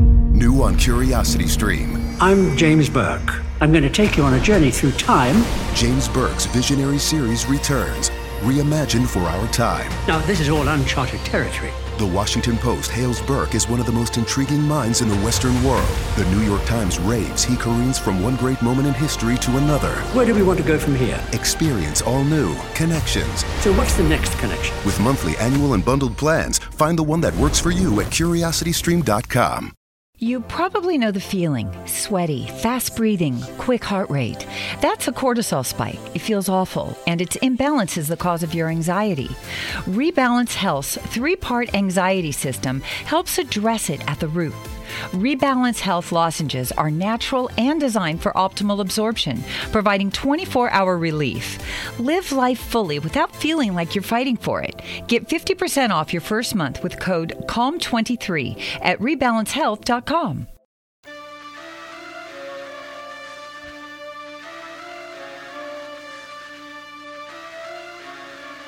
new on Curiosity Stream. I'm James Burke. I'm going to take you on a journey through time. James Burke's visionary series returns, reimagined for our time. Now, this is all uncharted territory. The Washington Post hails Burke as one of the most intriguing minds in the Western world. The New York Times raves he careens from one great moment in history to another. Where do we want to go from here? Experience all new connections. So, what's the next connection? With monthly, annual, and bundled plans, find the one that works for you at curiositystream.com. You probably know the feeling sweaty, fast breathing, quick heart rate. That's a cortisol spike. It feels awful, and its imbalance is the cause of your anxiety. Rebalance Health's three part anxiety system helps address it at the root. Rebalance Health lozenges are natural and designed for optimal absorption, providing 24 hour relief. Live life fully without feeling like you're fighting for it. Get 50% off your first month with code CALM23 at rebalancehealth.com.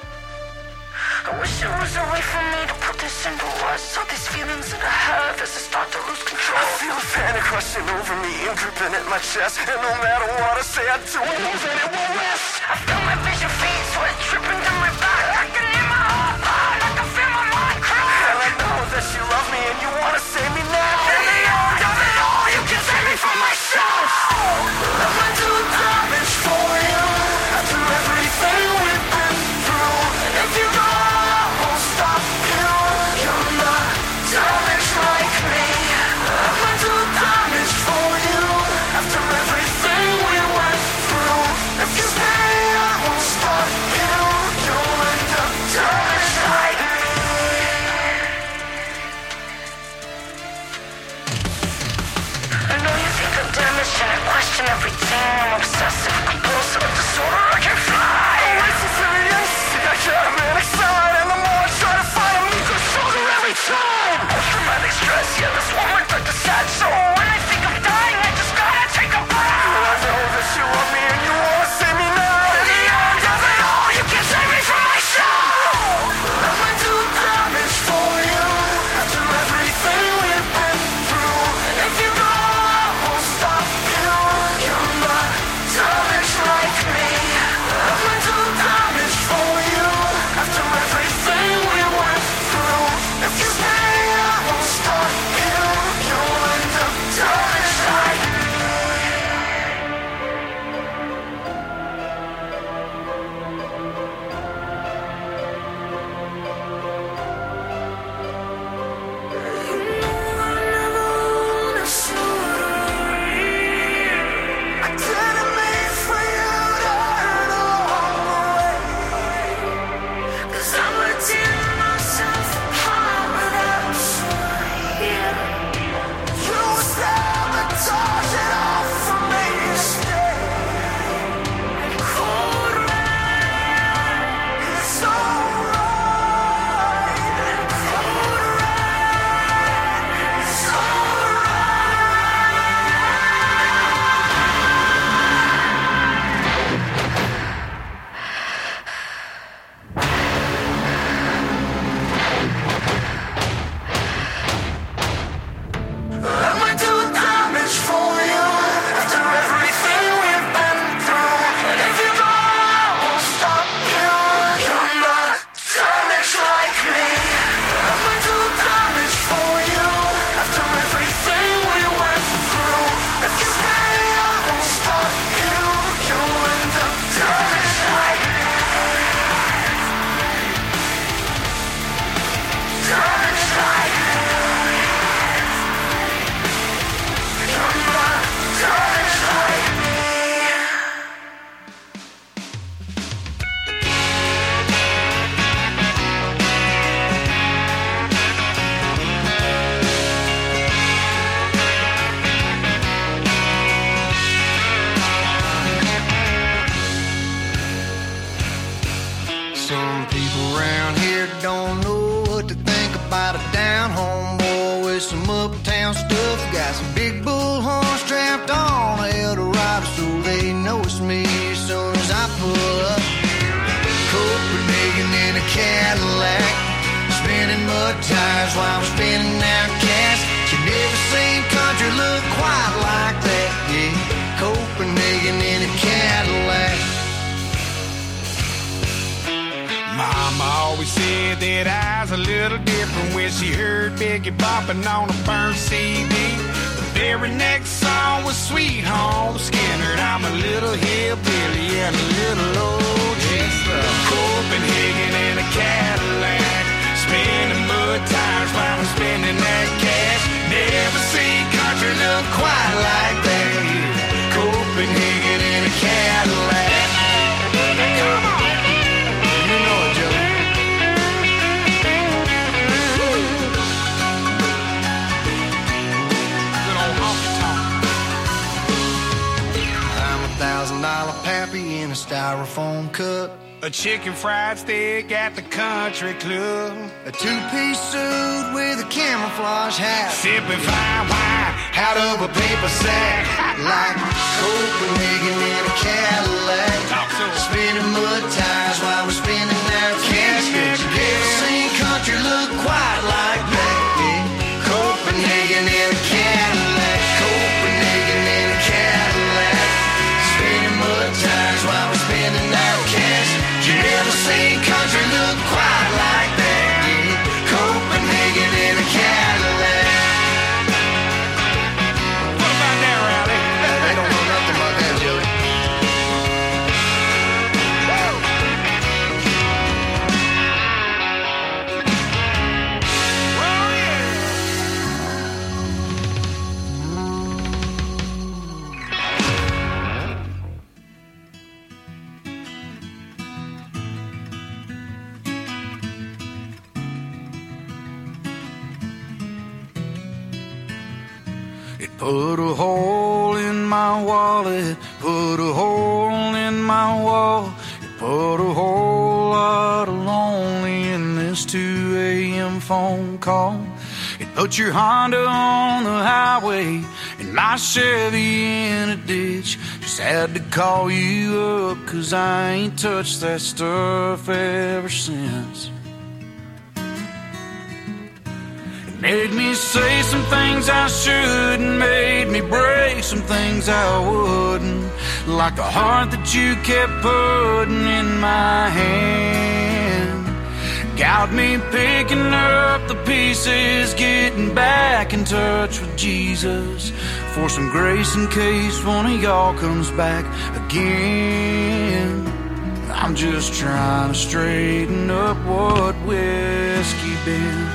I wish there was a way for me to put this into words. All these feelings that I have as I start to lose control. I feel panic rushing over me and gripping at my chest. And no matter what I say, I do it, lose it, it won't rest. I feel my vision fade, sweat dripping down my back. I can hear my heart pound. I can feel my mind cry. And I know that you love me and you wanna save me now. In the end of it all, you can save me from myself. I went to the damage for you. I do everything we've been through. And if you go, I won't stop you. You're not damage like me. I went to the damage for you. After everything we went through. If you stay, I won't stop you. You'll end up damaged like me. I know you think I'm damaged and I question everything. I'm obsessive, compulsive, disorder. I can fly. I'm way too furious. I can't man accelerate and the more I try to fight I'm losing shoulder every time Traumatic stress, yeah, this woman took the sad soul. When I think I'm dying, I just gotta take a breath. I know that you love me and you wanna save me now In the end of it all, you can save me from myself. I went to damage for you After everything we've been through And if you go, I won't stop you You're not damaged like me I went to damage for you After everything we went through If you stay, I won't stop you You'll end up damaged like me It's alright, it's alright. I went to damage for you after everything we've been through. And if you go, I won't stop you. You're not damaged like me. I went to damage for you after everything we went through. If you stay, I won't stop you. You'll end up damaged like me. Damaged like me. You're not damaged like me. Some people around here don't know what to think about a down home boy with some uptown stuff. Got some big bullhorn strapped on a Eldorado, so they know it's me as soon as I pull up. Copenhagen in a Cadillac, spinning mud tires while I'm spinning out gas. You never seen country a little different when she heard Biggie bopping on a burn CD. The very next song was Sweet Home Skinner. I'm a little hillbilly and a little old Yes, Copenhagen and a Cadillac. Spending mud tires while I'm spending that cash. Never seen country look quite like that. Copenhagen and a Cadillac. Come on. You know it, Joey. Good old honky tonk. I'm a thousand dollar pappy in a styrofoam cup. A chicken fried steak at the country club. A two-piece suit with a camouflage hat. Sipping fine wine out of a paper sack. Like Copenhagen in a Cadillac. Talk to 'em. Spinning mud tires while we're spinning our cash. Yeah, You never yeah. seen country look quite like that. Yeah. Copenhagen in a Cadillac. Copenhagen in a Cadillac. Spinning mud tires while we're spinning our cash. You never seen country look quite like that. Yeah. Copenhagen in a Cadillac. What about that rally? They don't know nothing about that, Joey. It put a hole in my wallet, put a hole in my wall. It put a whole lot of lonely in this 2 a.m. phone call. It put your Honda on the highway and my Chevy in a ditch. Just had to call you up 'cause I ain't touched that stuff ever since. Made me say some things I shouldn't, made me break some things I wouldn't. Like the heart that you kept putting in my hand. Got me picking up the pieces, getting back in touch with Jesus. For some grace in case one of y'all comes back again. I'm just trying to straighten up what whiskey been.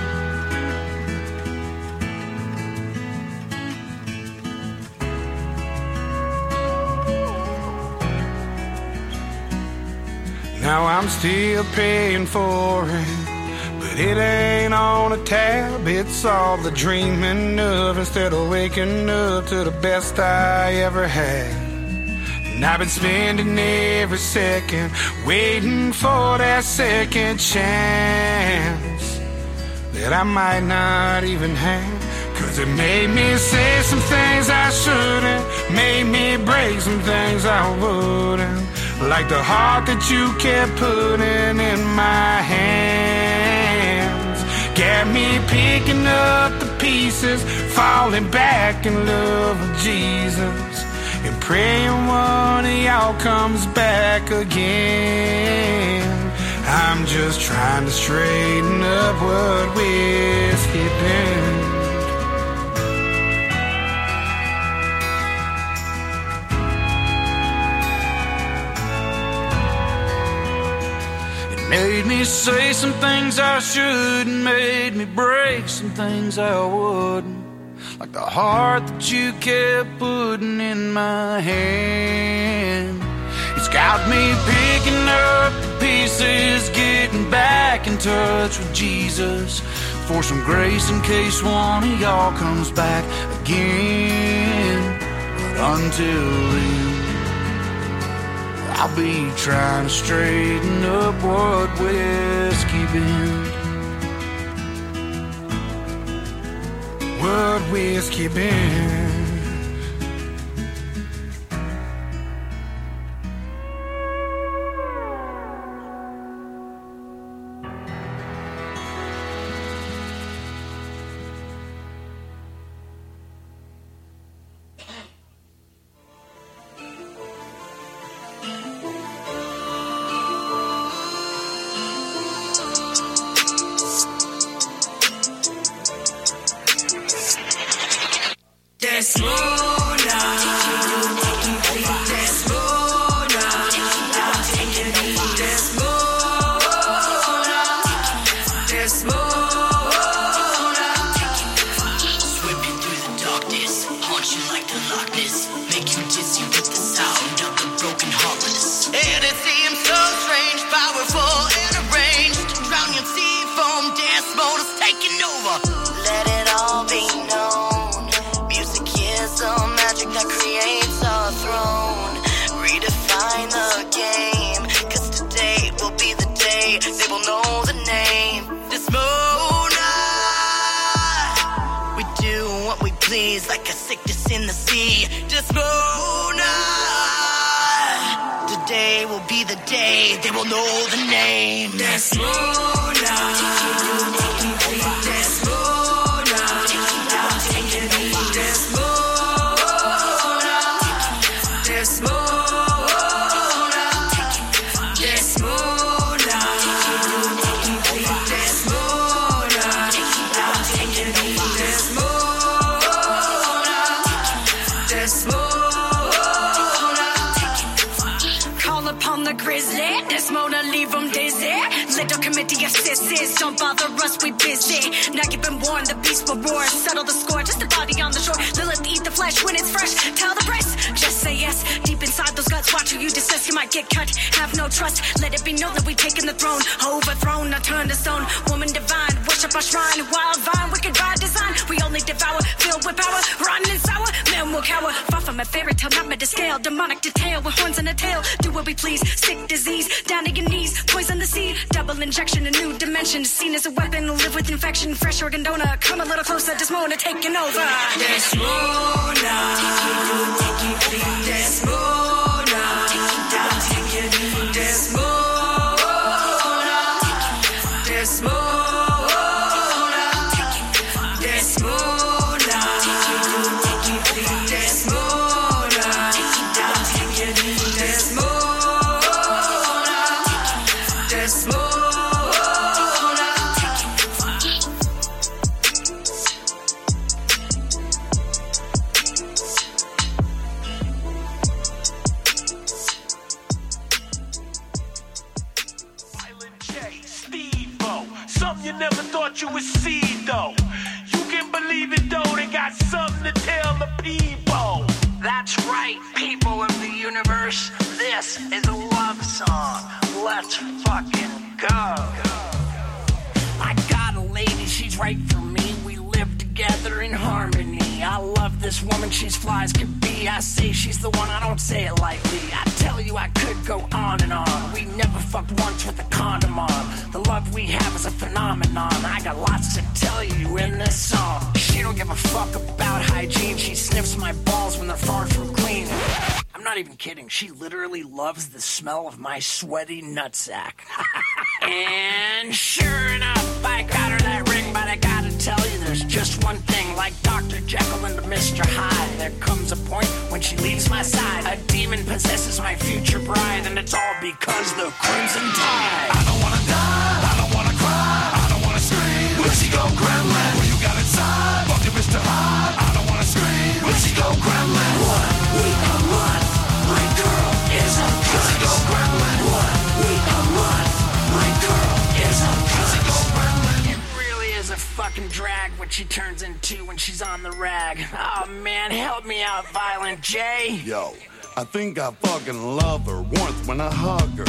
Now I'm still paying for it, but it ain't on a tab. It's all the dreaming of instead of waking up to the best I ever had. And I've been spending every second waiting for that second chance that I might not even have. Cause it made me say some things I shouldn't, made me break some things I wouldn't. Like the heart that you kept putting in my hands. Got me picking up the pieces, falling back in love with Jesus. And praying one of y'all comes back again. I'm just trying to straighten up what we're skipping. It made me say some things I shouldn't, made me break some things I wouldn't. Like the heart that you kept putting in my hand. It's got me picking up the pieces, getting back in touch with Jesus. For some grace in case one of y'all comes back again. But until then. I'll be trying to straighten up what whiskey been. What whiskey been? That's Mona. That's Mona. That's Mona. That's Mona. Swim you through the darkness, haunt you like the Loch Ness, make you dizzy with the sound of the broken heartless. And it seems so strange, powerful and arranged. Drown your sea foam, dance motor's taking over. Let it all be known. Music is the magic that creates our throne. Redefine the game. Cause today will be the day they will know the name. This Mona. We do what we please, like a sickness in the sea. This Mona. Today will be the day they will know the name. This Mona. This Mona. This Mona. This Mona. This Mona. This Call upon the grizzly. This Mona, leave 'em dizzy. Little committee of sissies, don't bother us, we busy. Now you've been warned, the beast will roar. Settle the score, just the body on the shore. Lilith, eat the flesh when it's fresh. Tell the press, just say yes. Deep inside those guts, watch who you discuss. You might get cut, have no trust. Let it be known that we've taken the throne. Overthrown, not turned to stone. Woman divine, worship our shrine. Wild vine, wicked by design. We only devour, filled with power. Rotten and sour, men will cower. Far from a fairy tale, not made to scale. Demonic detail with horns and a tail. Do what we please. Sick disease, down to your knees. Poison the sea, double injection, a new dimension. Seen as a weapon, live with infection. Fresh organ donor, come a little closer. Desmona taking over. Desmona. Desmona. Desmona. Desmona. Desmona. Island J, Steve-O. Something you never thought you would see, though. You can believe it, though. They got something to tell the people. That's right, people of the universe. This is a love song. Let's fucking go. I got a lady, she's right for me. We live together in harmony. I love this woman, she's fly as could be. I say she's the one, I don't say it lightly. I tell you, I could go on and on. We never fucked once with a condom on. The love we have is a phenomenon. I got lots to tell you in this song. She don't give a fuck about hygiene. She sniffs my balls when they're far from clean. I'm not even kidding. She literally loves the smell of my sweaty nutsack. and sure enough, I got her that ring, but I gotta tell you, there's just one thing. Like Dr. Jekyll and Mr. Hyde, there comes a point when she leaves my side. A demon possesses my future bride, and it's all because the crimson tide. I don't wanna die. I don't wanna cry. I don't wanna scream. Will she go gremlin? What you got inside? Fuck you, Mr. Hyde. I don't wanna scream. Will she go gremlin? One week a month. My girl is a cunt. Will she go gremlin? One week a month. My girl is a cunt. Will she go gremlin? It really is a fucking drag what she turns into when she's on the rag. Oh man, help me out, Violent J. Yo, I think I fucking love her once when I hug her.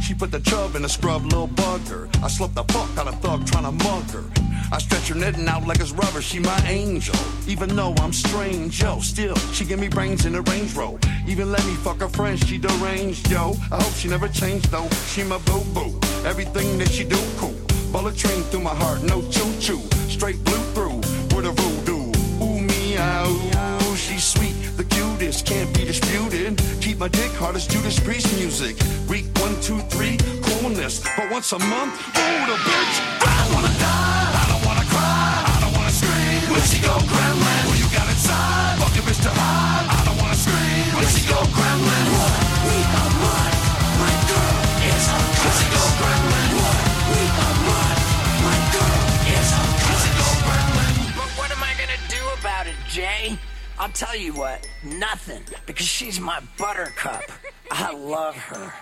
She put the chub in a scrub little bugger. I slumped the fuck out of thug trying to mug her. I stretch her knitting out like it's rubber. She my angel, even though I'm strange. Yo, still she give me brains in a Range Rover. Even let me fuck her friends. She deranged, yo. I hope she never changed though. She my boo boo. Everything that she do cool. Bullet train through my heart, no choo choo. Straight blue through with a voodoo. Ooh me ah, ooh, she's sweet, the cutest, can't be disputed. Keep my dick hard as Judas Priest music. Week one, two, three, coolness. But once a month, ooh the bitch. I don't wanna die, I don't wanna cry, I don't wanna scream. Will she go gremlin? What you got inside? Fuck you, Mr. Hyde. I don't wanna scream. Will she go gremlin? What? We are mine. My girl is a Will she go gremlin? What? We are mine. My girl is a Will she go gremlin? But what am I gonna do about it, Jay? I'll tell you what, nothing, because she's my buttercup. I love her.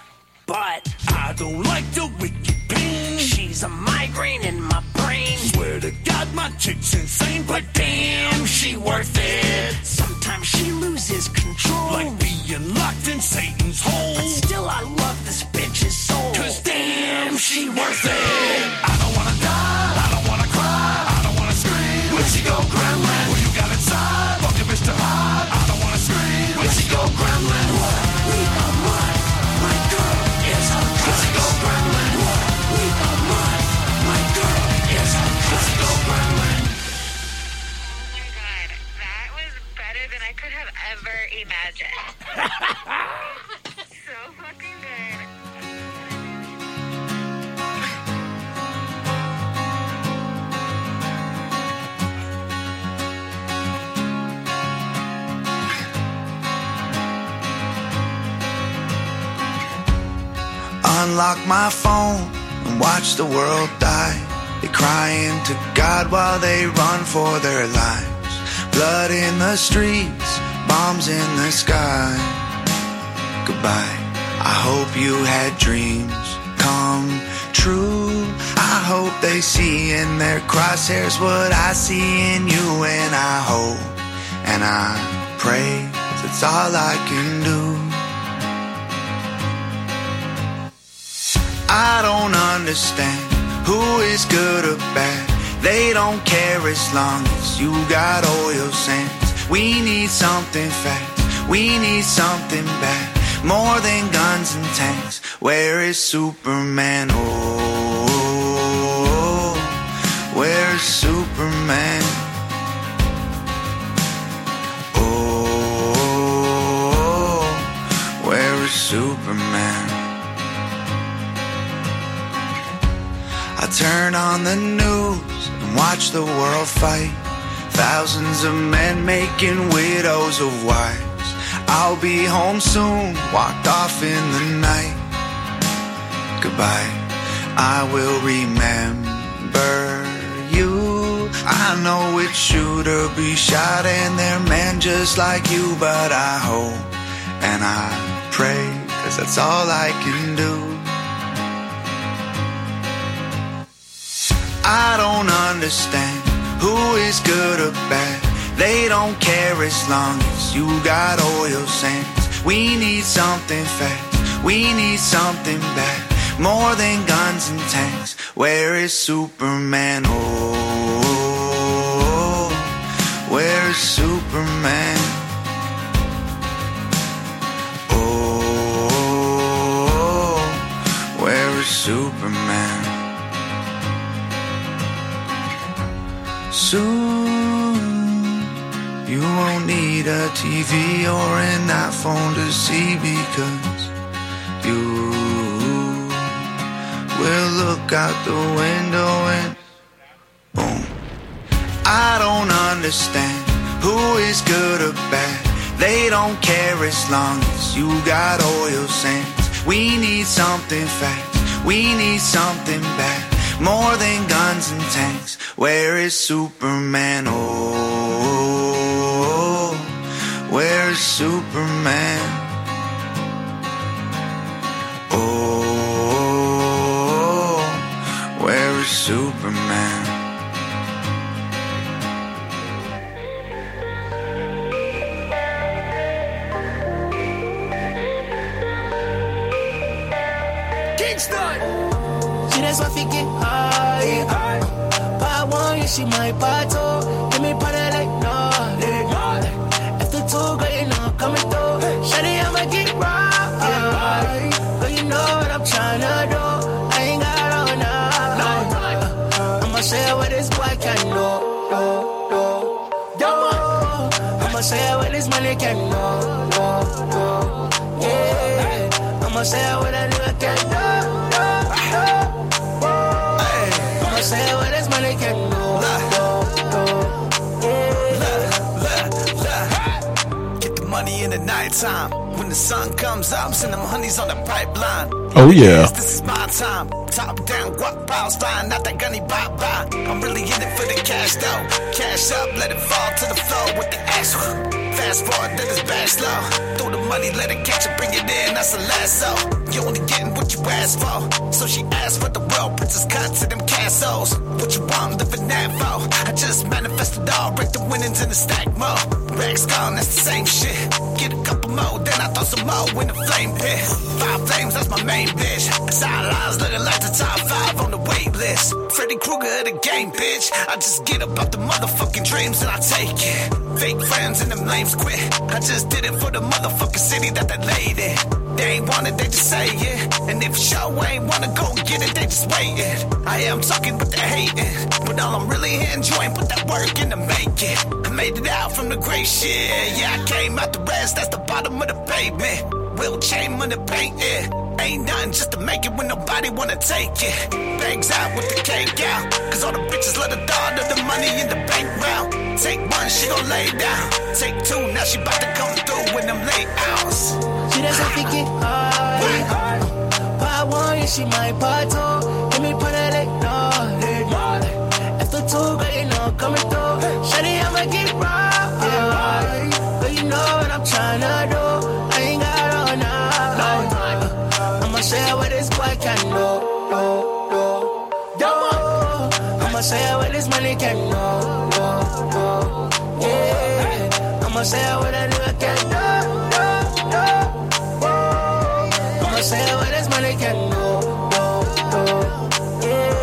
But I don't like the wicked pain. She's a migraine in my brain. Swear to God, my chick's insane, but damn, she worth it. Sometimes she loses control, like being locked in Satan's hole. But still, I love this bitch's soul. Cause damn, she worth it. I don't wanna die. I don't wanna cry. I don't wanna scream. Where'd she go, gremlin? What you got inside? Fuck it, Mr. Hyde. I don't wanna scream. Where'd she go, gremlin? We are mine. My girl is a Where'd she go, gremlin? We are mine. My girl is a Where'd she go, gremlin? That was better than I could have ever imagined. so fucking good. Unlock my phone and watch the world die. They crying to God while they run for their lives. Blood in the streets, bombs in the sky. Goodbye. I hope you had dreams come true. I hope they see in their crosshairs what I see in you, and I hope and I pray that's all I can do. I don't understand who is good or bad. They don't care as long as you got oil sands. We need something fast. We need something bad. More than guns and tanks. Where is Superman? Oh, where is Superman? Oh, where is Superman? I turn on the news and watch the world fight. Thousands of men making widows of wives. I'll be home soon, walked off in the night. Goodbye, I will remember you. I know it's you to be shot and they're men just like you, but I hope and I pray, cause that's all I can do. I don't understand who is good or bad. They don't care as long as you got oil sands. We need something fast. We need something bad. More than guns and tanks. Where is Superman? Oh, where is Superman? Oh, where is Superman? Soon you won't need a TV or an iPhone to see because you will look out the window and boom. I don't understand who is good or bad. They don't care as long as you got oil sands. We need something fast. We need something bad. More than guns and tanks. Where is Superman? Oh, where is Superman? Oh, where is Superman? Kingston! She just want to get high. Part one, yeah, she my part two. Give me part of like nothing. After two, girl, you know I'm coming through. Shawty, I'ma get right. Girl, you know what I'm trying to do. I ain't got all night. I'ma share what this boy can do. do, do, do. I'ma share what this money can do. do, do. Yeah. I'ma share what a nigga can do. do, do. Ay, I'ma share what this money can do. do, do. Get the money in the nighttime. When the sun comes up, send them honeys on the pipeline. Oh, yeah. Yes, this is my time. Top down, guap piles flying, not that gunny bye bye. I'm really in it for the cash though. Cash up, let it fall to the floor with the ass. whoop. fast forward, then it's back slow. Throw the money, let it catch it, bring it in, that's a lasso. You only getting what you asked for. So she asked for the world, princess cuts to them castles. What you want, the financial. I just manifested all, break the winnings in the stack more. Racks gone, that's the same shit. Get a couple more, then I throw some more in the flame pit. Five flames, that's my main bitch. Sidelines looking like the top five on the wait list. Freddy Krueger of the game, bitch. I just get up out the motherfucking dreams and I take it. Fake friends and them lames quit. I just did it for the motherfucking city that they laid in. They ain't want it, they just say it. And if show ain't wanna go get it, they just waiting. I am talking with the hating. But all I'm really enjoying, put that work in to make it. I made it out from the great shit. Yeah, I came out the rest, that's the bottom of the pavement. Will chain money painted. Ain't nothing just to make it when nobody wanna take it. Bangs out with the cake out. Cause all the bitches let the daughter the money in the bank round. Take one, she gon' lay down. Take two, now she bout to come through with them late hours. She doesn't think it hard. Part one, yeah, she my part two. Let me put it like knowledge. After two, girl, you know I'm coming through. Shawty, I'ma get right. But you know what I'm trying to do. I ain't got all night. I'ma share what this boy can do. do, do, do. I'ma share what this money can do. do, do. Yeah. I'ma share what a nigga can do. do, do. I'ma share what this money can do. do, do. Yeah.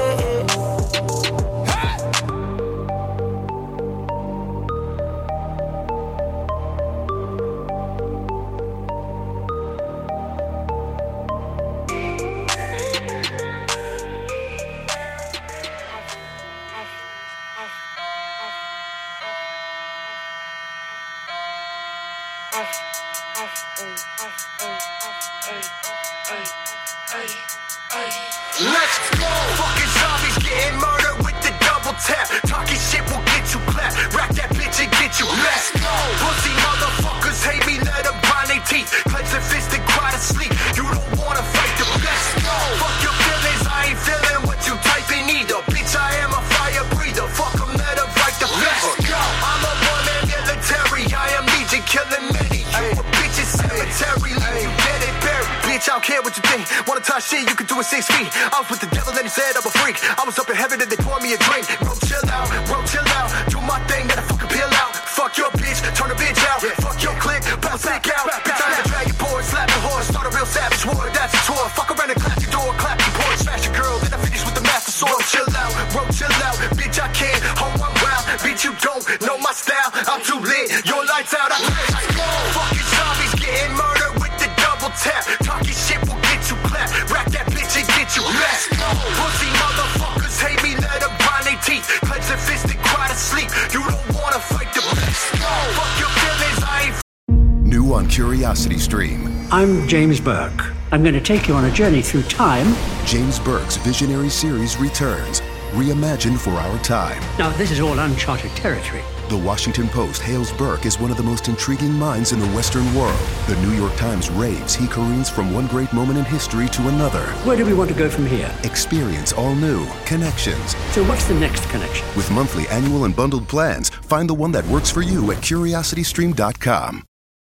Oh, Let's go. Fucking zombies getting murdered with the double tap. Talking shit will get you clapped. Rack that bitch and get you left. Pussy motherfuckers hate me, let 'em grind their teeth. Clench their fist and cry to sleep. You don't wanna fight the best. Fuck your feelings, I ain't feeling what you typing either. Bitch, I am a fire breather. Fuck 'em, let 'em fight the fever. I'm a one man military, I am legion killing many. You a bitch in cemetery, leave you dead and buried. Bitch, I don't care what you think. Wanna talk shit, you can do it six feet. I was with the devil and he said I'm a freak. I was up in heaven and they poured me a drink. Bro, chill out, bro, chill out. Do my thing, gotta fucking peel out. Fuck your bitch, turn the bitch out. Fuck your clique, bounce back out. Bitch, I'm the dragon board, slap the horse, start a real savage war. That's a tour. Fuck around and clap your door, clap your porch, smash your girl, then I finish with the master sword. Chill out, bro, chill out. Bitch, I can't. Oh, I'm wild. Bitch, you don't know my style. I'm too lit. Your lights out. I can't. Fucking zombies getting murdered with the double tap. Talking shit will get you clapped. Rack that bitch and get you left. Pussy motherfuckers hate me, let 'em grind their teeth. Clench their fist and cry to sleep. You don't wanna fight the best. Fuck your feelings, I ain't New on Curiosity Stream, I'm James Burke. I'm going to take you on a journey through time. James Burke's visionary series returns, reimagined for our time. Now, this is all uncharted territory. The Washington Post hails Burke as one of the most intriguing minds in the Western world. The New York Times raves he careens from one great moment in history to another. Where do we want to go from here? Experience all new connections. So, what's the next connection? With monthly, annual, and bundled plans, find the one that works for you at curiositystream.com.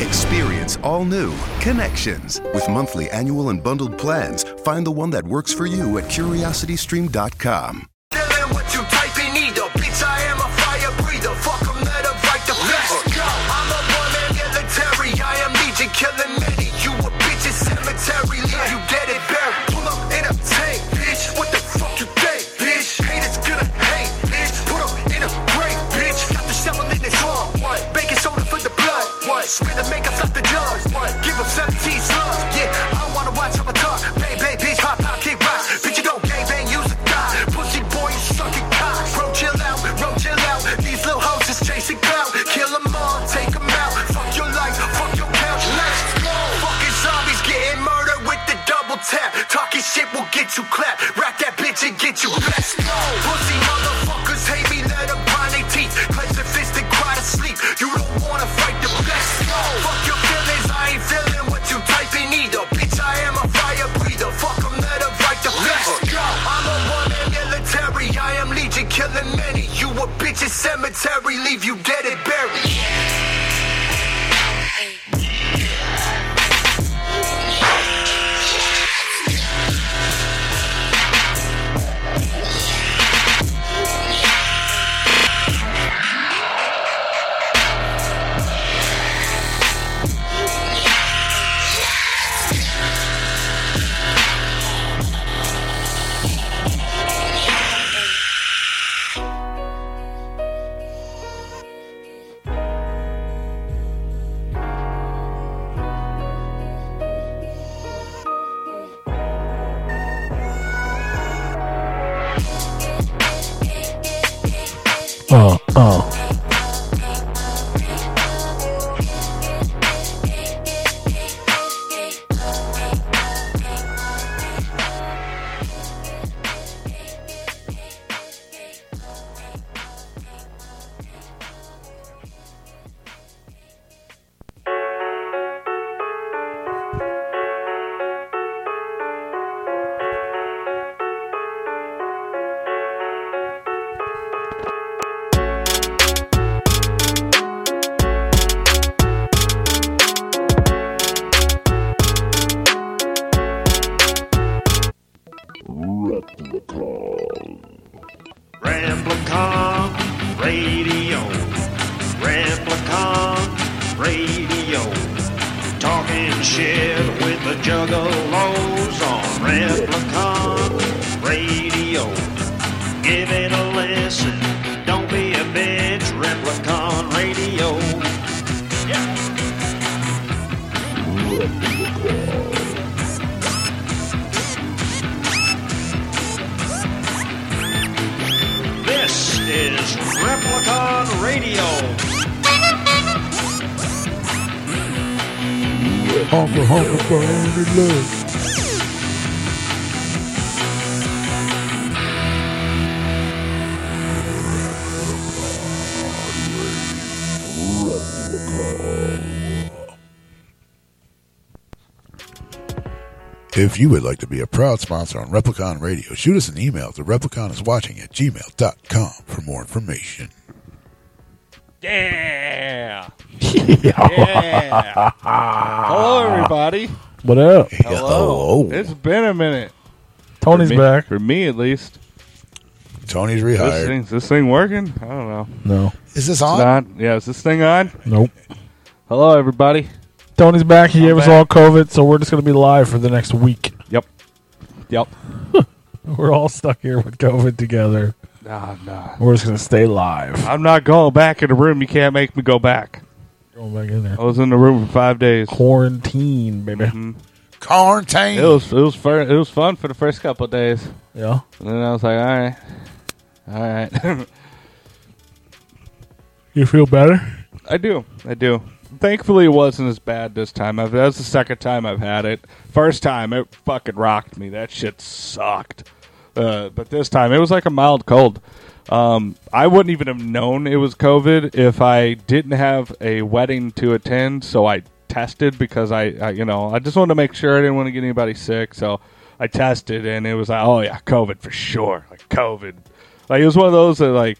Experience all new Connections. With monthly, annual, and bundled plans, find the one that works for you at curiositystream.com. feeling what you typing either. Bitch, I am a fire breather. Fuck 'em, let 'em fight the fever. I'm a one man military. I am legion killing many. You a bitch in cemetery. Leave you dead and buried. Pull up in a tank, bitch. What the fuck you think, bitch? Haters gonna hate, bitch. Put 'em in a break, bitch. Got the shovel in the trunk. What? Baking soda for the blood. What? Spit the makeup off the judge. What? Give 'em 17 slugs. Yeah, I wanna watch how I talk. Bang, bang, bitch. Hop, hop, kick rocks. Bitch, you don't gang bang, use a guy. Pussy boy, you sucking cock. Bro, chill out, bro, chill out. These little hoes is chasing clout. Kill 'em all, take 'em out. Fuck your life, fuck your couch. Let's go. Fucking zombies getting murdered with the double tap. Talking shit will get you clapped. Rack that bitch and get that you best know. Pussy motherfuckers hate me, let them grind their teeth. Clench their fists and cry to sleep. You don't wanna fight the best. No. Fuck your feelings, I ain't feeling what you typing either. Bitch, I am a fire breather. Fuck them, let them fight the best. Go. I'm a one man military, I am legion, killing many. You a bitch's cemetery, leave you dead and buried. Uh, uh. Replicon Radio. Replicon Radio. Talking shit with the juggalos on Replicon Radio. Give it a listen. Don't be a bitch. Replicon Radio. This is Replicon Radio. Honka, honka, burn it look. If you would like to be a proud sponsor on Replicon Radio, shoot us an email to repliconiswatching at gmail.com for more information. Yeah. Yeah. Ah. Hello, everybody. What up? Hello. It's been a minute. Tony's For me- back. For me, at least. Tony's This rehired. thing, this thing working? I don't know. No. Is this It's on? not- yeah, is this thing on? Nope. Hello, everybody. Tony's back. He I'm gave us back. all COVID, so we're just going to be live for the next week. Yep. Yep. We're all stuck here with COVID together. Nah, nah. We're just going to stay live. Ah, I'm not going back in the room. You can't make me go back. Going back in there. I was in the room for five days. Mm-hmm. Quarantine, baby. Quarantine. It was it was fun. It was fun for the first couple of days. Yeah. And then I was like, all right, all right. You feel better? I do. I do. Thankfully, it wasn't as bad this time. I've, that's the second time I've had it. First time, it fucking rocked me. That shit sucked. Uh, but this time, it was like a mild cold. Um, I wouldn't even have known it was COVID if I didn't have a wedding to attend. So I tested because I, I you know, I just wanted to make sure I didn't want to get anybody sick. So I tested, and it was like, oh yeah, COVID for sure. Like COVID. Like it was one of those that like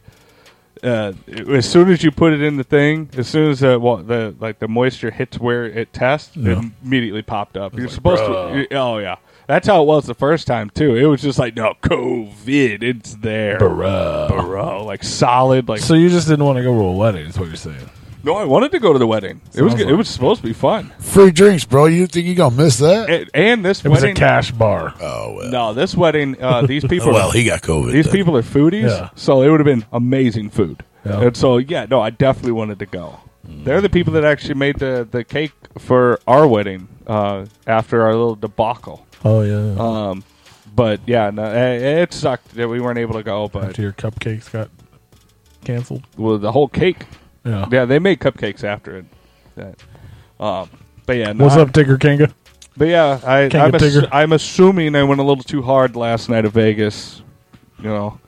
uh, it- as soon as you put it in the thing, as soon as the, well, the like the moisture hits where it tests, Yeah. it immediately popped up. You're like, supposed "Bruh." to. you- oh yeah, that's how it was the first time too. It was just like no COVID, it's there, Bruh. Bruh. like solid. Like so you just didn't want to go to a wedding, is what you're saying. no, I wanted to go to the wedding. It was Sounds good. it like- was supposed to be fun. Free drinks, bro. You think you're going to miss that? And, and this It was wedding a Oh, cash bar. Oh, well. No, this wedding. Uh, these people. Well, he got COVID These then. people are foodies, Yeah. so it would have been amazing food. Yeah. And so, yeah, no, I definitely wanted to go. They're the people that actually made the, the cake for our wedding uh, after our little debacle. Oh, yeah. Um, but yeah, no, it, it sucked that we weren't able to go. But After your cupcakes got canceled. well, the whole cake. Yeah. they made cupcakes after it. That, um, but yeah, no, What's I- up, Tigger Kanga? But yeah, I, Kinda I'm, ass- digger. I'm assuming I went a little too hard last night at Vegas you know.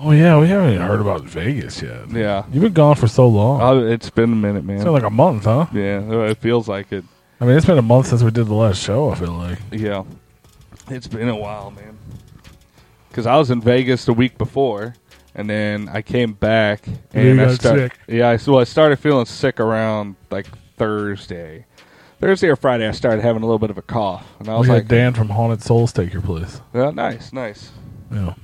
Oh yeah, we haven't even heard about Vegas yet. Yeah. You've been gone for so long. Oh, it's been a minute, man. It's been like a month, huh? Yeah, it feels like it. I mean, it's been a month since we did the last show. I feel like. Yeah, it's been a while, man. Because I was in Vegas the week before, and then I came back You and I got started. sick. Yeah, I, well, I started feeling sick around like Thursday, Thursday or Friday. I started having a little bit of a cough, and I was we like, had Dan from Haunted Souls take your place. "Oh, nice, nice." Yeah.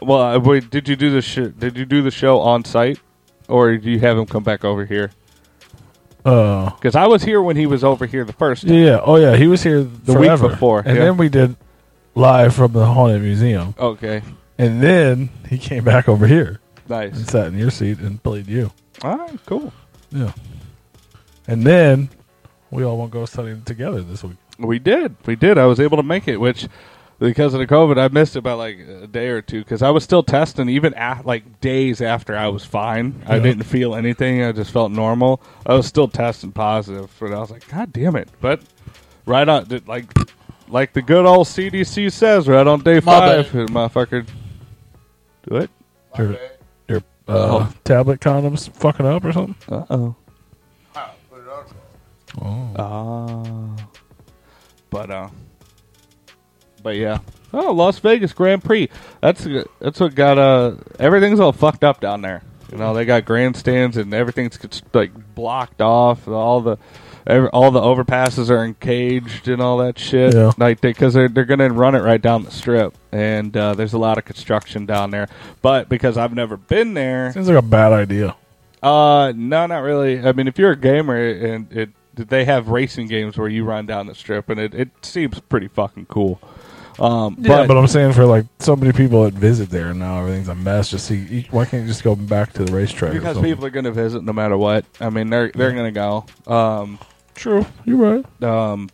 Well, uh, wait, did you do the sh- did you do the show on site, or do you have him come back over here? Uh, Because I was here when he was over here the first. time. yeah. Oh yeah, he was here the The week before, and yeah. then we did live from the haunted museum, Okay, and then he came back over here nice. and sat in your seat and played you. All right, cool. Yeah. And then we all went ghost hunting together this week. We did. We did. I was able to make it, which because of the COVID, I missed it by like a day or two because I was still testing even af- like days after I was fine. I Yeah. didn't feel anything. I just felt normal. I was still testing positive, but I was like, God damn it! But right on, did- like like the good old CDC says, right on day My five, motherfucker. Do it. Your, your Oh. uh, tablet condoms fucking up or something? Uh oh. Oh. Oh. But uh but yeah. Oh, Las Vegas Grand Prix. That's that's what got uh everything's all fucked up down there. You know, they got grandstands and everything's gets, like blocked off. and All the every, all the overpasses are encaged and all that shit. Yeah. Like because they, are they're gonna run it right down the strip, and uh, there's a lot of construction down there. But because I've never been there, Seems like a bad idea. uh, no, not really. I mean, if you're a gamer and it, they have racing games where you run down the strip, and it, it seems pretty fucking cool. Um, Yeah, but, but, I'm saying for like so many people that visit there now, everything's a mess. Just see, why can't you just go back to the racetrack? or because something? people are going to visit no matter what. I mean, they're they're going to go. Um, True, you're right. Um,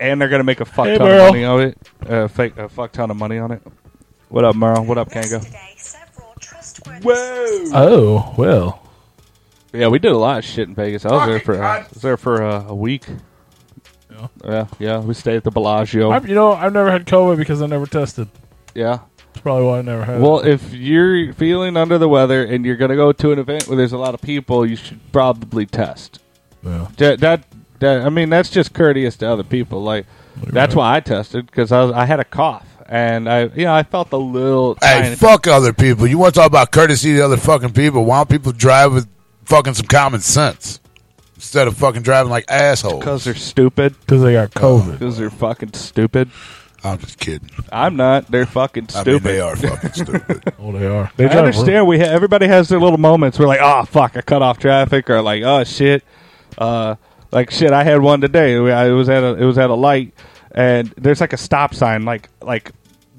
and they're going to make a fuck Hey, ton Merle. of money on it. Uh, fake a fuck ton of money on it. What up, Merle? What up, Kango? Whoa! Oh well, Yeah, we did a lot of shit in Vegas. I was there for I was there for uh, a week. Yeah. yeah, We stayed at the Bellagio. I've, you know I've never had COVID because I never tested. yeah. That's probably why I never had. Well, it. if you're feeling under the weather and you're going to go to an event where there's a lot of people, you should probably test. Yeah. That, that, that- I mean, that's just courteous to other people. Like, that's why I tested because I, was- I had a cough and I, you know, I felt a little. Hey, tiny- fuck other people. You want to talk about courtesy to other fucking people? Why don't people drive with fucking some common sense instead of fucking driving like assholes? Because they're stupid. Because they got COVID. Because they're fucking stupid. I'm just kidding. I'm not. They're fucking I mean, stupid. they are fucking stupid. oh, they are. I understand. We ha- everybody has their little moments. We're like, oh fuck, I cut off traffic, or like, oh shit, uh, like shit. I had one today. We- I- It was at a it was at a light, and there's like a stop sign, like like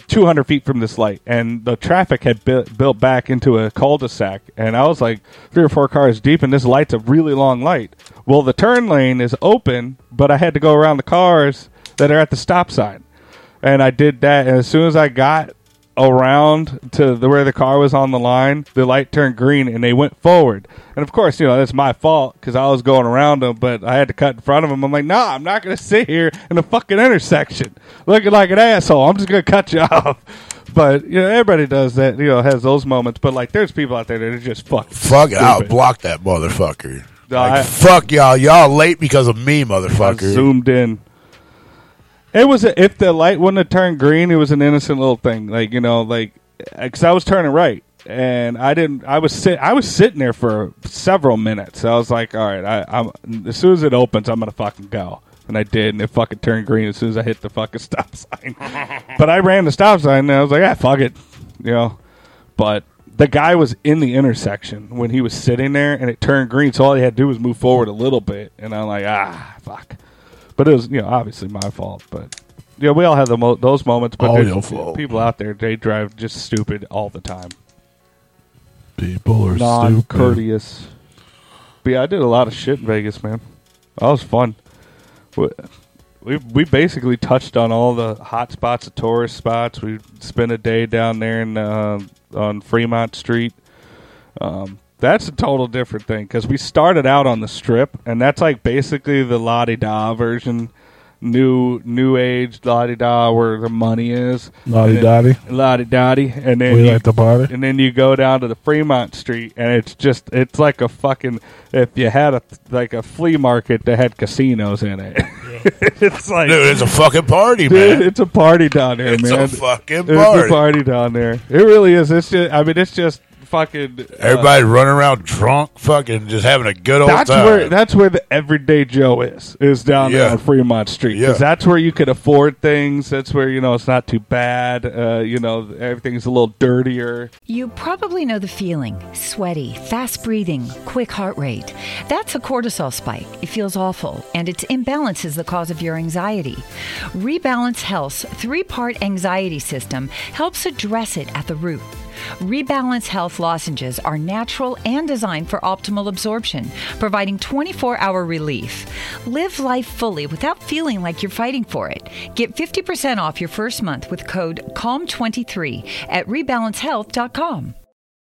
200 feet from this light, and the traffic had bu- built back into a cul-de-sac, and I was like three or four cars deep, and this light's a really long light. Well, the turn lane is open, but I had to go around the cars that are at the stop sign and I did that. And as soon as I got around to the, where the car was on the line, the light turned green and they went forward. And of course, you know that's my fault because I was going around them, but I had to cut in front of them. I'm like, nah, I'm not gonna sit here in a fucking intersection looking like an asshole. I'm just gonna cut you off. But you know, everybody does that. You know, has those moments. But like, there's people out there that are just fucking Fuck it. I'll stupid. block that motherfucker. No, Like, I- fuck y'all. Y'all late because of me, motherfucker. zoomed in. It was a, if the light wouldn't have turned green, it was an innocent little thing, like you know, like because I was turning right and I didn't. I was sit. I was sitting there for several minutes. I was like, all right, I, I'm as soon as it opens, I'm gonna fucking go. And I did, and it fucking turned green as soon as I hit the fucking stop sign. but I ran the stop sign, and I was like, ah, fuck it, you know. But the guy was in the intersection when he was sitting there, and it turned green, so all he had to do was move forward a little bit. And I'm like, ah, fuck. But it was, you know, obviously my fault. But yeah, we all have the mo- those moments. But All there's your fault. people out there they drive just stupid all the time, people are non stupid. courteous. But yeah, I did a lot of shit in Vegas, man. That was fun. We we, we basically touched on all the hot spots, the tourist spots. We spent a day down there in uh, on Fremont Street. Um, that's a total different thing because we started out on the strip, and that's like basically the la di da version. new new age la di da where the money is La-di-da-di. la di da di and then We you- like to party. and then you go down to the Fremont Street, and it's just it's like a fucking if you had a like a flea market that had casinos in it. it's like Dude, it's a fucking party, Dude, man. it's a party down there, It's a man. fucking It's party. a party down there. It really is. It's just I mean, it's just fucking. uh, Everybody running around drunk, fucking just having a good old that's time. where that's where the everyday Joe is is down there Yeah. on Fremont Street. 'Cause Yeah. that's where you could afford things. That's where you know it's not too bad. Uh, you know everything's a little dirtier. You probably know the feeling sweaty, fast breathing, quick heart rate. That's a cortisol spike. It feels awful, and its imbalance is the cause of your anxiety. Rebalance Health's three part anxiety system helps address it at the root. Rebalance Health lozenges are natural and designed for optimal absorption, providing 24 hour relief. Live life fully without feeling like you're fighting for it. Get 50% off your first month with code CALM23 at rebalancehealth.com.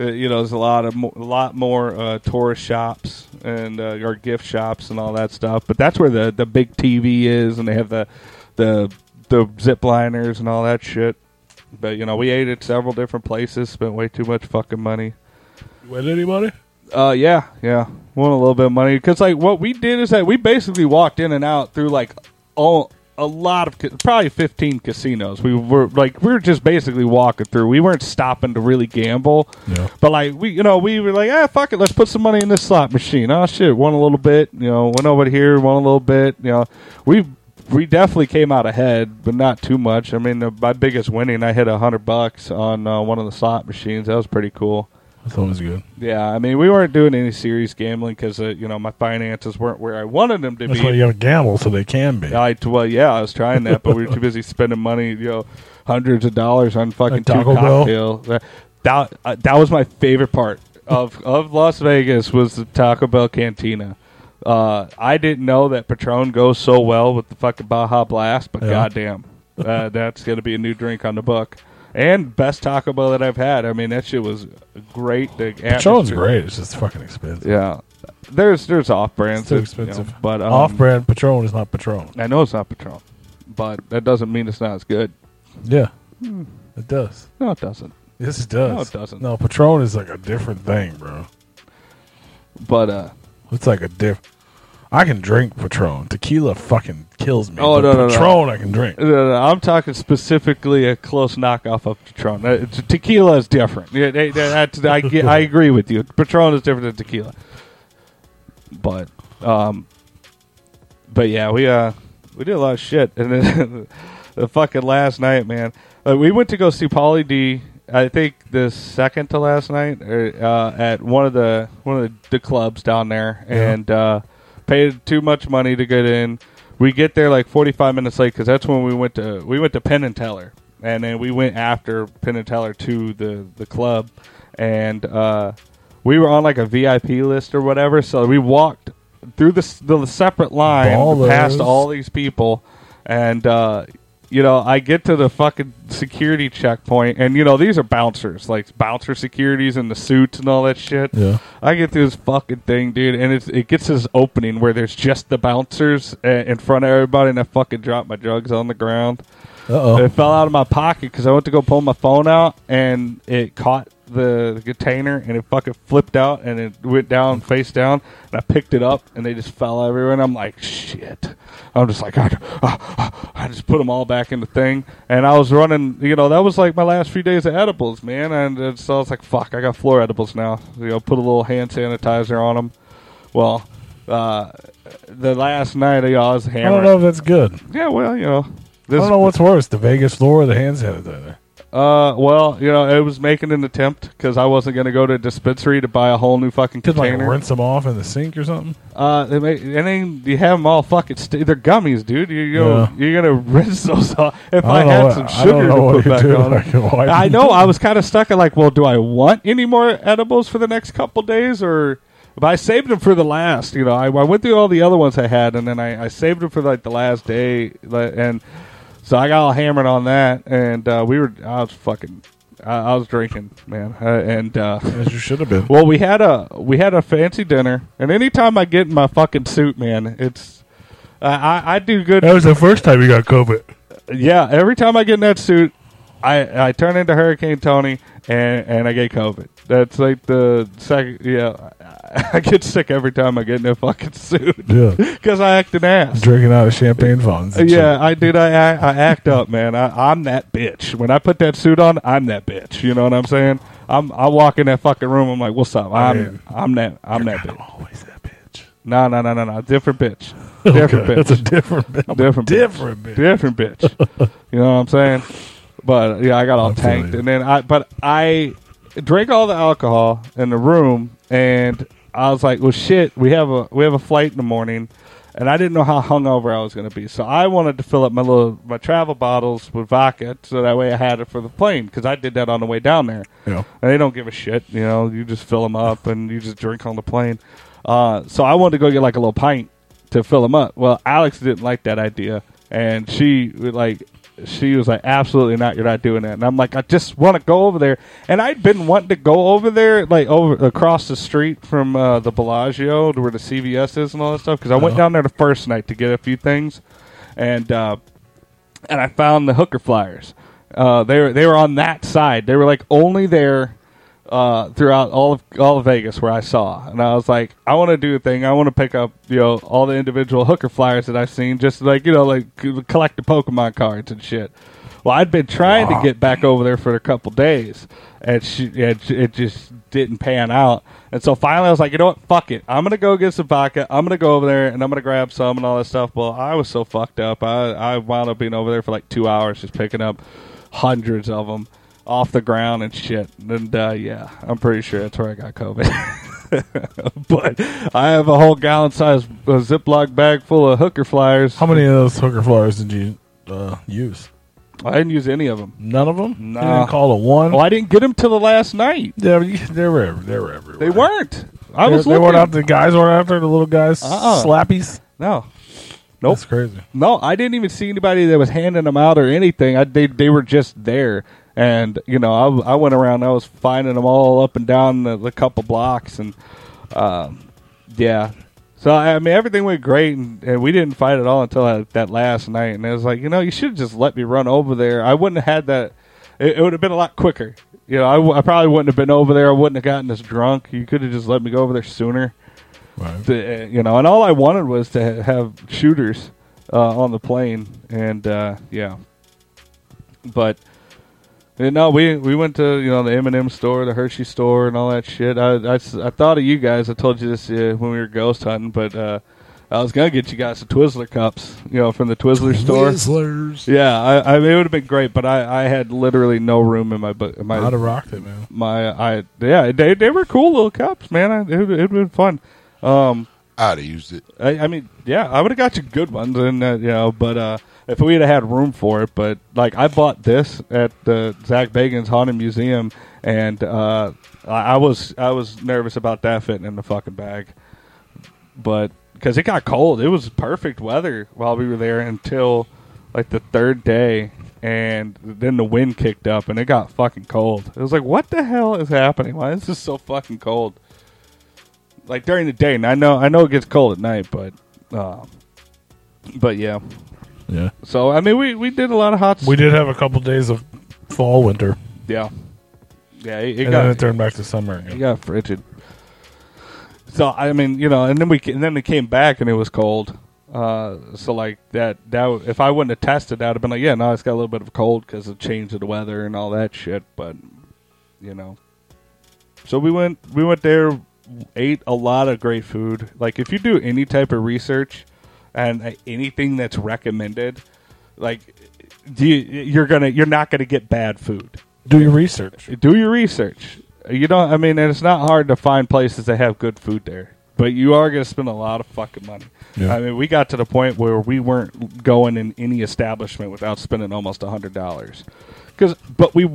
uh, you know, there's a lot of mo- a lot more uh, tourist shops and uh, or gift shops and all that stuff. But that's where the the big TV is, and they have the the the zip liners and all that shit. But you know, we ate at several different places. Spent way too much fucking money. With anybody? Uh, yeah, yeah. Won a little bit of money because like what we did is that we basically walked in and out through like all a lot of ca- probably 15 casinos we were like we were just basically walking through we weren't stopping to really gamble but like we you know we were like ah fuck it let's put some money in this slot machine oh shit won a little bit you know went over here won a little bit you know we we definitely came out ahead but not too much i mean the, my biggest winning i hit a hundred bucks on uh, one of the slot machines that was pretty cool That's always good. yeah, I mean, we weren't doing any serious gambling because uh, you know my finances weren't where I wanted them to That's be. why you gotta gamble so they can be. I well, yeah, I was trying that, but we were too busy spending money, you know, hundreds of dollars on fucking Like Taco two Bell? cocktails. That that, uh, that was my favorite part of of Las Vegas was the Taco Bell cantina. Uh, I didn't know that Patron goes so well with the fucking Baja Blast, but Yeah. goddamn, uh, that's gonna be a new drink on the book. And best Taco Bell that I've had. I mean, that shit was great. The Patron's atmosphere- great. It's just fucking expensive. Yeah, Oh, there's there's off It's brands. too expensive. but um, Off-brand Patron is not Patron. I know it's not Patron, but that doesn't mean it's not as good. Yeah, it does. Hmm. No, it doesn't. Yes, it does. No, it doesn't. No, Patron is like a different thing, bro. But uh, it's like a diff. I can drink Patron. Tequila fucking kills me. Oh but no, no, no. Patron I can drink. No, no, no. I'm talking specifically a close knockoff of Patron. Uh, it's- tequila is different. Yeah, they- they- that's- I, get- I agree with you. Patron is different than tequila. But um, but yeah, we uh we did a lot of shit, and then the fucking last night, man, uh, we went to go see Pauly D. I think the second to last night or, uh, at one of the one of the clubs down there, Yeah. and uh, paid too much money to get in. We get there like forty five minutes late because that's when we went to we went to Penn and Teller, and then we went after Penn and Teller to the the club, and uh, we were on like a VIP list or whatever. So we walked through the, s- the separate line Ballers. past all these people, and uh, you know I get to the fucking security checkpoint, and you know these are bouncers, like bouncer securities in the suits and all that shit. Yeah. I get through this fucking thing, dude, and it's, it gets this opening where there's just the bouncers uh, in front of everybody, and I fucking drop my drugs on the ground. Uh-oh. It fell out of my pocket because I went to go pull my phone out, and it caught the container, and it fucking flipped out, and it went down face down, and I picked it up, and they just fell everywhere, and I'm like, shit. I'm just like, "Ah, ah, ah." I just put them all back in the thing, and I was running. You know, that was like my last few days of edibles, man. And it's- so I was like, fuck, I got floor edibles now. You know, put a little hand sanitizer on them. Well, uh, the last night you know, I was I hammered. don't know if that's good. Yeah, well, you know, I don't know what's worse, the Vegas floor or the hand sanitizer. Uh, well, you know, I was making an attempt because I wasn't going to go to a dispensary to buy a whole new fucking Could like container. rinse them off in the sink or something. Uh, they make, and then you have them all fucking. St- they're gummies, dude. You Yeah. go. You're gonna rinse those off. If I I, don't had know some what- I don't sugar know what to put you back do, on, like, why- it. I know. I was kind of stuck at like, well, do I want any more edibles for the next couple days, or? But I saved them for the last. You know, I, I went through all the other ones I had, and then I, I saved them for like the last day, like, and so I got all hammered on that, and uh, we were. I was fucking. I, I was drinking, man, uh, and uh, as you should have been. Well, we had a we had a fancy dinner, and anytime I get in my fucking suit, man, it's I I, I do good. That was the first time you got COVID. yeah. Every time I get in that suit, I I turn into Hurricane Tony, and and I get COVID. That's like the second. Yeah, I, I get sick every time I get in that fucking suit. Yeah. because I act an ass. Drinking out of champagne fountains. and shit. Yeah, I did. I, I I act up, man. I, I'm that bitch. When I put that suit on, I'm that bitch. You know what I'm saying? I'm I walk in that fucking room. I'm like, what's up? I'm I'm that I'm that bitch. Always that bitch. No, no, no, no, no. Different bitch. Okay, Different bitch. that's a different bitch. Different. Different bitch. Different bitch. you know what I'm saying? But yeah, I got all tanked, and then I but I drank all the alcohol in the room, and I was like, well, shit, we have a we have a flight in the morning. And I didn't know how hungover I was going to be, so I wanted to fill up my little my travel bottles with vodka, so that way I had it for the plane. Because I did that on the way down there. Yeah. And they don't give a shit. You know, you just fill them up and you just drink on the plane. Uh, so I wanted to go get like a little pint to fill them up. Well, Alex didn't like that idea, and she would, like she was like, "Absolutely not! You're not doing that." And I'm like, "I just want to go over there." And I'd been wanting to go over there, like over across the street from uh, the Bellagio, to where the CVS is and all that stuff, because I went Uh-huh. down there the first night to get a few things, and. Uh, and I found the hooker flyers. Uh, they were they were on that side. They were like only there uh, throughout all of all of Vegas where I saw. And I was like, I want to do a thing. I want to pick up you know all the individual hooker flyers that I've seen, just like you know like c- collect the Pokemon cards and shit. Well, I'd been trying to get back over there for a couple days, and she, it, it just didn't pan out. And so finally, I was like, you know what? Fuck it. I'm gonna go get some vodka. I'm gonna go over there and I'm gonna grab some and all that stuff. Well, I was so fucked up. I I wound up being over there for like two hours, just picking up hundreds of them off the ground and shit. And uh, yeah, I'm pretty sure that's where I got COVID. but I have a whole gallon size uh, Ziploc bag full of hooker flyers. How many of those hooker flyers did you uh, use? I didn't use any of them. None of them. No. You didn't call a one. Well, I didn't get them till the last night. Yeah, but you- they were ev- they were everywhere. They weren't. I They- was They weren't looking. after the guys weren't after the little guys Uh-uh. slappies. No. Nope. That's crazy. No, I didn't even see anybody that was handing them out or anything. I, they they were just there, and you know, I, I went around. I was finding them all up and down the, the couple blocks, and um, yeah. So I mean, everything went great, and, and we didn't fight at all until that, that last night. And it was like, you know, you should have just let me run over there. I wouldn't have had that. It, it would have been a lot quicker. You know, I, w- I probably wouldn't have been over there. I wouldn't have gotten as drunk. You could have just let me go over there sooner. The- uh, you know, and all I wanted was to ha- have shooters uh, on the plane, and uh, yeah. But you know, we we went to you know the M and m store, the Hershey store, and all that shit. I, I s- I thought of you guys. I told you this uh, when we were ghost hunting, but uh, I was gonna get you guys the Twizzler cups, you know, from the Twizzler store. Twizzlers. Yeah, I, I mean, it would have been great, but I, I had literally no room in my bu- in my I'd have rocked it, man. my I yeah they they were cool little cups, man. I, it it'd been fun. Um, I'd have used it. I, I mean, yeah, I would have got you good ones, and uh, you know, but uh, if we had had room for it, but like I bought this at the Zach Bagans Haunted Museum, and uh, I, I was I was nervous about that fitting in the fucking bag, but because it got cold, it was perfect weather while we were there until like the third day. And then the wind kicked up, and it got fucking cold. It was like, what the hell is happening? Why is this so fucking cold? like during the day, and I know I know it gets cold at night, but uh, but yeah, Yeah. So I mean, we we did a lot of hot. We did have a couple days of fall winter, yeah, yeah. It, it and got then it turned back to summer. Again. it got frigid. So I mean, you know, and then we ca- and then we came back and it was cold. Uh, so like that that w- if I wouldn't have tested, I'd have been like, yeah, no, it's got a little bit of cold because of change of the weather and all that shit. But you know, so we went we went there, ate a lot of great food. Like if you do any type of research and uh, anything that's recommended, like do you, you're gonna you're not gonna get bad food. Do your research. Do your research. You don't. I mean, and it's not hard to find places that have good food there, but you are gonna spend a lot of fucking money. Yeah. I mean, we got to the point where we weren't going in any establishment without spending almost a hundred dollars, because but we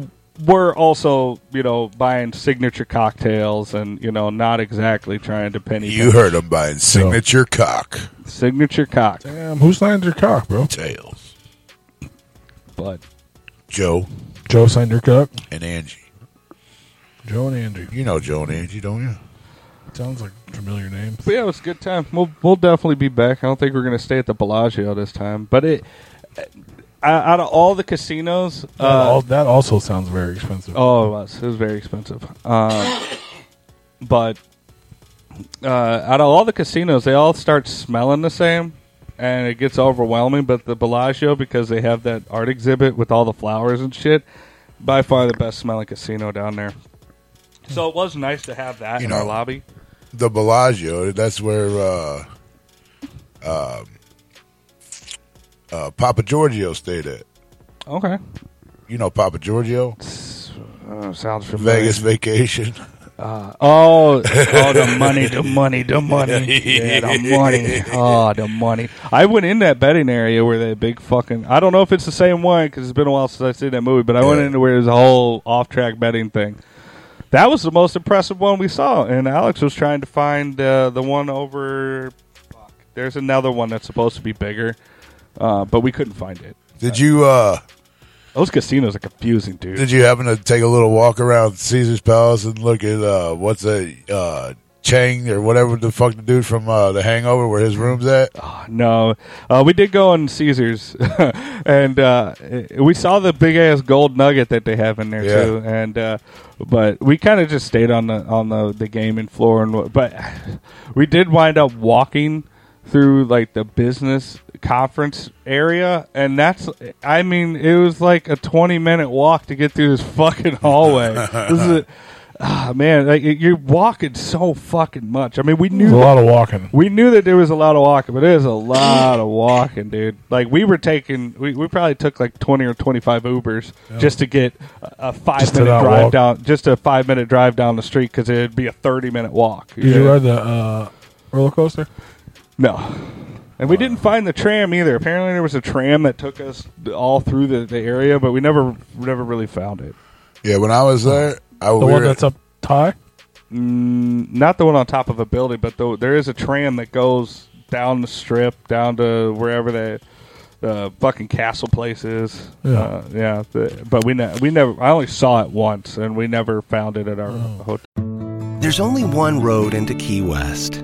were also you know buying signature cocktails and you know not exactly trying to penny. You pinch. heard him buying signature cock. Signature cock. Damn, who signed your cock, bro? Tails. Bud. Joe. Joe signed your cock. And Angie. Joe and Andrew. You know Joe and Angie, don't you? Sounds like a familiar name. But yeah, it was a good time. We'll we'll definitely be back. I don't think we're going to stay at the Bellagio this time. But it uh, out of all the casinos, That, uh, al- that also sounds very expensive. oh, it was it was very expensive. Uh, but uh, out of all the casinos, they all start smelling the same, and it gets overwhelming. But the Bellagio, because they have that art exhibit with all the flowers and shit, by far the best smelling casino down there. So it was nice to have that You in know, our lobby. The Bellagio. That's where uh, um, uh, Papa Giorgio stayed at. Okay, You know Papa Giorgio? uh, sounds familiar. Vegas vacation. Uh, oh, oh, the money, the money, the money, yeah, the money, oh, the money. I went in that betting area where that big fucking. I don't know if it's the same one because it's been a while since I've seen that movie, but I went into where there's a whole off-track betting thing. That was the most impressive one we saw, and Alex was trying to find uh, the one over. Fuck, there's another one that's supposed to be bigger, uh, but we couldn't find it. Did you uh Those casinos are confusing, dude. Did you happen to take a little walk around Caesar's Palace and look at uh what's that uh Chang or whatever the fuck the dude from uh the hangover where his room's at? Ah, No, uh, we did go on Caesars, and uh, we saw the big ass gold nugget that they have in there Yeah. too. And uh, but we kind of just stayed on the on the, the gaming floor, and wha- but we did wind up walking through like the business conference area, and that's I mean it was like a twenty minute walk to get through this fucking hallway. this is a, ah, man, like you're walking so fucking much. I mean, we knew There's a lot that- of walking. we knew that there was a lot of walking, but there's a lot of walking, dude. Like we were taking, we, we probably took like twenty or twenty five Ubers Yeah. just to get a- a five Just to minute not drive walk. down, just a five minute drive down the street because it'd be a thirty minute walk. Did you ride the uh, roller coaster? No. And we didn't find the tram either. Apparently, there was a tram that took us all through the, the area, but we never never really found it. Yeah, when I was there, I Uh, The we one were- that's up high? Mm, not the one on top of a building, but the, there is a tram that goes down the strip, down to wherever that uh, fucking castle place is. Yeah. uh, yeah. the- but we ne- we never. I only saw it once, and we never found it at our hotel. There's only one road into Key West,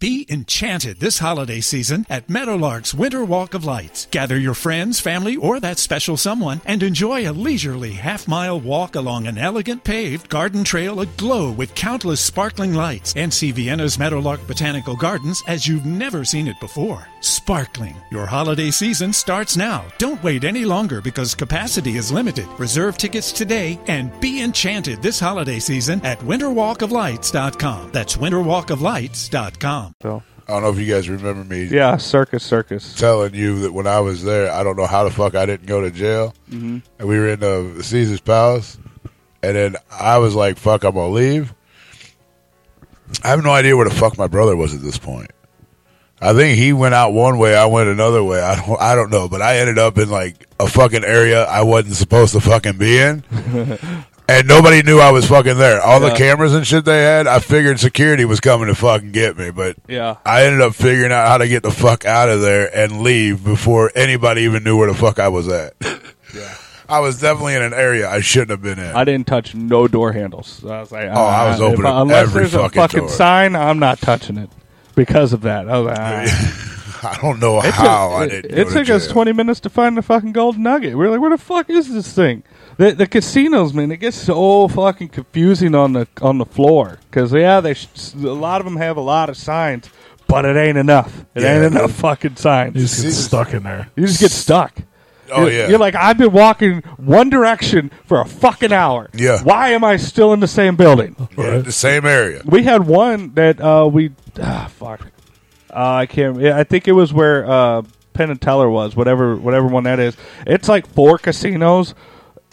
Be enchanted this holiday season at Meadowlark's Winter Walk of Lights. Gather your friends, family, or that special someone and enjoy a leisurely half mile walk along an elegant paved garden trail aglow with countless sparkling lights and see Vienna's Meadowlark Botanical Gardens as you've never seen it before. Sparkling. Your holiday season starts now. Don't wait any longer because capacity is limited. Reserve tickets today and be enchanted this holiday season at winterwalkoflights.com. That's winterwalkoflights.com. So I don't know if you guys remember me yeah, circus, circus. telling you that when I was there, I don't know how the fuck I didn't go to jail. Mhm. And we were in the Caesar's Palace, and then I was like, "Fuck, I'm gonna leave." I have no idea where the fuck my brother was at this point. I think he went out one way, I went another way. I don't, I don't know, but I ended up in like a fucking area I wasn't supposed to fucking be in. And nobody knew I was fucking there. All Yeah. the cameras and shit they had, I figured security was coming to fucking get me, but Yeah. I ended up figuring out how to get the fuck out of there and leave before anybody even knew where the fuck I was at. I was definitely in an area I shouldn't have been in. I didn't touch no door handles. I was like, Oh, I was if opening unless every there's fucking a fucking door. sign, I'm not touching it because of that. I was like, ah. I don't know It how took- I it- didn't. It go to took us jail. twenty minutes to find the fucking gold nugget. We are like, where the fuck is this thing? The, the casinos, man, it gets so fucking confusing on the on the floor because yeah, they sh- a lot of them have a lot of signs, but it ain't enough. It Yeah, ain't dude. enough fucking signs. You just get stuck in there. You just get stuck. Oh, You're- yeah. You're like, I've been walking one direction for a fucking hour. Yeah. Why am I still in the same building? Yeah, the same area. We had one that uh, we ah, fuck. Uh, I can't. yeah, I think it was where uh, Penn and Teller was, whatever, whatever one that is. It's like four casinos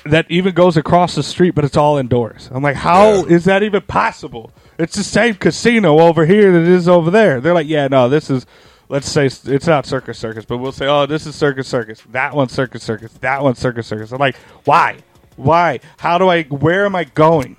that even goes across the street, but it's all indoors. I'm like, how is that even possible? It's the same casino over here that it is over there. They're like, yeah, no, this is. Let's say s- it's not Circus Circus, but we'll say, oh, this is Circus Circus. That one's Circus Circus. That one's Circus Circus. I'm like, why? Why? How do I? Where am I going?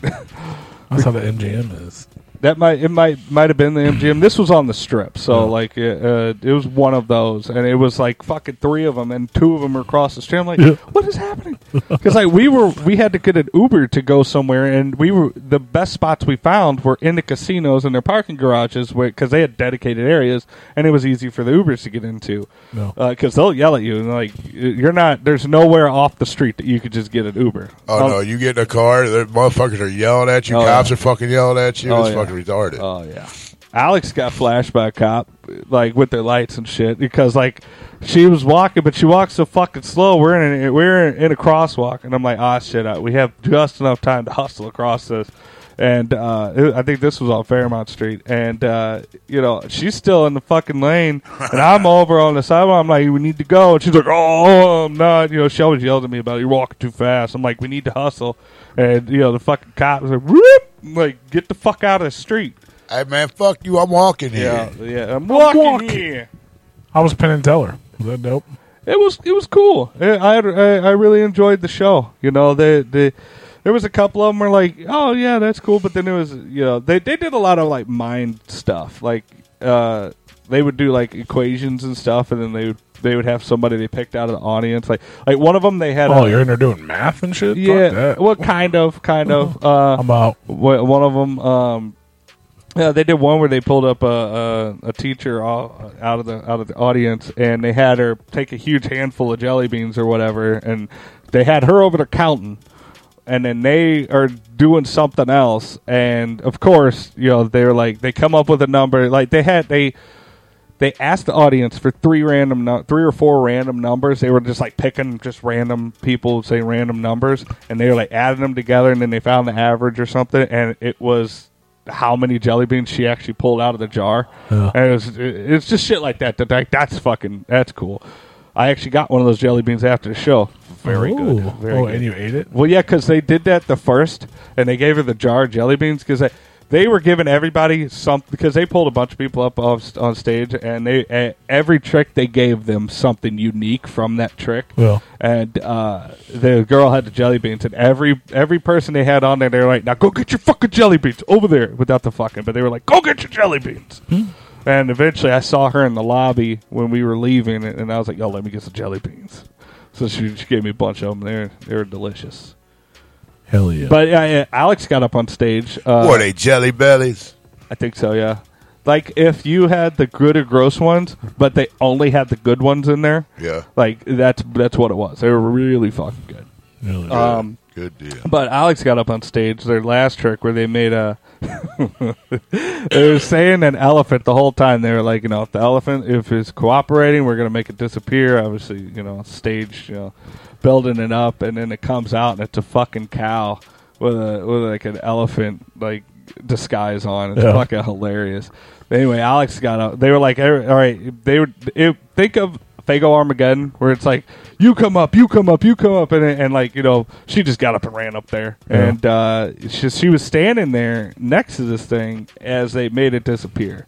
That's how the MGM is. That might it might might have been the MGM. This was on the strip, so like uh, uh, it was one of those, and it was like fucking three of them, and two of them were across the street. I'm like, Yeah. what is happening? Because like we were we had to get an Uber to go somewhere, and we were the best spots we found were in the casinos and their parking garages, because they had dedicated areas, and it was easy for the Ubers to get into. No. Because they'll yell at you and like you're not. There's nowhere off the street that you could just get an Uber. Oh, no, you get in a car, the motherfuckers are yelling at you, Oh, cops yeah. are fucking yelling at you. Oh, it's yeah. fucking retarded. Oh yeah. Alex got flashed by a cop, like with their lights and shit, because like she was walking, but she walks so fucking slow. We're in a, we're in a crosswalk, and I'm like, ah, shit, I, we have just enough time to hustle across this. And uh, it- I think this was on Fairmont Street, and uh, you know she's still in the fucking lane, and I'm over on the sidewalk. I'm like, we need to go, and she's like, oh, I'm not. You know, she always yells at me about it. you're walking too fast. I'm like, we need to hustle, and you know the fucking cop was like, whoop, like get the fuck out of the street. Hey, man, fuck you. I'm walking here. Yeah, yeah. I'm walking, here. I was Penn and Teller. Was that dope? It was it was cool. I, I I really enjoyed the show. You know, the the there was a couple of them were like, oh yeah, that's cool. But then it was you know they they did a lot of like mind stuff. Like uh, they would do like equations and stuff, and then they would they would have somebody they picked out of the audience. Like like one of them they had. oh, a- you're in there doing math and shit. Fuck yeah. that. Well, kind of, kind of. Uh, I'm out. wh- One of them. Um, yeah, they did one where they pulled up a, a, a teacher all, out of the out of the audience, and they had her take a huge handful of jelly beans or whatever, and they had her over there counting, and then they are doing something else, and of course, you know, they're like they come up with a number, like they had they they asked the audience for three random nu- three or four random numbers they were just like picking just random people saying random numbers and they were like adding them together and then they found the average or something and it was how many jelly beans she actually pulled out of the jar Yeah. and it was it- it's just shit like that that like, that's fucking that's cool i actually got one of those jelly beans after the show very good Ooh. very oh, good. and you ate it. Well, yeah, because they did that the first, and they gave her the jar of jelly beans because they, they were giving everybody some because they pulled a bunch of people up off, on stage, and they eh, every trick they gave them something unique from that trick. Yeah. And uh, the girl had the jelly beans, and every every person they had on there, they were like, "Now go get your fucking jelly beans over there," without the fucking, but they were like, "Go get your jelly beans." And eventually, I saw her in the lobby when we were leaving, and and I was like, "Yo, let me get some jelly beans." So she, she gave me a bunch of them. They're they're delicious. Hell yeah. But uh, yeah, Alex got up on stage. Uh, What are they, jelly bellies? I think so. Yeah. Like if you had the good or gross ones, but they only had the good ones in there. Yeah. Like that's that's what it was. They were really fucking good. Really Um, good deal. But Alex got up on stage their last trick where they made a. they were saying an elephant the whole time. They were like, you know, if the elephant if it's cooperating, we're gonna make it disappear. Obviously, you know, stage, you know, building it up, and then it comes out and it's a fucking cow with a with like an elephant like disguise on. It's Yeah. fucking hilarious. But anyway, Alex got up. They were like, all right, they were it, think of Fago Armageddon, where it's like, you come up, you come up, you come up, and and like you know, she just got up and ran up there, Yeah. and uh, she she was standing there next to this thing as they made it disappear.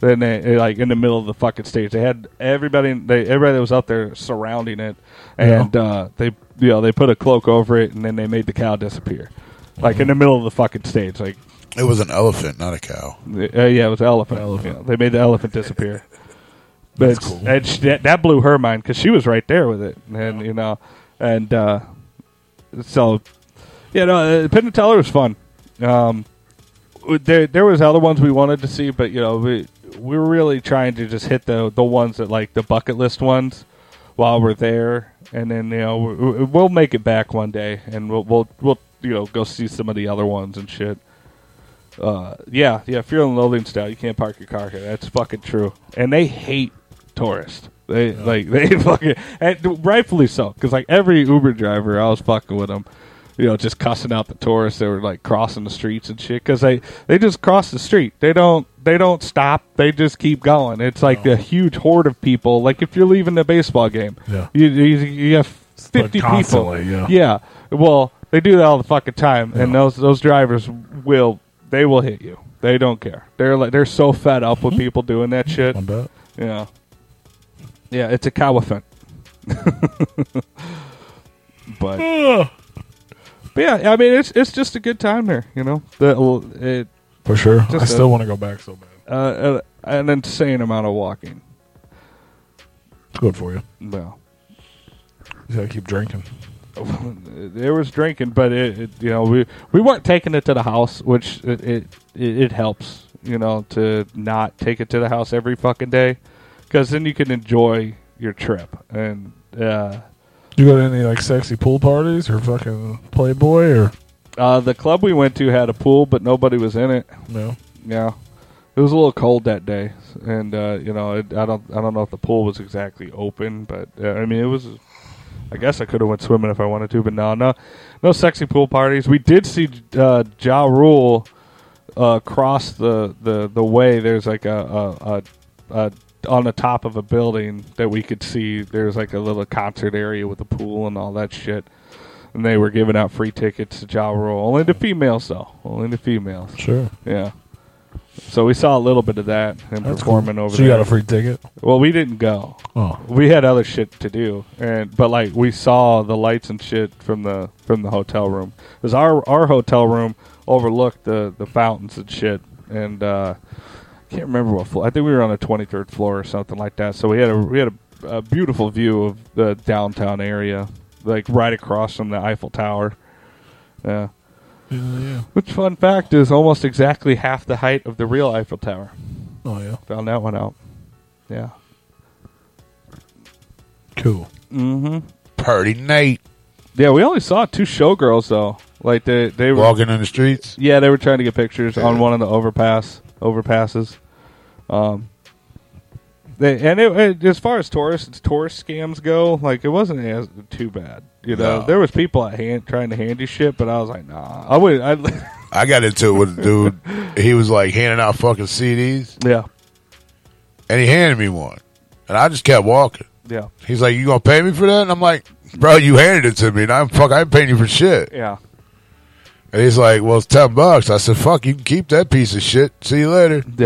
Then they they, like in the middle of the fucking stage, they had everybody, they everybody that was up there surrounding it, and uh, they you know they put a cloak over it, and then they made the cow disappear, like in the middle of the fucking stage, like It was an elephant, not a cow. uh, yeah, it was an elephant. Yeah, they made the elephant disappear. But That's it's- and she, that, that blew her mind because she was right there with it, and you know, and uh, so yeah, no, uh, Penn and Teller was fun. Um, w- there there was other ones we wanted to see, but you know, we we were really trying to just hit the the ones that like the bucket list ones. while we're there, and then you know we- we- we'll make it back one day, and we'll we'll we'll you know go see some of the other ones and shit. Uh, yeah, yeah. Fear and loathing style. You can't park your car here. That's fucking true. And they hate tourists. They like they fucking and rightfully so because like every Uber driver, I was fucking with them. You know, just cussing out the tourists that were like crossing the streets and shit because they they just cross the street. They don't they don't stop. They just keep going. It's like a huge horde of people. Like if you're leaving a baseball game, Yeah. you, you you have fifty people. constantly, yeah. yeah. Well, they do that all the fucking time, and those those drivers will they will hit you. They don't care. They're like they're so fed up Hmm. with people doing that shit. Yeah, yeah. It's a cow offense. but, Ugh. but yeah, I mean it's it's just a good time there. You know, the, it, For sure. I still wanna go back so bad. Uh, uh, an insane amount of walking. It's good for you. Well, You gotta keep drinking. there was drinking, but it, it you know we we weren't taking it to the house, which it it, it, it helps you know to not take it to the house every fucking day, because then you can enjoy your trip and uh, You go to any like sexy pool parties or fucking Playboy or uh, the club we went to had a pool, but nobody was in it. No. Yeah, it was a little cold that day, and uh, you know it, I don't I don't know if the pool was exactly open, but uh, I mean it was. I guess I could have went swimming if I wanted to, but no, no, no sexy pool parties. We did see uh, Ja Rule uh, cross the, the, the way. There's like a, a, a, a on the top of a building that we could see. There's like a little concert area with a pool and all that shit. And they were giving out free tickets to Ja Rule, only to females though, only to females. Sure. Yeah. So we saw a little bit of that and That's performing cool. over. So you there. got a free ticket? Well, we didn't go. Oh. We had other shit to do, and but like we saw the lights and shit from the from the hotel room. Cause our our hotel room overlooked the the fountains and shit, and uh, I can't remember what floor. I think we were on the twenty third floor or something like that. So we had a we had a, a beautiful view of the downtown area, like right across from the Eiffel Tower. Yeah. yeah. Which fun fact is almost exactly half the height of the real Eiffel Tower. Oh yeah. Found that one out. Yeah. Cool. Mm-hmm. Party night. Yeah, we only saw two showgirls though. Like they they were Walking in the streets. Yeah, they were trying to get pictures on one of the overpass overpasses. Um, they and it, it- as far as tourist tourist scams go, like it wasn't as too bad. You know, No. there was people at hand trying to hand you shit, but I was like, nah, I would. I I got into it with a dude. He was like handing out fucking CDs. Yeah. And he handed me one. And I just kept walking. Yeah. He's like, You gonna pay me for that? And I'm like, Bro, you handed it to me and I'm fuck I ain't paying you for shit. yeah. And he's like, Well it's ten bucks. I said, Fuck, you can keep that piece of shit. See you later.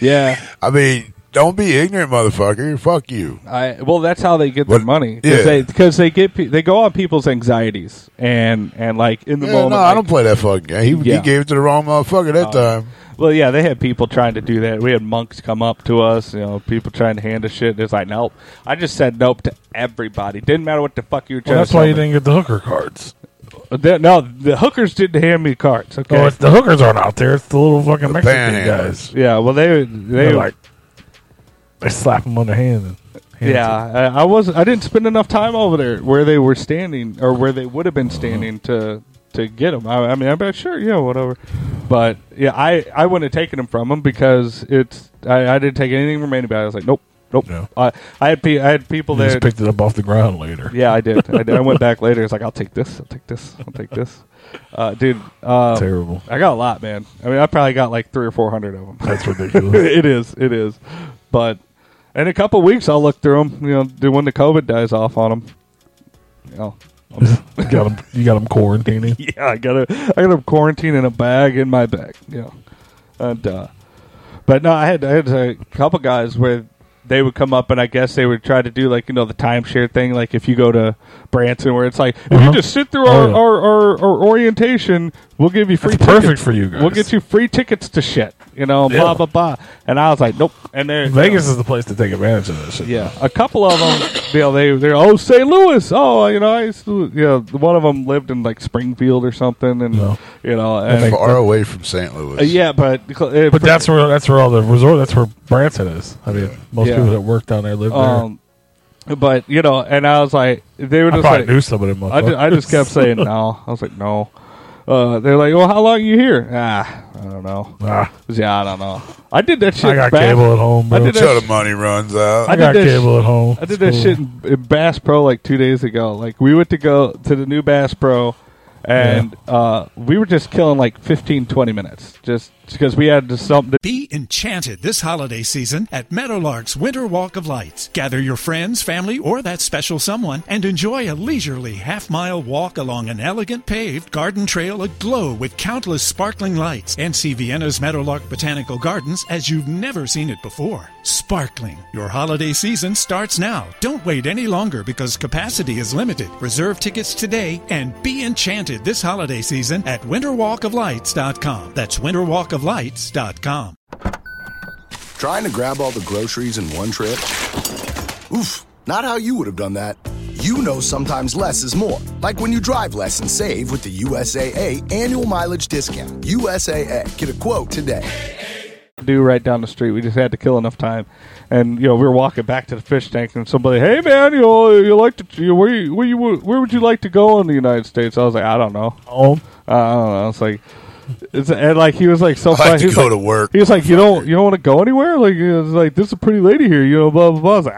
Yeah. yeah. I mean, don't be ignorant, motherfucker. Fuck you. I well, that's how they get their money yeah. because they, 'cause they get pe- they go on people's anxieties and and like in the Yeah, moment. no, I like- don't play that fucking game. He, he Yeah. gave it to the wrong motherfucker that Uh, time. Well, yeah, they had people trying to do that. We had monks come up to us, you know, people trying to hand us shit. It's like, nope. I just said nope to everybody. Didn't matter what the fuck you were Well, trying that's to why you tell me. didn't get the hooker cards. Uh, they- No, the hookers didn't hand me cards. Okay. Oh, it's the hookers aren't out there. It's the little fucking Mexican guys. Yeah, well, they they They're like they slap them on the hand. And hand it Yeah, I, I was. I didn't spend enough time over there where they were standing or where they would have been standing to to get them. I, I mean, I'm not sure. Yeah, whatever. But yeah, I I wouldn't have taken them from them because it's. I, I didn't take anything from anybody. I was like, nope, nope. I I had pe- I had people You there. just picked it up off the ground later. Yeah, I did. I, did. I went back later. It's like I'll take this. I'll take this. I'll take this. Uh, dude, uh, Terrible. I got a lot, man. I mean, I probably got like three or four hundred of them. That's ridiculous. it is. It is. But in a couple weeks, I'll look through them. You know, do when the COVID dies off on them. You know, You got them. You got them quarantining. yeah, I got a I got a quarantine in a bag in my bag. Yeah, and uh, but no, I had I had a couple guys where they would come up and I guess they would try to do like you know the timeshare thing. Like if you go to Branson, where it's like if you just sit through our, Oh, yeah. our, our, our orientation, we'll give you free. That's perfect tickets. for you guys. We'll get you free tickets to shit. you know, Yeah. blah blah blah. And I was like, nope. And there, Vegas is the place to take advantage of this shit. Yeah, a couple of them, you know, they they oh St. Louis, oh you know, I used to, you know, one of them lived in like Springfield or something, and you know, and far away from St. Louis. Uh, yeah, but uh, But that's where that's where all the resort. That's where Branson is. I mean, most Yeah. people that work down there live um, but you know, and I was like, they were I just probably like, knew some of them I ju- I just motherfuckers. kept saying no. I was like, no. Uh, they're like, well, how long you here? Ah, I don't know. Ah. Yeah, I don't know. I did that shit. I got back- cable at home, I bro. did that Till sh- the money runs out. did that sh- I It's did that cool. shit in, in Bass Pro like two days ago. Like we went to go to the new Bass Pro, and uh, we were just killing like 15, 20 minutes just because we had just something. To- Be enchanted this holiday season at Meadowlark's Winter Walk of Lights. Gather your friends, family, or that special someone and enjoy a leisurely half mile walk along an elegant paved garden trail aglow with countless sparkling lights. And see Vienna's Meadowlark Botanical Gardens as you've never seen it before. Sparkling. Your holiday season starts now. Don't wait any longer because capacity is limited. Reserve tickets today and be enchanted this holiday season at winterwalkoflights.com. That's winterwalkoflights.com. Trying to grab all the groceries in one trip? Oof, not how you would have done that. You know sometimes less is more. Like when you drive less and save with the USAA annual mileage discount. USAA, get a quote today. do right down the street. We just had to kill enough time, and you know we were walking back to the fish tank, and somebody, hey man, you know, you like to you, where you, where you where would you like to go in the United States? I was like, I don't know. Home. Uh, I don't know. It's like. It's, and like he was like so I like funny. to He was go like- to work, He was like, you don't you don't want to go anywhere. Like you know, it's like this is a pretty lady here. You know, blah blah blah. I was like,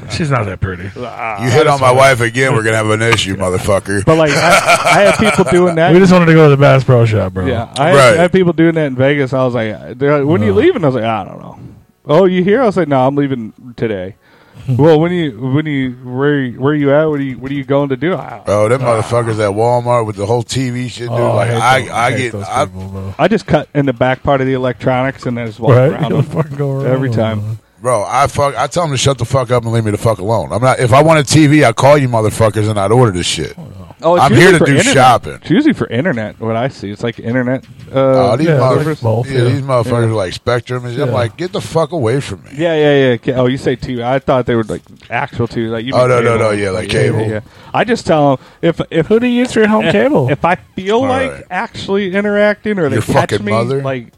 ah, she's not that pretty. you hit on my wife again, we're gonna have an issue, motherfucker. But like, I, I had people doing that. We just wanted to go to the Bass Pro Shop, bro. Yeah, I, had, I had people doing that in Vegas. I was like, they're like, when are you leaving? I was like, I don't know. Oh, you here? I was like, no, I'm leaving today. well, when you when you where where you at? What are you what are you going to do? I, Bro, them motherfuckers at Walmart with the whole TV shit, dude. Oh, I like, hate those- I, I, I hate get, those I, I just cut in the back part of the electronics and then just walk Right. around You them fucking go around every them. time. bro, I fuck, I tell them to shut the fuck up and leave me the fuck alone. I'm not. If I want a TV, I call you motherfuckers and I'd order this shit. Oh, it's I'm usually here to for do internet. shopping. It's usually for internet. What I see, it's like internet. Uh, Oh, these, motherfuckers, servers. yeah, these motherfuckers are like Spectrum. and shit. I'm Yeah. like, get the fuck away from me. Yeah, yeah, yeah. Ca- Oh, you say two. I thought they were like actual two. Like you. Oh, mean no, cable. no, no, yeah, like cable. I just tell them if if who do you use for your home cable? If I feel All like right. actually interacting or they catch me, like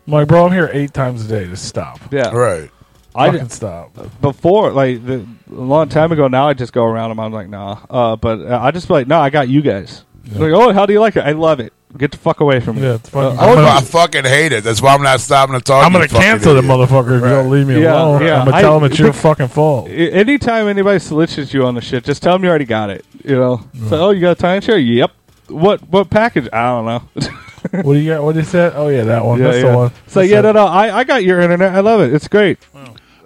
I'm like, bro, I'm here eight times a day. Just stop. yeah, right. I Fucking just- stop. before like the, a long time ago. Now I just go around them. I'm like, nah. Uh, but uh, I just be like, no, I got you guys. Like, oh, how do you like it? I love it. Get the fuck away from me. Uh, oh, Yeah, I'm gonna- I fucking hate it. That's why I'm not stopping to talk. I'm gonna to you fucking cancel the idiot. motherfucker if you don't leave me Yeah, alone. yeah. I'm gonna I- tell him it's your but- fucking fault. A- Anytime anybody solicits you on the shit, just tell them you already got it. You know, so oh, you got a timeshare? Yep. What what package? I don't know. what do you got? What is that? Oh yeah, that one. yeah, That's yeah. the one. So That's yeah, it. no, no, I, I got your internet. I love it. It's great.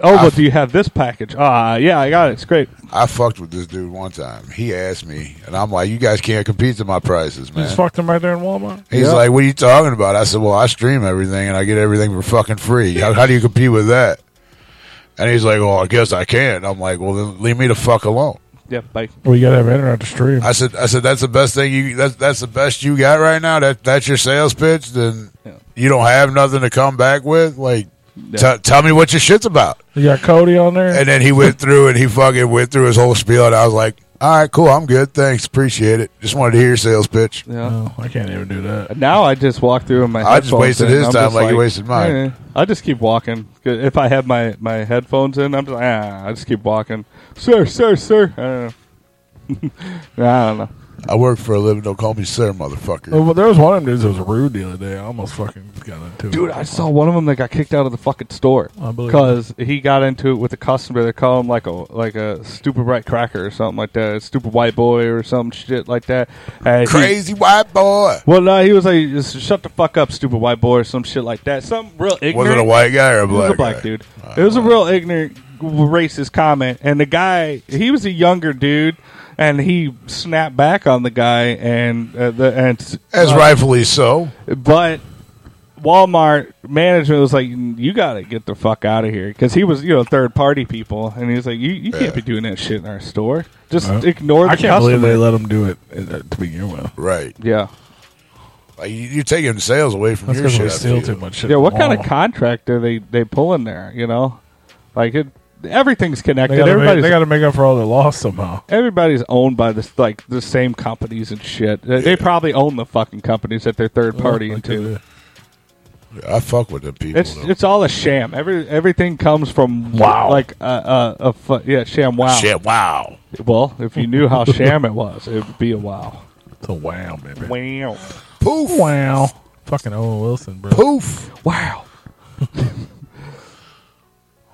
Oh, but do you have this package? Ah, yeah, I got it. It's great. I fucked with this dude one time. He asked me, and I'm like, "You guys can't compete to my prices, You man." just fucked him right there in Walmart. He's like, "What are you talking about?" I said, "Well, I stream everything, and I get everything for fucking free. How, how do you compete with that?" And he's like, "Well, I guess I can." I'm like, "Well, then leave me the fuck alone." Yeah, bye. Well, you gotta have internet to stream. I said, "I said that's the best thing you that's that's the best you got right now. That that's your sales pitch. Then you don't have nothing to come back with. Like, t- tell me what your shit's about." You got Cody on there. And then he went through and he fucking went through his whole spiel, and I was like, "All right, cool, I'm good, thanks, appreciate it. Just wanted to hear your sales pitch." Yeah. I can't even do that. Now I just walk through in my. I just headphones wasted in. his I'm time just like you wasted mine. eh. I just keep walking. If I have my, my headphones in, I'm just like, ah, I just keep walking. Sir, sir, sir. I don't know. I don't know. I work for a living. Don't call me sir, motherfucker. Oh, well, there was one of them dudes that was rude the other day. I almost fucking got into it. Dude, I saw one of them that got kicked out of the fucking store I believe because he got into it with a customer. They call him like a like a stupid white cracker or something like that, stupid white boy or some shit like that. And he- Crazy white boy. well, no, he was like, just "Shut the fuck up, stupid white boy," or some shit like that. Some real ignorant. Was it a white guy or a It was black? black guy? dude. It was a real ignorant, racist comment, and the guy he was a younger dude, and he snapped back on the guy, and uh, the and As rightfully so. But Walmart management was like, "You got to get the fuck out of here," because he was you know third party people, and he was like, "You you can't be doing that shit in our store. Just Well, ignore the I can't believe customer." they let him do it uh, to begin with. Right. Yeah. Like you- you're taking sales away from That's your 'cause we shit. I steal feel. too much shit yeah, what from kind of Walmart. contract are they they pulling there? You know, like it, everything's They connected. gotta, make, Everybody's they gotta make up for all the loss somehow. everybody's owned by this like the same companies and shit. They, they probably own the fucking companies that they're third Oh, party I into. I fuck with them people. It's it's all a sham. Every everything comes from wow, like a uh, uh, a fu- yeah sham wow. Sham wow. Well, if you knew how sham it was, it would be a wow. It's a wow, baby. Wow. Poof. Wow. Fucking Owen Wilson, bro. Poof. Wow.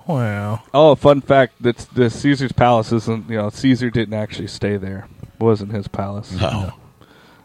Wow. Oh, fun fact: that the Caesar's palace isn't. You know, Caesar didn't actually stay there. It wasn't his palace. Oh. No.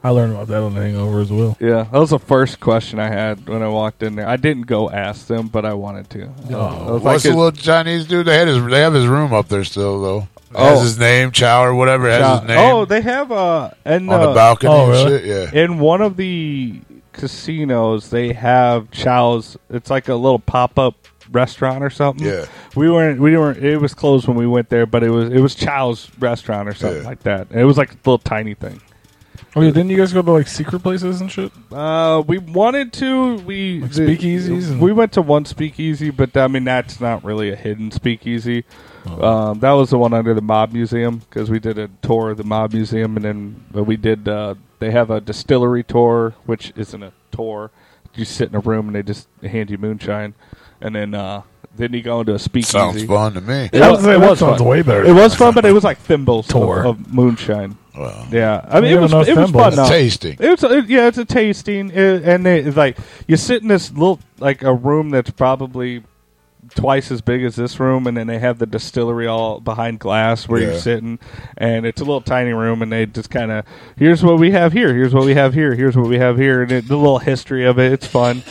I learned about that on the hangover as well. Yeah, that was the first question I had when I walked in there. I didn't go ask them, but I wanted to. Oh. I was What's like, the little Chinese dude? They had his. They have his room up there still though. It Oh. Has his name Chow or whatever. Has "Nah." his name. Oh, they have uh, and On the uh, balcony Oh, and really? shit, yeah. In one of the casinos, they have Chow's. It's like a little pop up restaurant or something. Yeah. we weren't. We weren't. It was closed when we went there, but it was it was Chow's restaurant or something Yeah. like that. And it was like a little tiny thing. Oh yeah, didn't you guys go to like secret places and shit? Uh, we wanted to. We Like speakeasies and- We went to one speakeasy, but I mean that's not really a hidden speakeasy. Oh. Um, that was the one under the mob museum because we did a tour of the mob museum, and then but we did. Uh, they have a distillery tour, which isn't a tour. You sit in a room and they just hand you moonshine, and then uh, then you go into a speakeasy. Sounds fun to me. It I was, would say it that was sounds fun. way better It than was that fun, but it was like thimbles Tour. of, of moonshine. Well, yeah, I mean We it don't was know if it was thimble fun. is though. tasting. It's a, it- yeah, it's a tasting, uh and they it's like you sit in this little like a room that's probably twice as big as this room, and then they have the distillery all behind glass where Yeah. you're sitting, and it's a little tiny room, and they just kind of here's what we have here, here's what we have here, here's what we have here, and it, the little history of it, it's fun.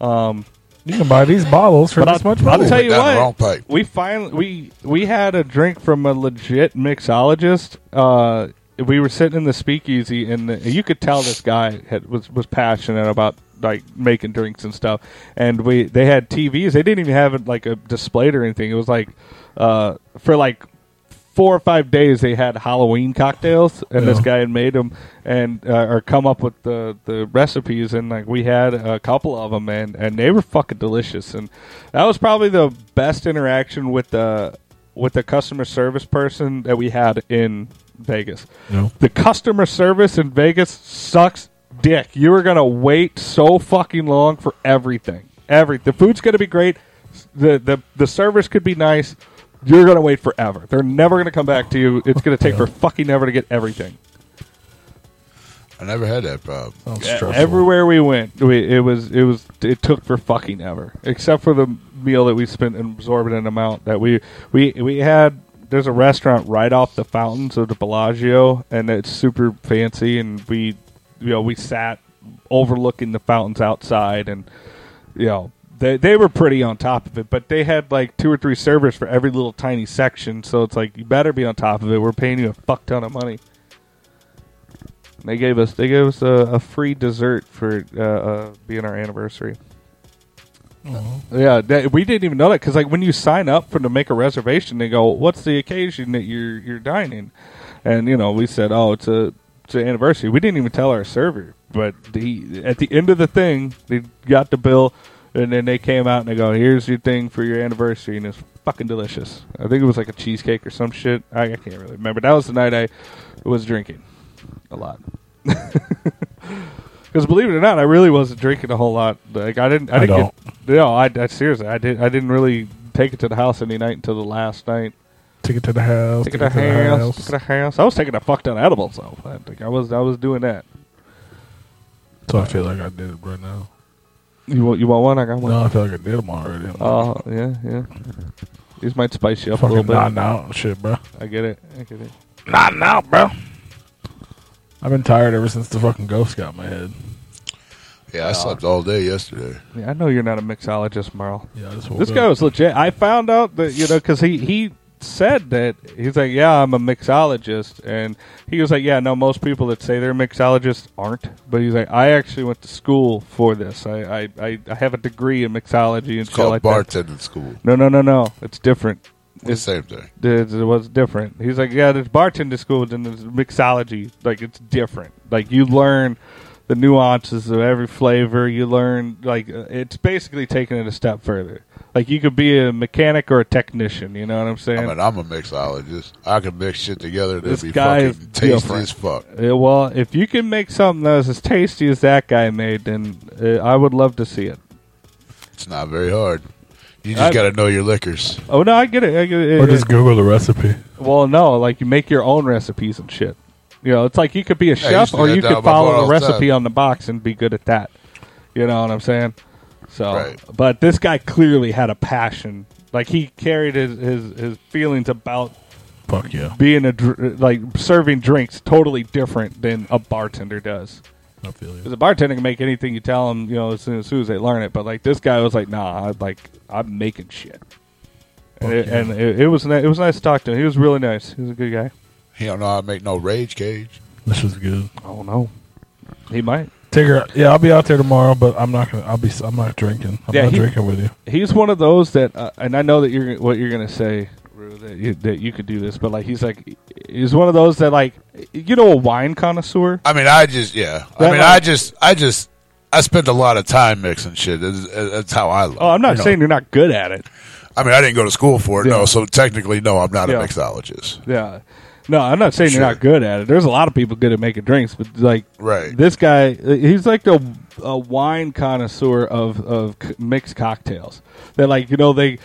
Um, You can buy these bottles for but this I'll, much I'll money. tell you what. We finally we we had a drink from a legit mixologist. Uh, we were sitting in the speakeasy, and the, you could tell this guy had, was was passionate about like making drinks and stuff. And we they had TVs. They didn't even have like a displayed or anything. It was like uh, for like four or five days they had Halloween cocktails, and this Yeah. guy had made them and uh, or come up with the the recipes, and like we had a couple of them, and and they were fucking delicious, and that was probably the best interaction with the with the customer service person that we had in Vegas. No. The customer service in Vegas sucks dick. You are gonna wait so fucking long for everything. Every the food's gonna be great. The the the service could be nice. You're gonna wait forever. They're never gonna come back to you. It's gonna take for fucking ever to get everything. I never had that problem. Yeah, Everywhere we went, we, it was it was it took for fucking ever, except for the meal that we spent an exorbitant amount that we we we had. There's a restaurant right off the fountains of the Bellagio, and it's super fancy. And we, you know, we sat overlooking the fountains outside, and you know, they they were pretty on top of it. But they had like two or three servers for every little tiny section, so it's like you better be on top of it. We're paying you a fuck ton of money. They gave us they gave us a, a free dessert for uh, uh, being our anniversary. Yeah, that, we didn't even know that because like when you sign up for to make a reservation, they go, "What's the occasion that you're you're dining?" And you know, we said, "Oh, it's a it's an anniversary." We didn't even tell our server, but the at the end of the thing, they got the bill, and then they came out and they go, "Here's your thing for your anniversary," and it's fucking delicious. I think it was like a cheesecake or some shit. I, I can't really remember. That was the night I was drinking a lot. Because believe it or not, I really wasn't drinking a whole lot. Like I didn't, I I didn't get no, I, I seriously, I did. I didn't really take it to the house any night until the last night. Take it to the house. Take it to the house. Take it to the house. I was taking a fuck ton of edibles though. I think I was. I was doing that. So I feel like I did it right now. You want? You want one? I got one. No, I feel like I did them already. Oh yeah, yeah. These might spice you up a Fucking little bit. nodding out and shit, bro. I get it. I get it. Not now, bro. I've been tired ever since the fucking ghost got in my head. Yeah, I slept all day yesterday. Yeah, I know you're not a mixologist, Merle. Yeah, woke this up. guy was legit. I found out that you know because he he said that he's like, yeah, I'm a mixologist, and he was like, yeah, no, most people that say they're mixologists aren't. But he's like, I actually went to school for this. I I, I, I have a degree in mixology and It's shit called like that. bartending school. No, no, no, no. It's different. The same thing. It, it was different. He's like, yeah, there's bartender schools and there's mixology. Like it's different. Like you learn the nuances of every flavor. You learn like uh, it's basically taking it a step further. Like you could be a mechanic or a technician. You know what I'm saying? I mean, I'm a mixologist. I can mix shit together to This be guy is fucking tasty different. as fuck. Yeah, well, if you can make something that's as tasty as that guy made, then uh, I would love to see it. It's not very hard. You I- just got to know your liquors. Oh no, I get it. I get it. Or just Google the recipe. Well, no, like you make your own recipes and shit. You know, it's like you could be a I chef used to do or that you down could at my bar follow all the the recipe time. on the box and be good at that. You know what I'm saying? So, Right. but this guy clearly had a passion. Like he carried his his, his feelings about Fuck yeah. being a dr- like serving drinks totally different than a bartender does. I feel you. Because a bartender can make anything you tell them, you know, as soon, as soon as they learn it. But like this guy was like, nah, I, like I'm making shit. And, it, and it, it was ni- it was nice to talk to him. He was really nice. He was a good guy. He don't know how to make no rage cage. This is good. I don't know. He might. Tigger, yeah, I'll be out there tomorrow, but I'm not gonna. I'll be. I'm not drinking. I'm not he- drinking with you. He's one of those that, uh, and I know that you're what you're gonna say Rue, that you, that you could do this, but like he's like he's one of those that like you know a wine connoisseur. I mean, I just yeah. I That mean, like- I just I just I spent a lot of time mixing shit. That's, that's how I. Learned, Oh, I'm not you know. saying you're not good at it. I mean, I didn't go to school for it. Yeah. No, so technically, no, I'm not Yeah. a mixologist. Yeah. No, I'm not saying you're not good at it. There's a lot of people good at making drinks, but like Right. this guy, he's like the a wine connoisseur of of c- mixed cocktails. They're like you know they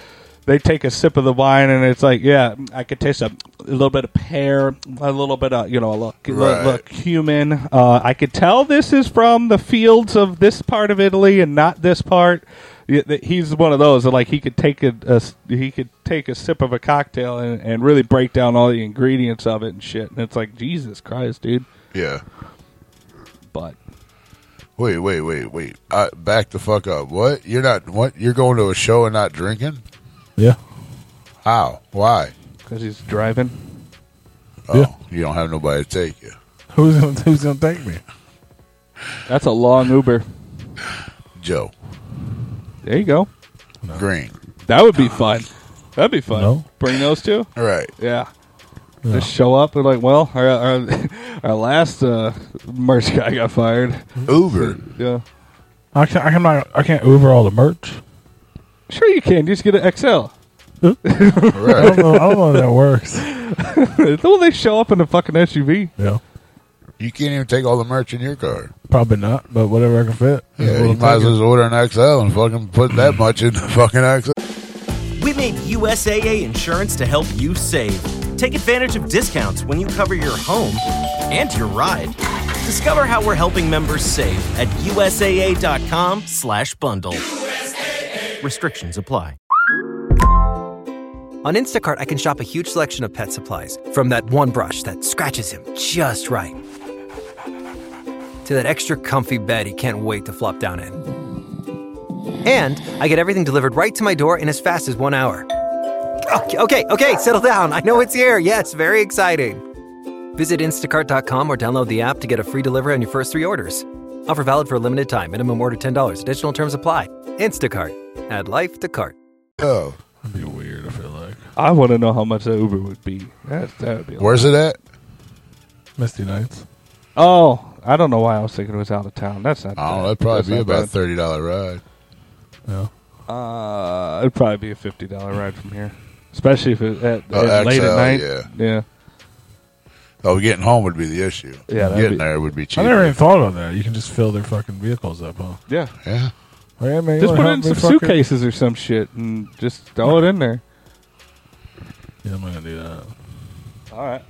they take a sip of the wine and it's like yeah, I could taste a, a little bit of pear, a little bit of you know a little, a little- Right. little cumin. Uh, I could tell this is from the fields of this part of Italy and not this part. Yeah, th- He's one of those that like he could take a, a s- he could take a sip of a cocktail and, and really break down all the ingredients of it and shit. And it's like Jesus Christ, dude. Yeah. But wait, wait, wait, wait. I, back the fuck up. What? You're not what? You're going to a show and not drinking? Yeah. How? Why? Because he's driving. Oh, Yeah. you don't have nobody to take you. Who's gonna, who's gonna thank me? That's a long Uber. Joe. There you go. Green. That would be fun. That'd be fun. No. Bring those two. All right. Yeah. Just show up and like, well, our our, our last uh, merch guy got fired. Uber. Yeah. I can't. I'm not. I can't Uber all the merch. Sure, you can. Just get an XL. I don't know. I don't know how that works. well, they show up in a fucking SUV. Yeah. You can't even take all the merch in your car. Probably not, but whatever I can fit. is Yeah, what you I'm might as well taking. just order an XL and fucking put that much in the fucking XL. We made USAA insurance to help you save. Take advantage of discounts when you cover your home and your ride. Discover how we're helping members save at usaa.com/bundle. Restrictions apply. On Instacart, I can shop a huge selection of pet supplies, from that one brush that scratches him just right, to that extra comfy bed he can't wait to flop down in. And I get everything delivered right to my door in as fast as one hour. Okay, okay, okay, settle down. I know it's here. Yes, very exciting. Visit instacart.com or download the app to get a free delivery on your first three orders. Offer valid for a limited time. Minimum order $10. Additional terms apply. Instacart. Add life to cart. Oh. I want to know how much that Uber would be. That that would be. a lot. Where's it at? Misty Nights. Oh, I don't know why I was thinking it was out of town. That's not. Oh, bad. that'd probably That's be not about a bad. thirty dollar ride. Uh, it'd probably be a fifty dollar ride from here, especially if it at, Oh, at late XL, at night. yeah. yeah. Oh, getting home would be the issue. Yeah, that'd getting be- there would be I cheap. never even thought of that. You can just fill their fucking vehicles up, huh? Yeah. Yeah. Hey, man, you just wanna help put it in me some fucking- suitcases or some shit and just throw it in there. Yeah, I'm gonna do that. All right.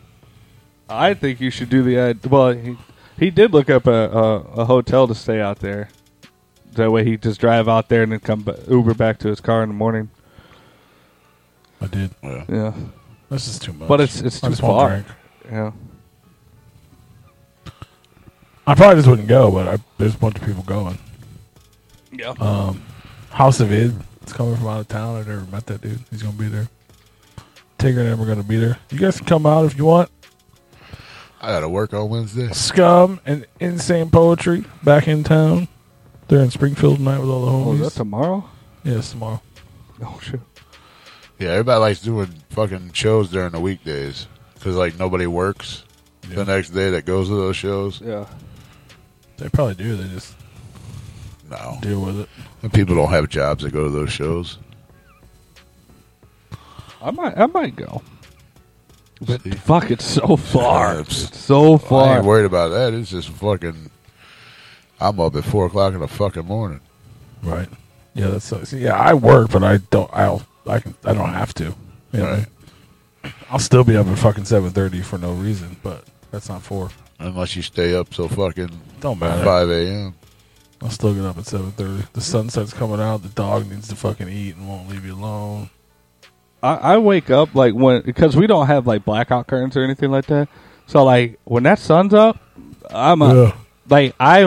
I think you should do the. Uh, well, he, he did look up a, a, a hotel to stay out there. That way he just drive out there and then come ba- Uber back to his car in the morning. I did. Yeah. Yeah. This is too much. But it's it's I too just want far. drink. Yeah. I probably just wouldn't go, but I, there's a bunch of people going. Yeah. Um, House of Id. It's coming from out of town. I've never met that dude. He's gonna be there. Tigger and him are gonna be there. You guys can come out if you want. I gotta work on Wednesday. Scum and Insane Poetry back in town. They're in Springfield tonight with all the homies. Oh, is that tomorrow? Yes, tomorrow. Oh shit. Yeah, everybody likes doing fucking shows during the weekdays because like nobody works the next day that goes to those shows. Yeah. They probably do. They just no deal with it. And people don't have jobs that go to those shows. I might, I might go. But fuck, it's so far. It's so I far. ain't worried about that. It's just fucking. I'm up at four o'clock in the fucking morning. Right. Yeah, that sucks. Yeah, I work, but I don't. I'll. I can. I don't have to. You know? I'll still be up at fucking seven thirty for no reason, but that's not for. Unless you stay up so fucking Don't matter. five a.m. I'll still get up at seven thirty. The sun starts coming out. The dog needs to fucking eat and won't leave you alone. I, I wake up like when because we don't have like blackout curtains or anything like that. So like when that sun's up, I'm up. Yeah. Like I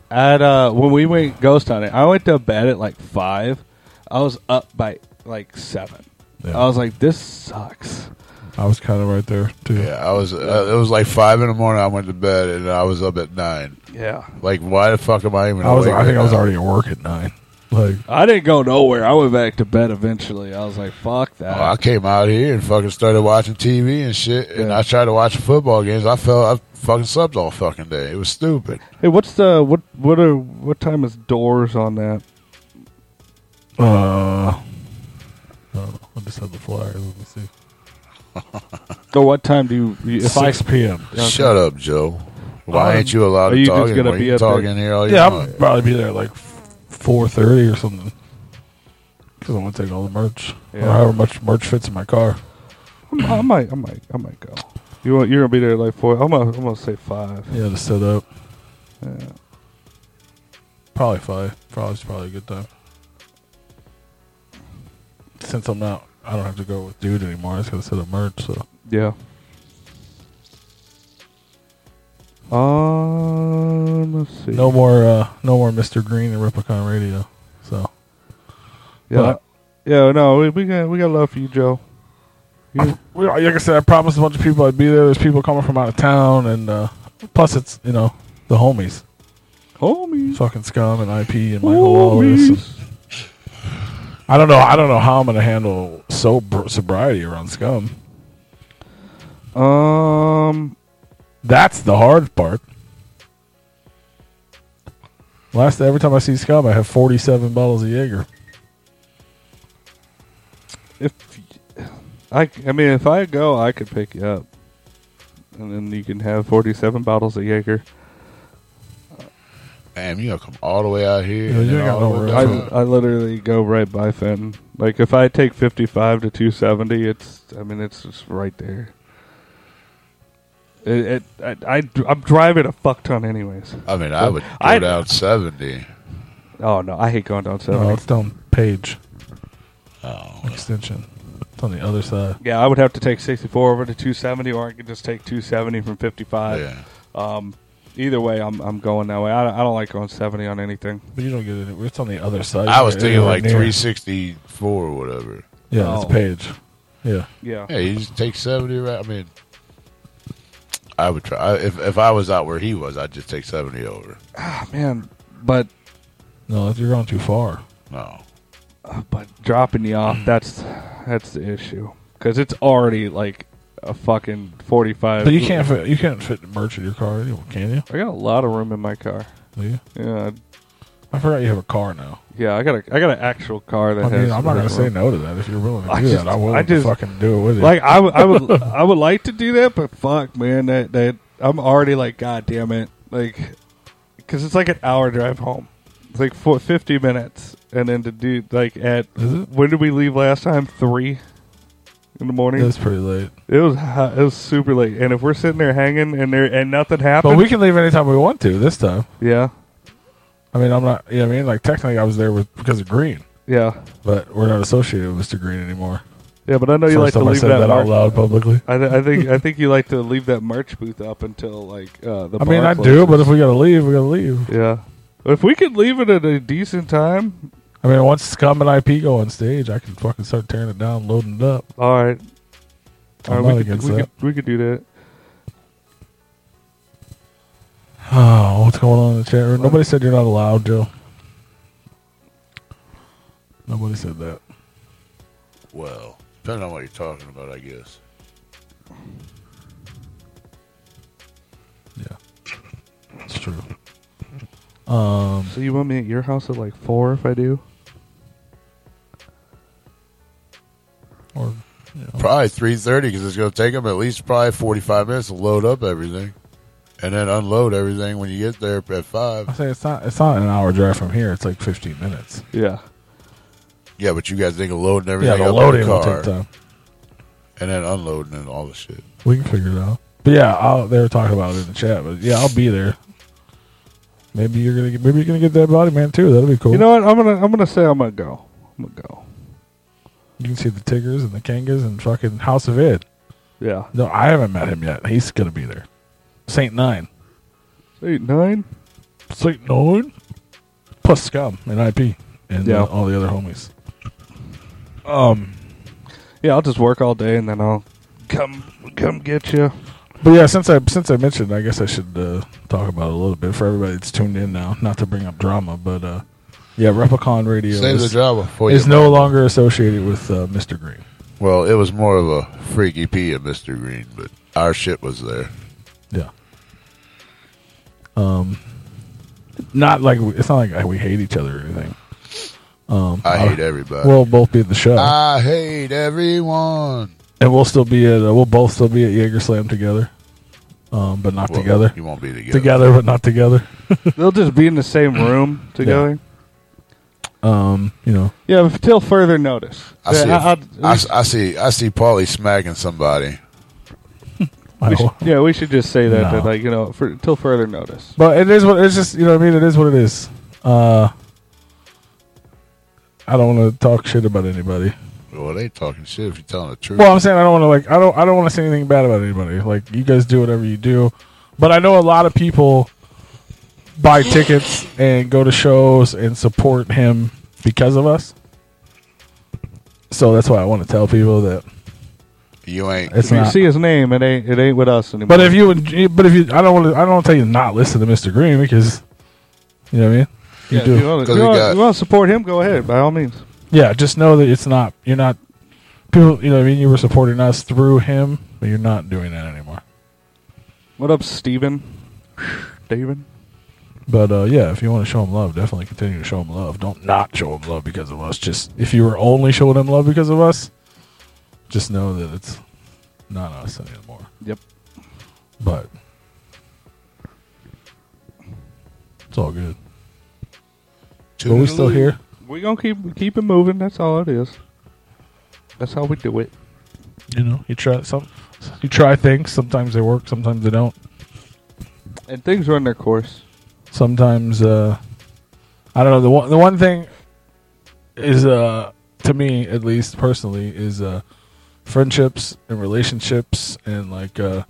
at uh when we went ghost hunting, I went to bed at like five. I was up by like seven. I was like, this sucks. I was kind of right there too. Yeah, I was. Uh, it was like five in the morning. I went to bed and I was up at nine. Yeah. Like, why the fuck am I even? I was. awake I think right I was now? already at work at nine. Like I didn't go nowhere. I went back to bed eventually. I was like, fuck that. Well, Oh, I came out here and fucking started watching TV and shit, and I tried to watch football games. I felt I fucking slept all fucking day. It was stupid. Hey, what's the what what are what time is doors on that? Uh, oh, I just had the flyer. Let me see. So what time do you? you- If I 6 p.m.. Shut up, Joe. Why ain't you allowed Are to you talk just gonna anymore? be You up can talk there? in here all you Um, yeah, I'll want. probably be there like four thirty or something. Because I want to take all the merch, or Yeah. however much merch fits in my car. I'm- I might, I might, I might go. You want, you're gonna be there like four. I'm gonna, I'm gonna say five. Yeah, to set up. Yeah. Probably five. Probably it's probably a good time. Since I'm not, I don't have to go with dude anymore. I just gotta set up merch. So Yeah. Um, let's see. no more, uh no more Mr. Green and Ripicon Radio. So Yeah, But- yeah. No, we, we got, we got love for you, Joe. You, we, like I said, I promised a bunch of people I'd be there. There's people coming from out of town, and uh, plus it's you know the homies, homies, fucking scum and IP and my whole all this. I don't know. I don't know how I'm gonna handle sober sobriety around scum. Um, that's the hard part. Last every time I see scum, I have 47 bottles of Jaeger. if I, I mean, if I go, I could pick you up, and then you can have 47 bottles of Jaeger. Damn, you gonna come all the way out here? Yeah, and you ain't then got all no the way room. down? I literally go right by Fenton. Like if I take 55 to 270, it's I mean it's just right there. It, it I, I I'm driving a fuck ton anyways. I mean, I would go I- down seventy. Oh no, I hate going down 70. No, it's down page. Oh, extension. It's on the other side. Yeah, I would have to take 64 over to 270, or I could just take 270 from 55. Yeah. Um, either way, I'm I'm going that way. I don't, I don't like going 70 on anything. But you don't get it. It's on the other side. I was You're thinking anywhere like near. three sixty four or whatever. Yeah, it's Oh. page. Yeah. Yeah. Yeah, you just take seventy. Right? I mean, I would try I, if if I was out where he was, I'd just take seventy over. Ah, man, but No, you're going too far. No, but dropping you off that's that's the issue because it's already like a fucking 45 But you can't fit. You can't fit merch in your car, anymore, can you? i got a lot of room in my car Do you? yeah I forgot you have a car now. yeah i got a i got an actual car that I mean, has I'm not gonna room. say no to that if you're willing to I do just- that. I'm willing I just- to fucking do it with you. like I, would- I would i would like to do that but fuck man that that i'm already like god damn it like because it's like an hour drive home it's like four, 50 minutes and then to do like at when did we leave last time three in the morning It was pretty late. It was hot. it was super late, and if we're sitting there hanging and there and nothing happened, But we can leave anytime we want to this time. Yeah. I mean, I'm not. Yeah, I mean, like technically, I was there with because of Green. Yeah. But we're not associated with Mr. Green anymore. Yeah, but I know you First like to time I leave said that, that out march- loud publicly. I, th- I think I think you like to leave that merch booth up until like uh, the. I mean, bar I do, closes. but if we gotta leave, we gotta leave. Yeah. if we could leave it at a decent time, I mean, once Scum and IP go on stage, I can fucking start tearing it down, loading it up. all right. I'm All right, not we, could, against we, that. could, we could do that. Oh, what's going on in the chat room? Nobody said you're not allowed, Joe. Nobody said that. well, depending on what you're talking about, I guess. It's true. Um, so you want me at your house at like four if I do? Or Probably three thirty because it's going to take them at least probably forty five minutes to load up everything, and then unload everything when you get there at I five. say it's not it's not an hour drive from here. It's like 15 minutes. Yeah. Yeah, but you guys think of loading everything. the up in loading the will car, take time. and then unloading and all the shit. We can figure it out. But yeah, I'll, they were talking about it in the chat. But yeah, I'll be there. Maybe you're gonna get, maybe you're gonna get that body man too. That'll be cool. You know what? I'm gonna I'm gonna say I'm gonna go. I'm gonna go. You can see the Tigers and the Kangas and fucking House of Ed. Yeah. No, I haven't met him yet. He's gonna be there. Saint Nine. Saint Nine. Saint Nine. Plus Scum and IP and uh, Yeah. all the other homies. Um. Yeah, I'll just work all day and then I'll come come get you. But yeah, since I since I mentioned, I guess I should uh, talk about it a little bit for everybody that's tuned in now. Not to bring up drama, but uh, yeah, Replicon Radio Save the is, drama for is your no longer associated with uh, Mr. Green. Well, it was more of a freaky pee of Mister Green, but our shit was there. Um, not like we- it's not like we hate each other or anything. Um, I hate uh, everybody. We'll both be at the show, I hate everyone. and we'll still be at uh, we'll both still be at Jaeger Slam together, um, but not Well, together. you won't be together. Together, but not together. They'll just be in the same room together. Um, you know, Yeah, but till further notice. I see. Yeah, I, I see. I see. Paulie smacking somebody. I- we should, yeah, we should just say that, No. that like you know, for, till further notice. But it is what it's just you know what I mean. It is what it is. Uh, I don't want to talk shit about anybody. Well, they talking shit if you're telling the truth. Well, I'm saying I don't want to like I don't I don't want to say anything bad about anybody. Like you guys do whatever you do, but I know a lot of people buy tickets and go to shows and support him because of us. So that's why I want to tell people that. you ain't. It's if you not- see his name, it ain't it ain't with us anymore. But if you would- but if you I don't want to I don't want to tell you not listen to Mr. Green because you know what I mean. yeah, if you wanna- if you wanna- if you want to support him, go ahead by all means. yeah, just know that it's not you're not people. You know, what I mean, you were supporting us through him, but you're not doing that anymore. What up, Steven? David? But uh, yeah, if you want to show him love, definitely continue to show him love. Don't not show him love because of us. Just if you were only showing him love because of us, just know that it's not us anymore. Yep. But it's all good. Are we still here? We're gonna keep keep it moving. That's all it is. That's how we do it. You know, you try some, you try things. Sometimes they work, sometimes they don't. And things run their course. sometimes uh I don't know the one the one thing is uh to me at least personally is uh friendships and relationships and like uh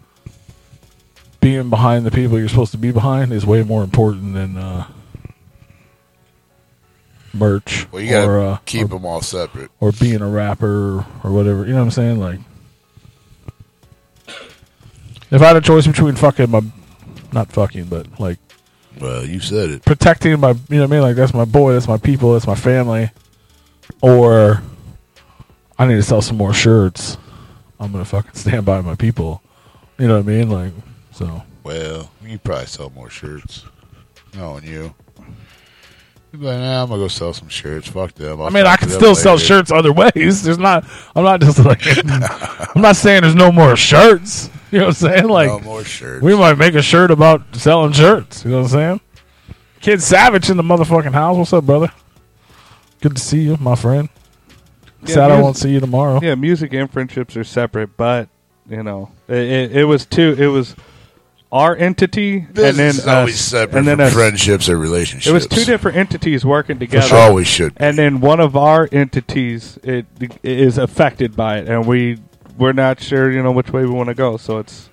being behind the people you're supposed to be behind is way more important than uh merch Well, you gotta or uh, keep or- them all separate. or being a rapper or whatever. You know what I'm saying? Like if I had a choice between fucking my not fucking but like Well, you said it. protecting my you know what I mean like that's my boy that's my people that's my family or I need to sell some more shirts I'm gonna fucking stand by my people you know what I mean like so Well, you probably sell more shirts. Knowing you. You'd be like, nah, I'm gonna go sell some shirts. Fuck them. I'll I mean I talk to can them still sell later. shirts other ways there's not I'm not just like I'm not saying there's no more shirts you know what I'm saying like No more shirts. we might make a shirt about selling shirts you know what I'm saying Kid Savage in the motherfucking house what's up brother good to see you my friend Yeah, sad I music- won't see you tomorrow Yeah, music and friendships are separate, but you know, it, it, it was two. It was our entity, Business and then is always us, separate and then from us. friendships and relationships. It was two different entities working together. sure. Always should And then one of our entities it, it is affected by it, and we we're not sure you know which way we want to go. So it's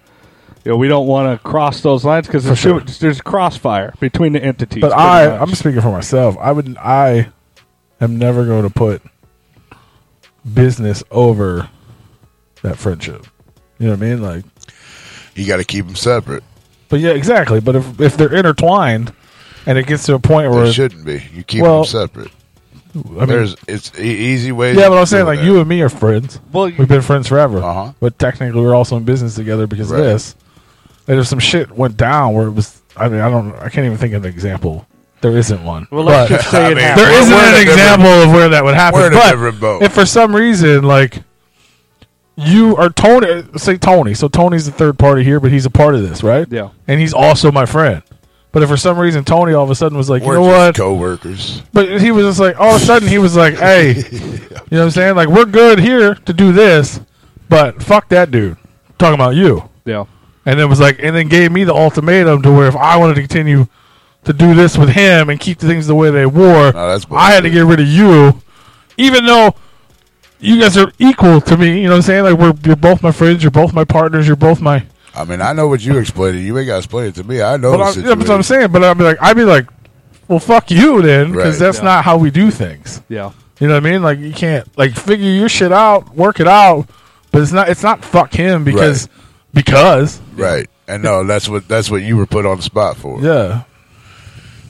you know we don't want to cross those lines because there's, too- there's crossfire between the entities. But pretty I, much. I'm speaking for myself. I would, I am never going to put business over that friendship. You know what I mean? Like, you got to keep them separate. but yeah, exactly. But if if they're intertwined, and it gets to a point where They shouldn't be. You keep Well, them separate. mean- There's it's e- easy ways. yeah, of but I'm saying doing like that. you and me are friends. Well, we've been friends forever. Uh-huh. But technically, we're also in business together because Right. of this. There's some shit went down where it was. I mean, I don't. I can't even think of an example There isn't one. Well, let's But- just say it I mean, happened. there We're- isn't we're in a an different- example of where that would happen. we're in a but different boat. If for some reason, like you are Tony, say Tony. So Tony's the third party here, but he's a part of this, right? Yeah. And he's also my friend. But if for some reason Tony all of a sudden was like, you We're know just what? coworkers. But he was just like, all of a sudden, he was like, hey, you know what I'm saying? Like, we're good here to do this, but fuck that dude. talking about you. Yeah. And then was like, and then gave me the ultimatum to where if I wanted to continue to do this with him and keep the things the way they were, I had to get rid of you, even though you guys are equal to me. You know what I'm saying? Like, we're, you're both my friends, you're both my partners, you're both my. I mean, I know what you explained. it. You ain't got to explain it to me. I know But the I, yeah, situation. that's what I'm saying. But I'd be like, I'd be like, well, fuck you then, because Right. that's Yeah. not how we do things. Yeah. You know what I mean? Like you can't like figure your shit out, work it out, but it's not it's not fuck him because because Right. And no, that's what that's what you were put on the spot for. Yeah.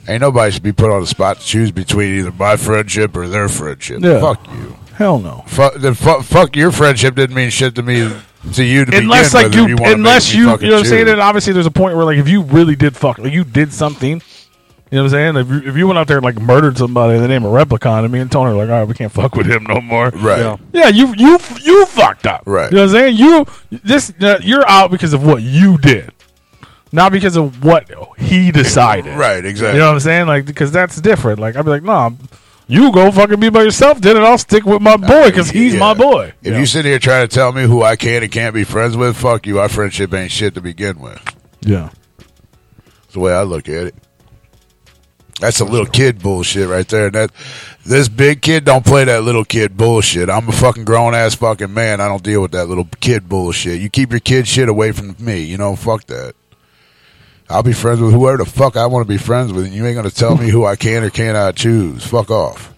Ain't nobody should be put on the spot to choose between either my friendship or their friendship. Yeah. Fuck you. hell no. Fuck, then fuck, fuck your friendship didn't mean shit to me to you to Unless begin like with, if you, you wanna unless make me you you know fucking what I'm saying, choose. and obviously there's a point where like if you really did fuck like you did something, you know what I'm saying? If you, if you went out there and like murdered somebody in the name of Replicon and me and Tony are like, all right, we can't fuck with him no more. Right. Yeah, yeah you you you fucked up. Right. You know what I'm saying? You this uh, you're out because of what you did. Not because of what he decided. Right, exactly. You know what I'm saying? Like, because that's different. Like, I'd be like, nah, you go fucking be by yourself, then, and I'll stick with my boy because he's my boy. If you sit here trying to tell me who I can and can't be friends with, fuck you. Our friendship ain't shit to begin with. Yeah. That's the way I look at it. That's a little kid bullshit right there. And that this big kid don't play that little kid bullshit. I'm a fucking grown ass fucking man. I don't deal with that little kid bullshit. You keep your kid shit away from me. You know, fuck that. I'll be friends with whoever the fuck I want to be friends with, and you ain't gonna tell me who I can or cannot choose. Fuck off.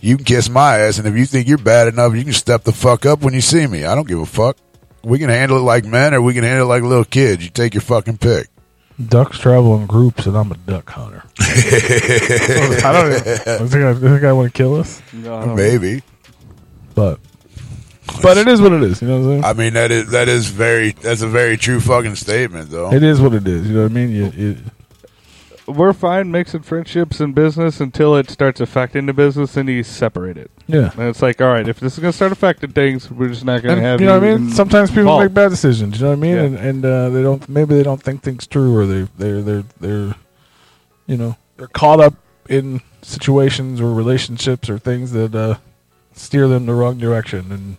You can kiss my ass, and if you think you're bad enough, you can step the fuck up when you see me. I don't give a fuck. We can handle it like men, or we can handle it like little kids. You take your fucking pick. Ducks travel in groups, and I'm a duck hunter. I don't. I think I, think I want to kill us. Maybe. But but it is what it is. You know what I'm saying? I mean that is that is very that's a very true fucking statement though. It is what it is. You know what I mean? You, you, We're fine mixing friendships and business until it starts affecting the business and you separate it. Yeah. And it's like, all right, if this is going to start affecting things, we're just not going to and have you know what I mean? in- Sometimes people involved. make bad decisions. You know what I mean? Yeah. And and uh, they don't. Maybe they don't think things through, or they they're they're they're you know they're caught up in situations or relationships or things that uh, steer them the wrong direction. And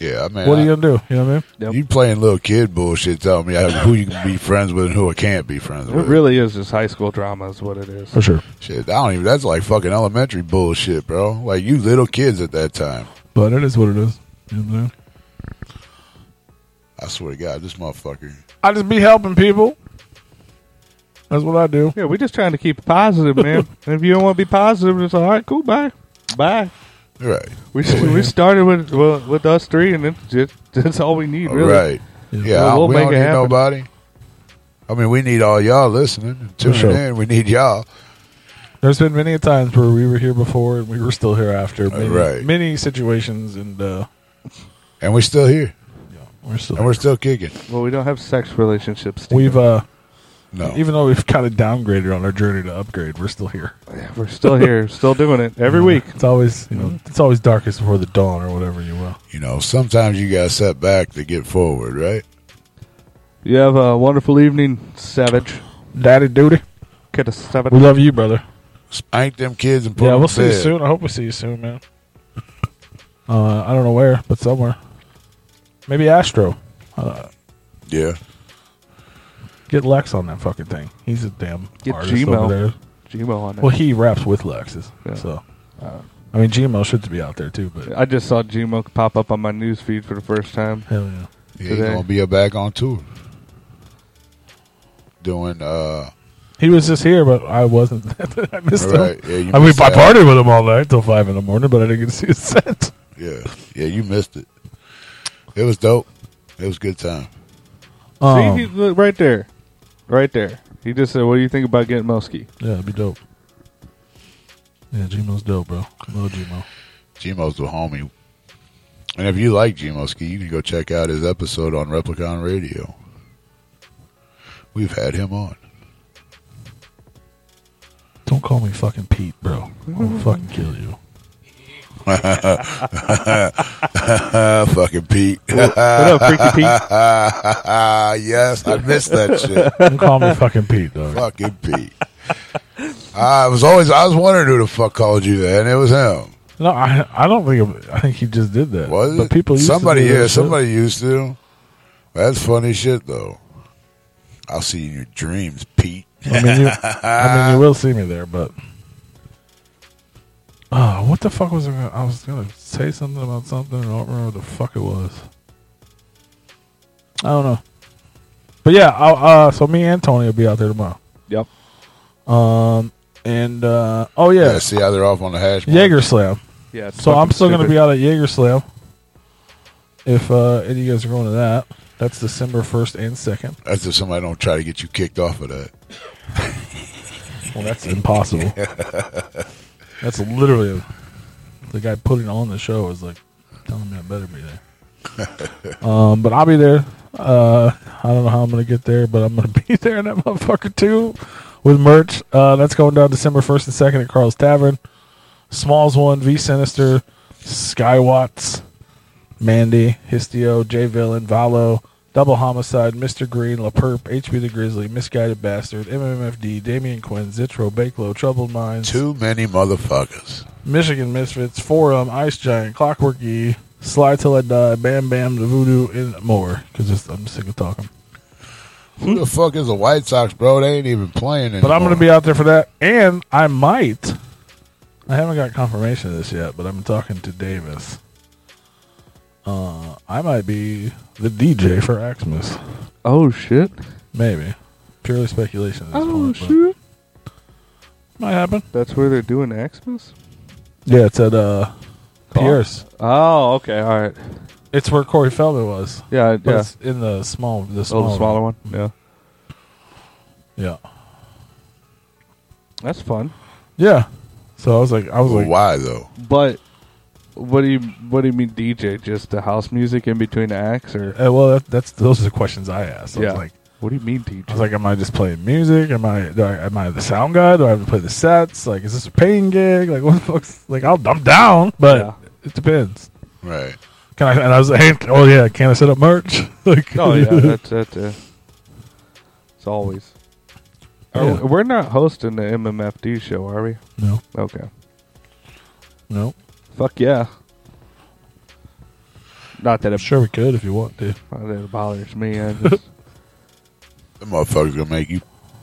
Yeah, I mean, what are I- you gonna do? You know what I mean? You playing little kid bullshit? Telling me who you can be friends with and who I can't be friends It with. really is just high school drama, is what it is. For sure. Shit, I don't even. That's like fucking elementary bullshit, bro. Like you little kids at that time. But it is what it is. You know what I'm saying? I swear to God, this motherfucker. I just be helping people. That's what I do. Yeah, we're just trying to keep it positive, man. and if you don't want to be positive, it's all right, cool, bye. Bye. Right. We, we started with well, with us three, and it's just, that's all we need, really. Right. Yeah, We'll- we'll we make don't it need happen. nobody. I mean, we need all y'all listening, and For tuning sure. in. We need y'all. There's been many a times where we were here before and we were still here after. Many, Right. Many situations and uh, And we're still here. we're still and we're still kicking. Well, we don't have sex relationships. we've uh, No. even though we've kind of downgraded on our journey to upgrade, we're still here. We're still here, still doing it every Yeah. week. It's always you know it's always darkest before the dawn or whatever you will. You know, sometimes you got to set back to get forward, right? You have a wonderful evening, Savage. Daddy duty. Get a savage. We love you, brother. Spank them kids and put yeah, them we'll to see you bed. soon. I hope we see you soon, man. Uh, I don't know where, but somewhere. Maybe Astro. Uh, Yeah. get Lex on that fucking thing. He's a damn Get artist Gmo. over there. Gmo on there. Well, he raps with Lexus, so Uh, I mean Gmo should be out there too. But I just saw Gmo pop up on my news feed for the first time. Hell yeah. Yeah, he's Today. gonna be back on tour. Doing uh he was just here, but I wasn't. I missed Right, him. yeah, you I mean, missed I out. partied with him all night till five in the morning, but I didn't get to see his set. yeah. Yeah, you missed it. It was dope. It was a good time. Um, See, he, look, right there, right there. He just said, "What do you think about getting Muskie?" Yeah, it'd be dope. Yeah, Gmo's dope, bro. Love Gmo. Gmo's the homie. And if you like Gmoski, you can go check out his episode on Replicon Radio. We've had him on. Don't call me fucking Pete, bro. I'll fucking kill you. Fucking Pete. What- what up, Freaky Pete? yes, I missed that shit. Don't call me fucking Pete, dog. Fucking Pete. I was always I was wondering who the fuck called you that, and it was him. No, I I don't think I think he just did that. Was but it? people used somebody to do that yeah, shit. somebody used to. That's funny shit though. I'll see you in your dreams, Pete. I mean, you, I mean, you will see me there, but. Oh, what the fuck was I? Gonna, I was gonna say something about something. and I don't remember what the fuck it was. I don't know. But yeah, I'll, uh, so me and Tony will be out there tomorrow. Yep. Um, and uh, oh yeah, Yeah, see how they're off on the hash. mark? Jaeger Slam. Yeah, it's So I'm fucking still going to stupid. be out at Jaeger Slam. If uh, any of you guys are going to that, that's December first and second. That's if somebody don't try to get you kicked off of that. Well, that's impossible. That's literally the guy putting on the show is like telling me I better be there. um, but I'll be there. Uh, I don't know how I'm going to get there, but I'm going to be there in that motherfucker too with merch. Uh, that's going down December 1st and 2nd at Carl's Tavern. Smalls One, V Sinister, Skywatts, Mandy, Histio, J Villain, Valo, Double Homicide, Mr. Green, La Perp, HB the Grizzly, Misguided Bastard, MMFD, Damian Quinn, Zitro, Bakelow, Troubled Minds, Too many motherfuckers. Michigan Misfits, Forum, Ice Giant, Clockwork E, Slide Till I Die, Bam Bam, The Voodoo, and more. Because I'm sick of talking. Who the fuck is the White Sox, bro? They ain't even playing anymore. But I'm going to be out there for that. And I might. I haven't got confirmation of this yet, but I'm talking to Davis. Uh, I might be the DJ for Xmas. Oh shit! Maybe. Purely speculation. at this Oh point, but- shit! Might happen. That's where they're doing Xmas. Yeah, it's at uh, Pierce. Oh, okay, all right. It's where Corey Feldman was. Yeah, But yeah. it's in the small, Oh, the smaller, smaller one. Yeah, Yeah. that's fun. Yeah. So I was like, I was Oh, Well, like, why though? But what do you what do you mean DJ? Just the house music in between acts, or Uh, well, that, that's those are the questions I asked. I yeah? was like, what do you mean DJ? I was like, am I just playing music? Am I, do I am I the sound guy? Do I have to play the sets? Like, is this a paying gig? Like, what the fuck's like? I'll, I'm down, but Yeah. it depends. Right. Can I? And I was like, hey, oh yeah, can I set up merch? like, oh yeah, that's that. Uh, it's always. Are Yeah. we- we're not hosting the MMFD show, are we? No. Okay. No. Fuck yeah. Not that it sure we could if you want to. Not that it bothers me. I just, That motherfucker's gonna make you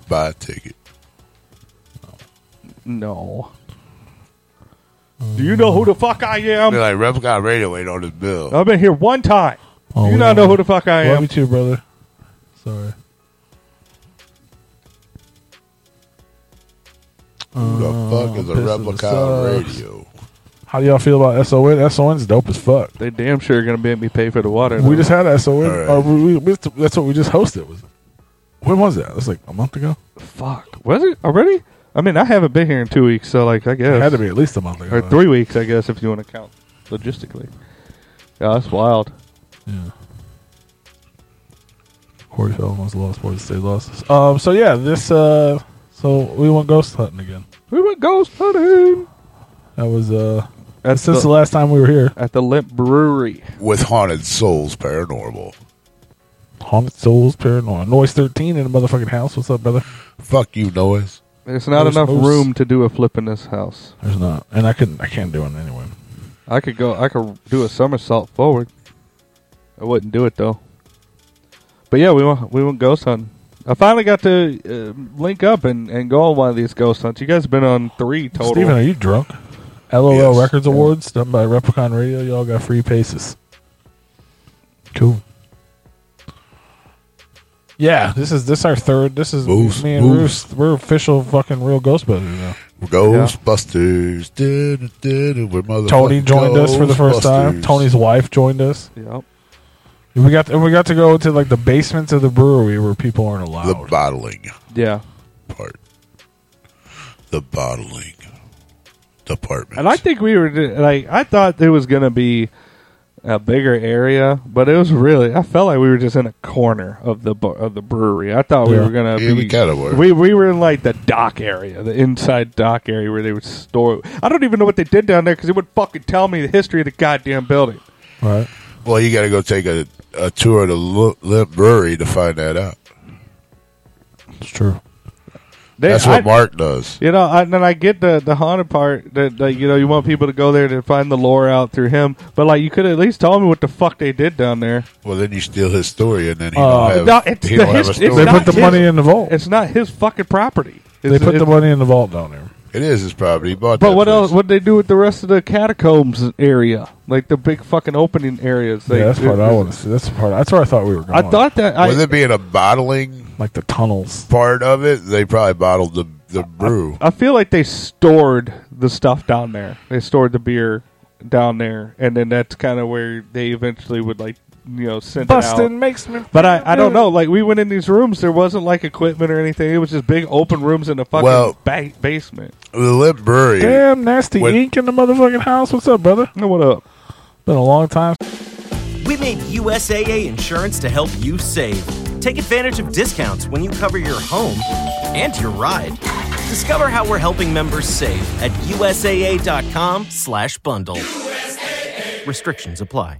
buy a ticket. no. Do you know who the fuck I am? Be like, Rep got radio ain't on this bill. I've been here one time. Oh, Do you we not don't- know who the fuck I Love am? you too, brother. Sorry. Who the fuck Uh, Piss is a in the replica socks. radio? How do y'all feel about SON? SON's dope as fuck. They damn sure are gonna make me pay for the water. We though. just had a SON. All right. or we, we- we- that's what we just hosted. Was when was that? It was like a month ago. Fuck. Was it already? I mean, I haven't been here in two weeks, so like I guess It had to be at least a month ago. or three weeks, I guess, if you want to count logistically. Yeah, that's wild. Corey Feldman was the lost boys. They lost. Um. So yeah, this. Uh. So we went ghost hunting again. We went ghost hunting. That was uh. That's since the, last time we were here. at the Limp Brewery with haunted souls paranormal. Haunted Souls, Paranormal, Noise Thirteen in the motherfucking house. What's up, brother? Fuck you, noise. There's not There's enough no s- room to do a flip in this house. There's not, and I couldn't. I can't do it anyway. I could go. I could do a somersault forward. I wouldn't do it though. But yeah, we went. We went ghost hunting. I finally got to uh, link up and, and go on one of these ghost hunts. You guys been on three total. Steven, are you drunk? LOL Records Awards done by Replicon Radio. Y'all got free paces. Cool. Yeah, this is this our third. This is Moose, me and moose. Roost. We're official fucking real Ghostbusters now. Ghostbusters. Dun, dun, dun, we're motherfucking Tony joined us for the first time. Ghostbusters. Tony's wife joined us. Yep. We got and we got to go to like the basements of the brewery where people aren't allowed. The bottling Yeah. part. The bottling department. And I think we were like I thought there was gonna be a bigger area, but it was really I felt like we were just in a corner of the bu- of the brewery. I thought we Yeah. were gonna Yeah, be we kinda were. we we were in like the dock area, the inside dock area where they would store. I don't even know what they did down there because it would fucking tell me the history of the goddamn building. Right. Well, you got to go take a, a tour of the Lu- Limp Brewery to find that out. It's true. That's what Mark does. You know, I, and I get the the haunted part that, that you know you want people to go there to find the lore out through him, but like you could at least tell me what the fuck they did down there. Well, then you steal his story, and then he Uh, don't have, No, it's he the don't have a his- story. it's They not put the his- money in the vault. It's not his fucking property. They It's- put the it's- money in the vault down there. It is his property. He bought But that what place. else? What they do with the rest of the catacombs area, like the big fucking opening areas? They, yeah, that's part it- I want to see. That's the part. That's where I thought we were going. I thought that I, With it being a bottling, like the tunnels part of it, they probably bottled the the brew. I feel like they stored the stuff down there. They stored the beer down there, and then that's kind of where they eventually would like you know send it out. Bustin' makes me. But I, I don't know. Like we went in these rooms, there wasn't like equipment or anything. It was just big open rooms in the fucking Well- ba- basement. The Limp Brewery. Damn nasty When- ink in the motherfucking house. What's up, brother? What up? Been a long time. We made USAA insurance to help you save. Take advantage of discounts when you cover your home and your ride. Discover how we're helping members save at usaa.com/bundle. Restrictions apply.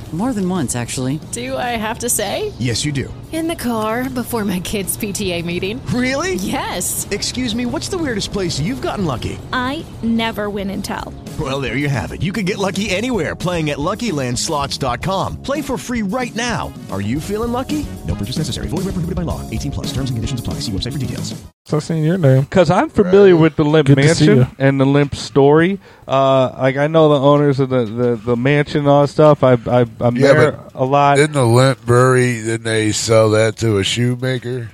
More than once, actually. Do I have to say? Yes, you do. In the car before my kids' PTA meeting. Really? Yes. Excuse me, what's the weirdest place you've gotten lucky? I never win and tell. Well, there you have it. You can get lucky anywhere playing at LuckyLandSlots.com. Play for free right now. Are you feeling lucky? No purchase necessary. Void where prohibited by law. 18 plus. Terms and conditions apply. See website for details. So I've seen your name. Because I'm familiar with the Limp Good to see Mansion you. and the Limp story. Uh, like I know the owners of the, the, the mansion and all that stuff. I, I I'm Yeah, there but a lot. Didn't the Limp Brewery? Didn't they sell that to a shoemaker?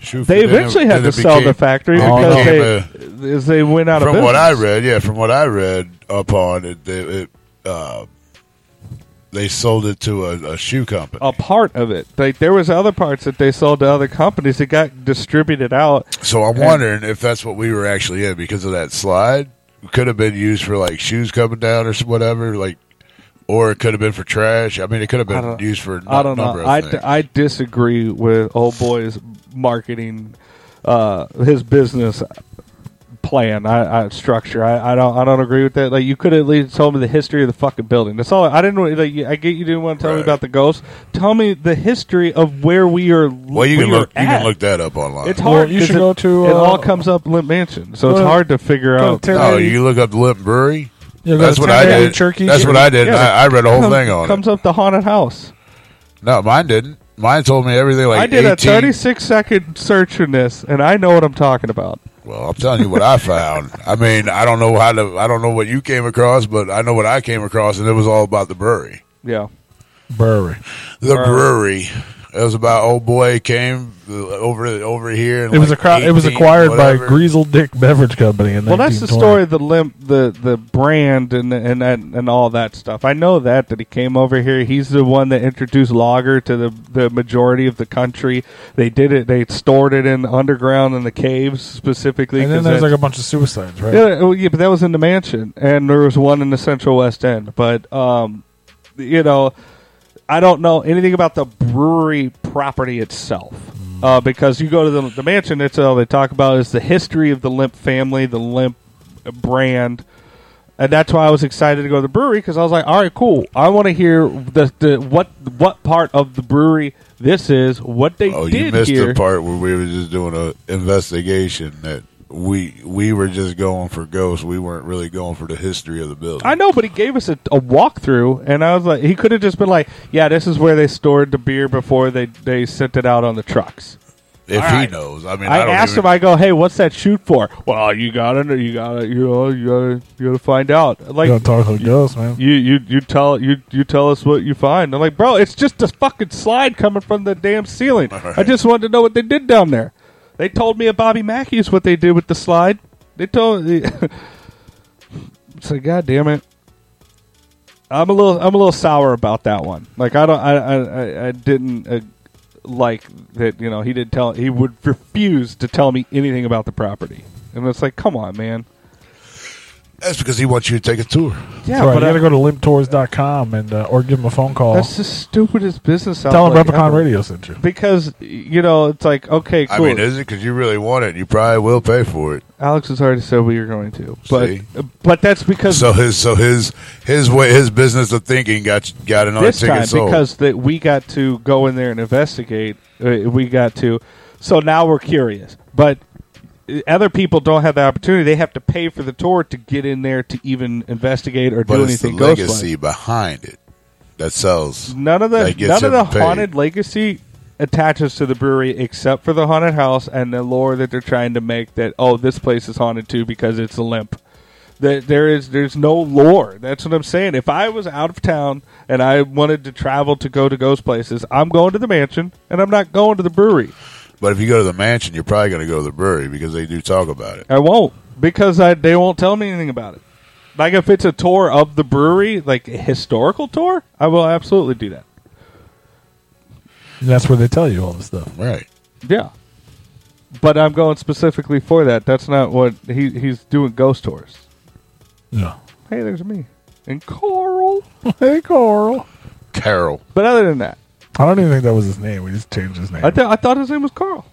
Shoe They then it- eventually had then it to sell became- the factory it because became they, as they went out from of business. what I read, yeah, from what I read up on it, it, it uh, they sold it to a, a shoe company. a part of it. Like there was other parts that they sold to other companies that got distributed out. So I'm And- wondering if that's what we were actually in because of that slide. It could have been used for like shoes coming down or s- whatever, like, or it could have been for trash. I mean, it could have I been don't- used for. a I don't number know. Of I, things. d- I disagree with old boy's marketing, uh, his business plan, I, I structure. I, I don't I don't agree with that. Like you could at least tell me the history of the fucking building. That's all. I didn't. really- Like, you- I get you didn't want to tell me about the ghost. Tell me the history of where we are. well, you can we are look. You at. can look that up online. It's hard. 'cause it, It all comes up Limp Mansion, so it's hard uh, to figure out. No, Oh, you look up Limp Brewery. Yeah, go that's to what I Terry did. Turkey. That's what I did. Yeah. I, I read a whole Come- thing on comes up the haunted house. it. No, mine didn't. Mine told me everything. Like I did 18, a 36 second search in this, and I know what I'm talking about. Well, I'm telling you what I found. I mean, I don't know how to. I don't know what you came across, but I know what I came across, and it was all about the brewery. Yeah. Brewery. The uh, brewery. It was about old boy came uh, over over here. And It was a like crowd. It was 18, acquired by whatever. Greasel Dick Beverage Company. In Well, that's the 1920. story of the limp, the the brand, and and that, and all that stuff. I know that that he came over here. He's the one that introduced lager to the the majority of the country. They did it. They stored it in underground in the caves specifically. And then 'cause there's that- like a bunch of suicides, right? Yeah, well, yeah, but that was in the mansion, and there was one in the Central West End. But um, you know, I don't know anything about the brewery property itself. Uh, because you go to the, the mansion, that's all they talk about is the history of the Limp family, the Limp brand, and that's why I was excited to go to the brewery because I was like, all right, cool. I want to hear the, the what what part of the brewery this is, what they Oh, did you missed here. the part where we were just doing a investigation that we we were just going for ghosts. We weren't really going for the history of the building. I know, but he gave us a, a walkthrough, and I was like, he could have just been like, "Yeah, this is where they stored the beer before they they sent it out on the trucks." If All he right. knows, I I, mean, I, don't asked even, him, I go, "Hey, what's that shoot for?" Well, you gotta, you gotta, you know, you gotta, you gotta find out. Like, you don't talk like ghosts, man. you you you tell you you tell us what you find. I'm like, bro, it's just a fucking slide coming from the damn ceiling. I just wanted to know what they did down there. They told me at Bobby Mackey's what they did with the slide. They told me. so god damn it. I'm a little I'm a little sour about that one. Like I don't I I, I, I didn't uh, like that. You know, he didn't tell. He would refuse to tell me anything about the property, and it's like, come on, man. That's because he wants you to take a tour. Yeah, right. you got to go to limptours.com and uh, or give him a phone call. That's the stupidest business. Tell him outlet Replicon ever. Radio sent you. because you know it's like okay, I cool. mean, is it because you really want it? You probably will pay for it. Alex has already said we are going to, but See? but that's because So his so his his way his business of thinking got got another this ticket time sold. because that we got to go in there and investigate. uh, We got to, so now we're curious. But uh, other people don't have the opportunity; they have to pay for the tour to get in there to even investigate or but do it's the anything. ghost-like. legacy behind it that sells. None of the that gets none of him the paid. haunted legacy attaches to the brewery except for the haunted house and the lore that they're trying to make that oh this place is haunted too because it's a limp. There, there is there's no lore. That's what I'm saying. If I was out of town and I wanted to travel to go to ghost places, I'm going to the mansion and I'm not going to the brewery. But if you go to the mansion, you're probably going to go to the brewery because they do talk about it. I won't because I, they won't tell me anything about it. Like if it's a tour of the brewery, like a historical tour, I will absolutely do that. And that's where they tell you all this stuff. Right. Yeah. But I'm going specifically for that. That's not what he he's doing ghost tours. Yeah. Hey, there's me. And Coral. hey, Coral. Carol. But other than that, I don't even think that was his name. We just changed his name. I, th- I thought his name was Carl.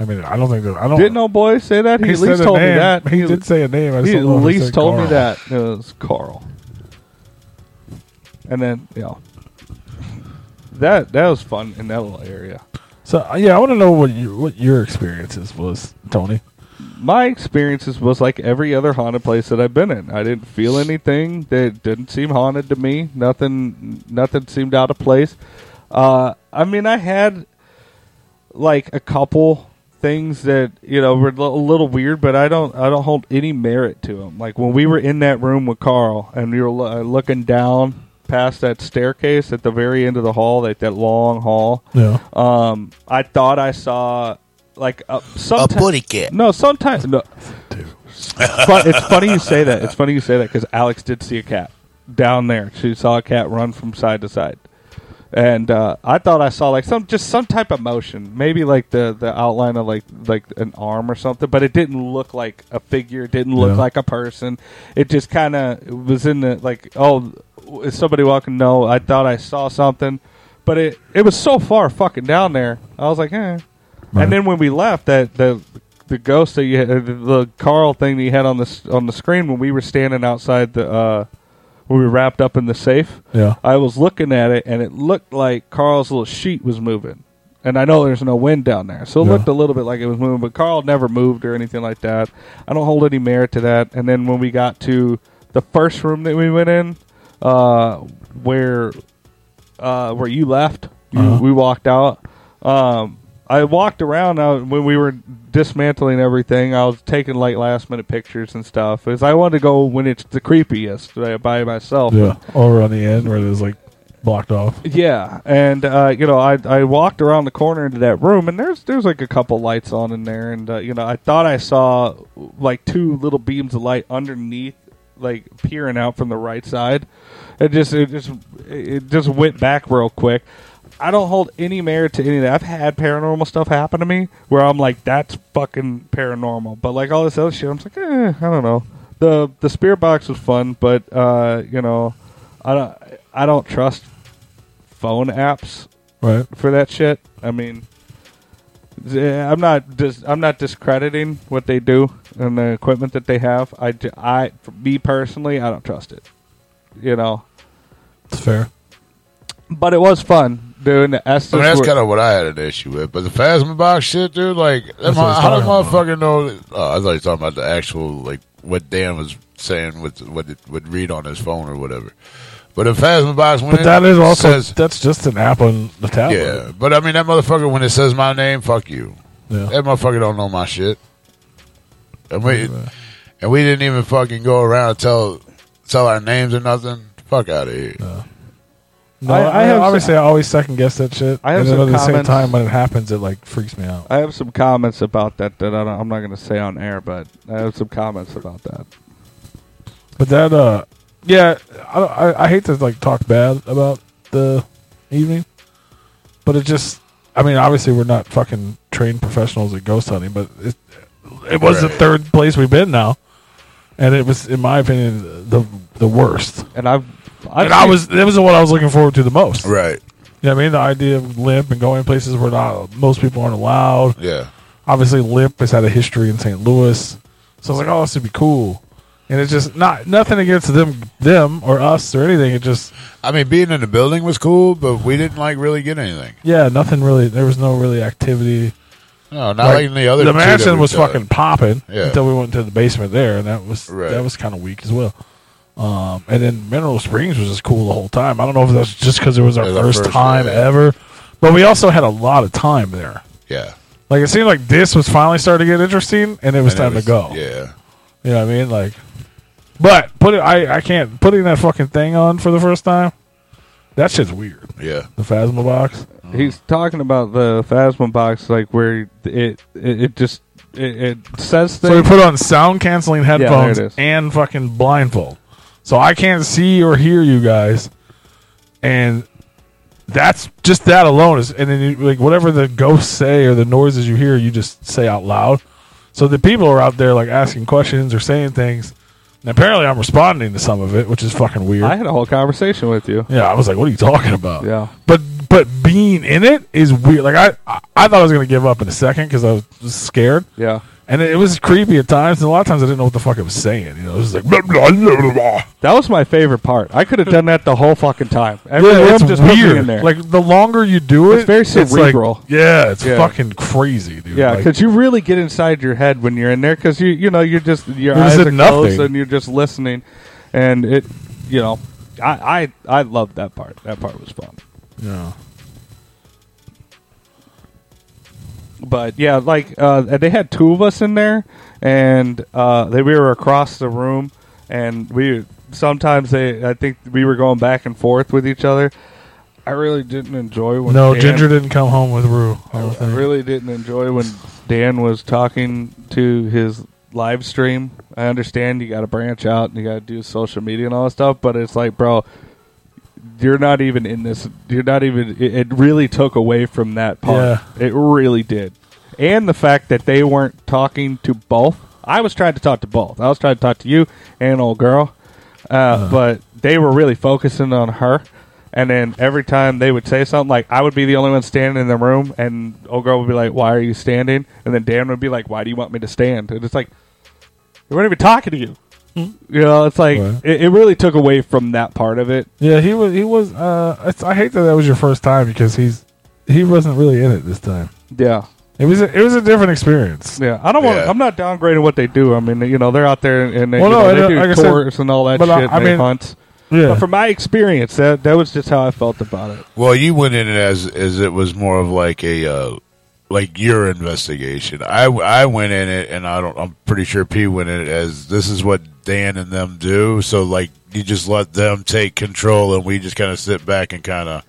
I mean, I don't think that. I don't. Didn't old boy say that? He, He at said least a told me name. that. He did say a name. I just he don't at know if he least said told me Carl. that. It was Carl. And then, yeah. That that was fun in that little area. So uh, yeah, I want to know what your what your experiences was, Tony. my experiences was like every other haunted place that I've been in. I didn't feel anything that didn't seem haunted to me. Nothing, nothing seemed out of place. Uh, I mean, I had like a couple things that you know were a li- a little weird, but I don't, I don't hold any merit to them. Like when we were in that room with Carl and we were lo- uh, looking down past that staircase at the very end of the hall, like that long hall. Yeah. Um, I thought I saw like a, sometime, booty cat. No, sometimes no. Fun- it's funny you say that. It's funny you say that because Alex did see a cat down there. She saw a cat run from side to side, and uh, I thought I saw like some just some type of motion, maybe like the the outline of like like an arm or something. But it didn't look like a figure. It didn't look Yeah. like a person. It just kind of was in the like oh is somebody walking? No, I thought I saw something, but it it was so far fucking down there. I was like eh. And then when we left, that the the ghost that you had, the, the Carl thing that you had on the s- on the screen when we were standing outside the uh, when we were wrapped up in the safe. Yeah. I was looking at it, and it looked like Carl's little sheet was moving. And I know there's no wind down there, so it Yeah. looked a little bit like it was moving. But Carl never moved or anything like that. I don't hold any merit to that. And then when we got to the first room that we went in, uh, where uh, where you left, you, we walked out. Um, I walked around uh, when we were dismantling everything. I was taking like last minute pictures and stuff. As I wanted to go when it's the creepiest uh, by myself. Yeah. Over on the end where it was like blocked off. Yeah, and uh, you know, I I walked around the corner into that room, and there's there's like a couple lights on in there, and uh, you know, I thought I saw like two little beams of light underneath, like peering out from the right side. It just it just it just went back real quick. I don't hold any merit to any of that. I've had paranormal stuff happen to me where I'm like, that's fucking paranormal. But like all this other shit, I'm just like, eh, I don't know. The the spirit box was fun, but uh, you know, I don't I don't trust phone apps Right. for that shit. I mean, th- I'm not dis- I'm not discrediting what they do and the equipment that they have. I, ju- I for me personally, I don't trust it. You know, It's fair. but it was fun doing the Estes. I mean, that's were- kind of what I had an issue with. But the Phasma box shit, dude, like, that That's mo- what I was how the talking motherfucker know? That, oh, I thought you were talking about the actual, like, what Dan was saying with what it would read on his phone or whatever. But the Phasma box, when But it that is also says, that's just an app on the tablet. yeah. But I mean, that motherfucker, when it says my name, fuck you. Yeah. That motherfucker don't know my shit. And we and we didn't even fucking go around and tell tell our names or nothing. Fuck out of here. No, I- I, I have obviously I always second guess that shit. I have and then some at the same comments. time when it happens, it like freaks me out. I have some comments about that that I don't, I'm not going to say on air, but I have some comments about that. But that, uh, yeah, I, I, I hate to like talk bad about the evening, but it just I mean, obviously, we're not fucking trained professionals at ghost hunting, but it, it was the Right. third place we've been now, and it was, in my opinion, the the worst. And I've, I've and I seen- was that was the one I was looking forward to the most. Right. You know what I mean? The idea of limp and going places where not most people aren't allowed. Yeah. Obviously, limp has had a history in St. Louis, so I was like, oh, this would be cool. And it's just not nothing against them, them or us or anything. It just I mean, being in the building was cool, but we didn't like really get anything. yeah, nothing really. There was no really activity. No, not like the other The two that mansion we've was done. fucking popping Yeah. until we went to the basement there, and that was that was kind of weak as well. Um, and then Mineral Springs was just cool the whole time. I don't know if that's just because it was our It was our first, first time one, yeah. ever, but we also had a lot of time there. Yeah. Like it seemed like this was finally starting to get interesting, and it was time to go. Yeah. You know what I mean? Like, but put it. I I can't putting that fucking thing on for the first time. That shit's weird. Yeah. The Phasma box. Oh. He's talking about the Phasma box, like where it it, it just it, it says things. So we put on sound canceling Yeah, there it headphones is. and fucking blindfold. So I can't see or hear you guys. And that's just that alone is and then you, like whatever the ghosts say or the noises you hear, you just say out loud. So the people are out there like asking questions or saying things. And apparently I'm responding to some of it, which is fucking weird. I had a whole conversation with you. Yeah, I was like, "What are you talking about?" Yeah. But but being in it is weird. Like I I, I thought I was gonna give up in a second because I was just scared. Yeah. And it, it was creepy at times, and a lot of times I didn't know what the fuck I was saying. You know, it was like blah, blah, blah, blah, blah. That was my favorite part. I could have done that the whole fucking time. Every Yeah, room it's just put me weird. in there. Like the longer you do it, It's very like- cerebral. yeah, it's Yeah. fucking crazy, dude. yeah, Like, because you really get inside your head when you're in there, because you you know you're just your It was eyes a are closed nothing. and you're just listening, and it you know I I I loved that part. That part was fun. yeah. But yeah, like uh, they had two of us in there, and uh, they, we were across the room, and we sometimes they I think we were going back and forth with each other. I really didn't enjoy when No, Dan- Ginger didn't come home with Rue. I don't I think. really didn't enjoy when Dan was talking to his live stream. I understand you got to branch out and you got to do social media and all that stuff, but it's like, bro, you're not even in this. You're not even. It, it really took away from that part. It really did. And the fact that they weren't talking to both. I was trying to talk to both. I was trying to talk to you and old girl, uh, but they were really focusing on her. And then every time they would say something, like I would be the only one standing in the room, and old girl would be like, "Why are you standing?" And then Dan would be like, "Why do you want me to stand?" And it's like they weren't even talking to you. You know, it's like it, it really took away from that part of it. Yeah, he was. He was. Uh, it's, I hate that that was your first time because he's he wasn't really in it this time. Yeah. It was. A, it was a different experience. Yeah, I don't want. Yeah. I'm not downgrading what they do. I mean, you know, they're out there and they, Well, you no, know, I they know- do like I said, tours and all that but shit. I- I and they mean- hunt. Yeah. But from my experience, that that was just how I felt about it. Well, you went in it as as it was more of like a uh, like your investigation. I, I went in it, and I don't. I'm pretty sure P went in it as this is what Dan and them do. So like you just let them take control, and we just kind of sit back and kind of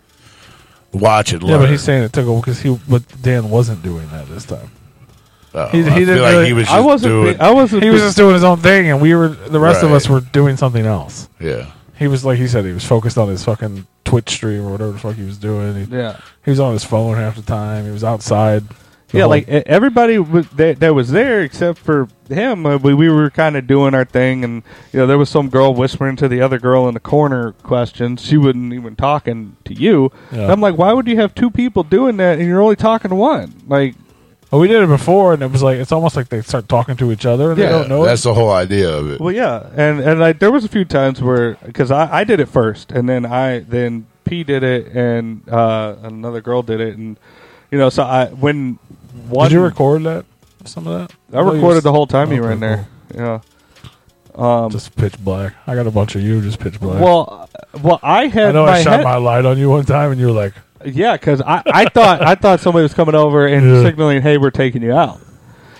watch and Yeah, learn. but he's saying it took a because he, but Dan wasn't doing that this time. Oh, I feel like he was just doing. He was just doing his own thing, and we were the rest of Right. us were doing something else. Yeah. He was like he said he was focused on his fucking Twitch stream or whatever the fuck he was doing. He, Yeah. he was on his phone half the time. He was outside. the yeah, whole- like e- everybody was, that, that was there except for him. Uh, We, we were kind of doing our thing, and you know, there was some girl whispering to the other girl in the corner questions. She wasn't even talking to you. Yeah. And I'm like, why would you have two people doing that and you're only talking to one? Like, Well, we did it before, and it was like it's almost like they start talking to each other. And Yeah, they don't know. that's it. the whole idea of it. Well, yeah, and and like there was a few times where because I, I did it first, and then I then P did it, and uh, another girl did it, and you know, so I when one Did you record that? Some of that? I thought you recorded was- the whole time you Okay, were in there. Yeah. Um, just pitch black. I got a bunch of you just pitch black. Well, uh, well, I had I know my I shot head- my light on you one time, and you were like, Yeah, because I, I thought I thought somebody was coming over and Yeah. signaling, "Hey, we're taking you out."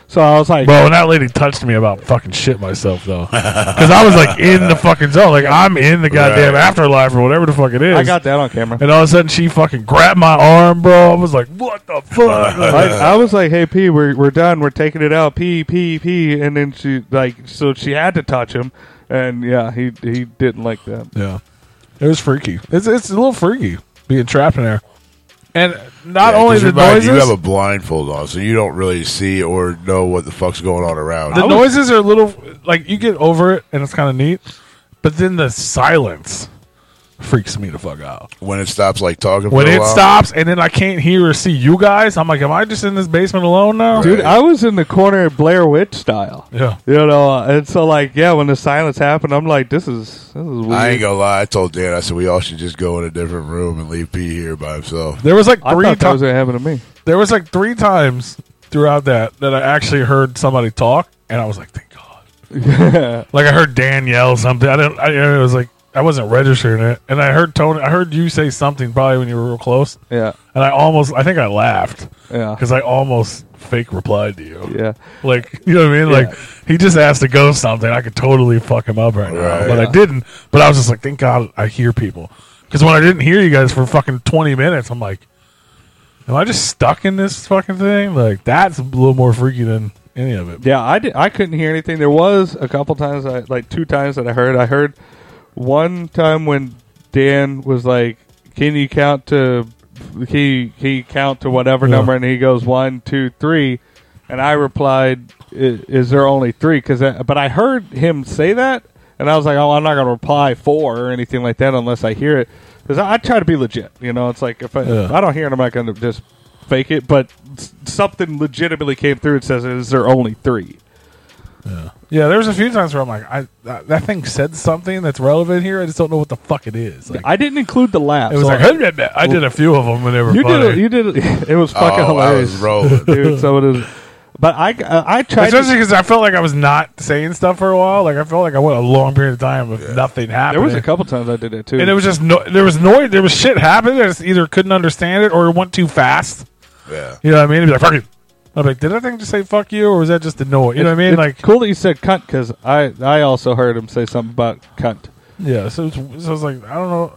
So I was like, Bro, when that lady touched me about fucking shit myself though, because I was like in the fucking zone, like I'm in the goddamn Right. afterlife or whatever the fuck it is. I got that on camera. and all of a sudden she fucking grabbed my arm, bro. I was like, what the fuck? I, I was like, "Hey, P, we're we're done. We're taking it out. P, P, P." And then she like, so she had to touch him, and yeah, he he didn't like that. Yeah, it was freaky. It's it's a little freaky being trapped in there. And not Yeah, only 'cause the remember, noises, You have a blindfold on, so you don't really see or know what the fuck's going on around. the noises are a little like you get over it and it's kind of neat, but then the silence freaks me the fuck out. when it stops, like talking. When for a it while. stops and then I can't hear or see you guys, I'm like, am I just in this basement alone now? Dude, I was in the corner Blair Witch style. Yeah. You know, and so like, yeah, when the silence happened, I'm like, this is this is weird. I ain't gonna lie. I told Dan, I said we all should just go in a different room and leave P here by himself. There was like three times. times happened to me. There was like three times throughout that that I actually heard somebody talk, and I was like, "Thank God!" like I heard Dan yell something. I didn't. I, I was like, I wasn't registering it, and I heard Tony. I heard you say something probably when you were real close. Yeah. and I almost. I think I laughed. Yeah. because I almost fake replied to you. Yeah, like you know what I mean. Like he just asked to go something. I could totally fuck him up right now, Right. but I didn't. But I was just like, "Thank God I hear people." Because when I didn't hear you guys for fucking twenty minutes, I'm like. Am I just stuck in this fucking thing? Like that's a little more freaky than any of it. Yeah, I did, I couldn't hear anything. There was a couple times, I like two times that I heard. I heard one time when Dan was like, "Can you count to he he count to whatever Yeah. number?" And he goes one, two, three, and I replied, "I- "Is there only three? Because but I heard him say that, and I was like, "Oh, I'm not going to reply four or anything like that unless I hear it." Because I, I try to be legit, you know. It's like if I, Yeah. if I don't hear it, I'm not going to just fake it. But s- something legitimately came through and says, "Is there only three? Yeah, there was a few times where I'm like, I that, that thing said something that's relevant here. I just don't know what the fuck it is. Like, I didn't include the laugh. it was so- like I did a few of them when they were you funny. did. A, you did. A, it was fucking Oh, I was hilarious, rolling. dude. So it is. But I, I, I tried. Especially To, because I felt like I was not saying stuff for a while. Like I felt like I went a long period of time with nothing there happening. was a couple times I did it too, and it was just no, there was noise. There was shit happening. I just either couldn't understand it or it went too fast. Yeah. You know what I mean? It'd be like fuck you. I'm like, did that thing just say fuck you, or was that just the noise? You know what I mean? It's Like, cool that you said cunt because I, I also heard him say something about cunt. yeah. So, it's, so I was like, I don't know.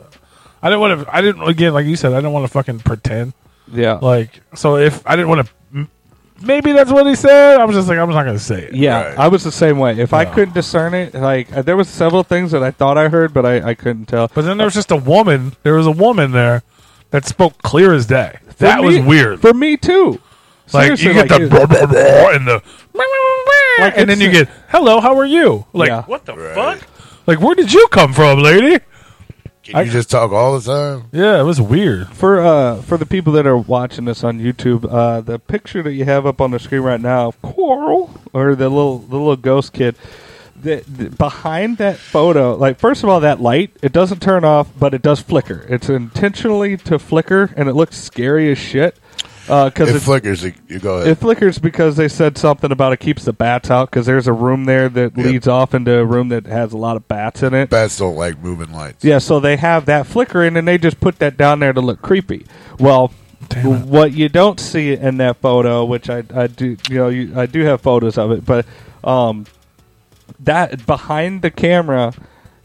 I didn't want to. I didn't again, like you said, I didn't want to fucking pretend. Yeah. Like, so if I didn't want to, maybe that's what he said. I was just like, I'm not going to say it. Yeah, I was the same way. If I couldn't discern it, like uh, there was several things that I thought I heard, but I, I couldn't tell. But then there was just a woman. There was a woman there that spoke clear as day. For that was me- weird. for me too. Like Seriously, you get like, the it- blah, blah, blah, and the Like, and then you it's- get hello, how are you? Like Yeah. what the fuck? Like where did you come from, lady? Can you just talk all the time? Yeah, it was weird. For uh for the people that are watching this on YouTube, uh the picture that you have up on the screen right now of Coral or the little the little ghost kid the, the- behind that photo, like first of all, that light it doesn't turn off, but it does flicker. It's intentionally to flicker, and it looks scary as shit. Because It flickers. It, you go ahead. It flickers because they said something about it keeps the bats out because there's a room there that leads off into a room that has a lot of bats in it. Bats don't like moving lights. Yeah, so they have that flickering and they just put that down there to look creepy. Well, what you don't see in that photo, which I, I do, you know, you, I do have photos of it, but um, that behind the camera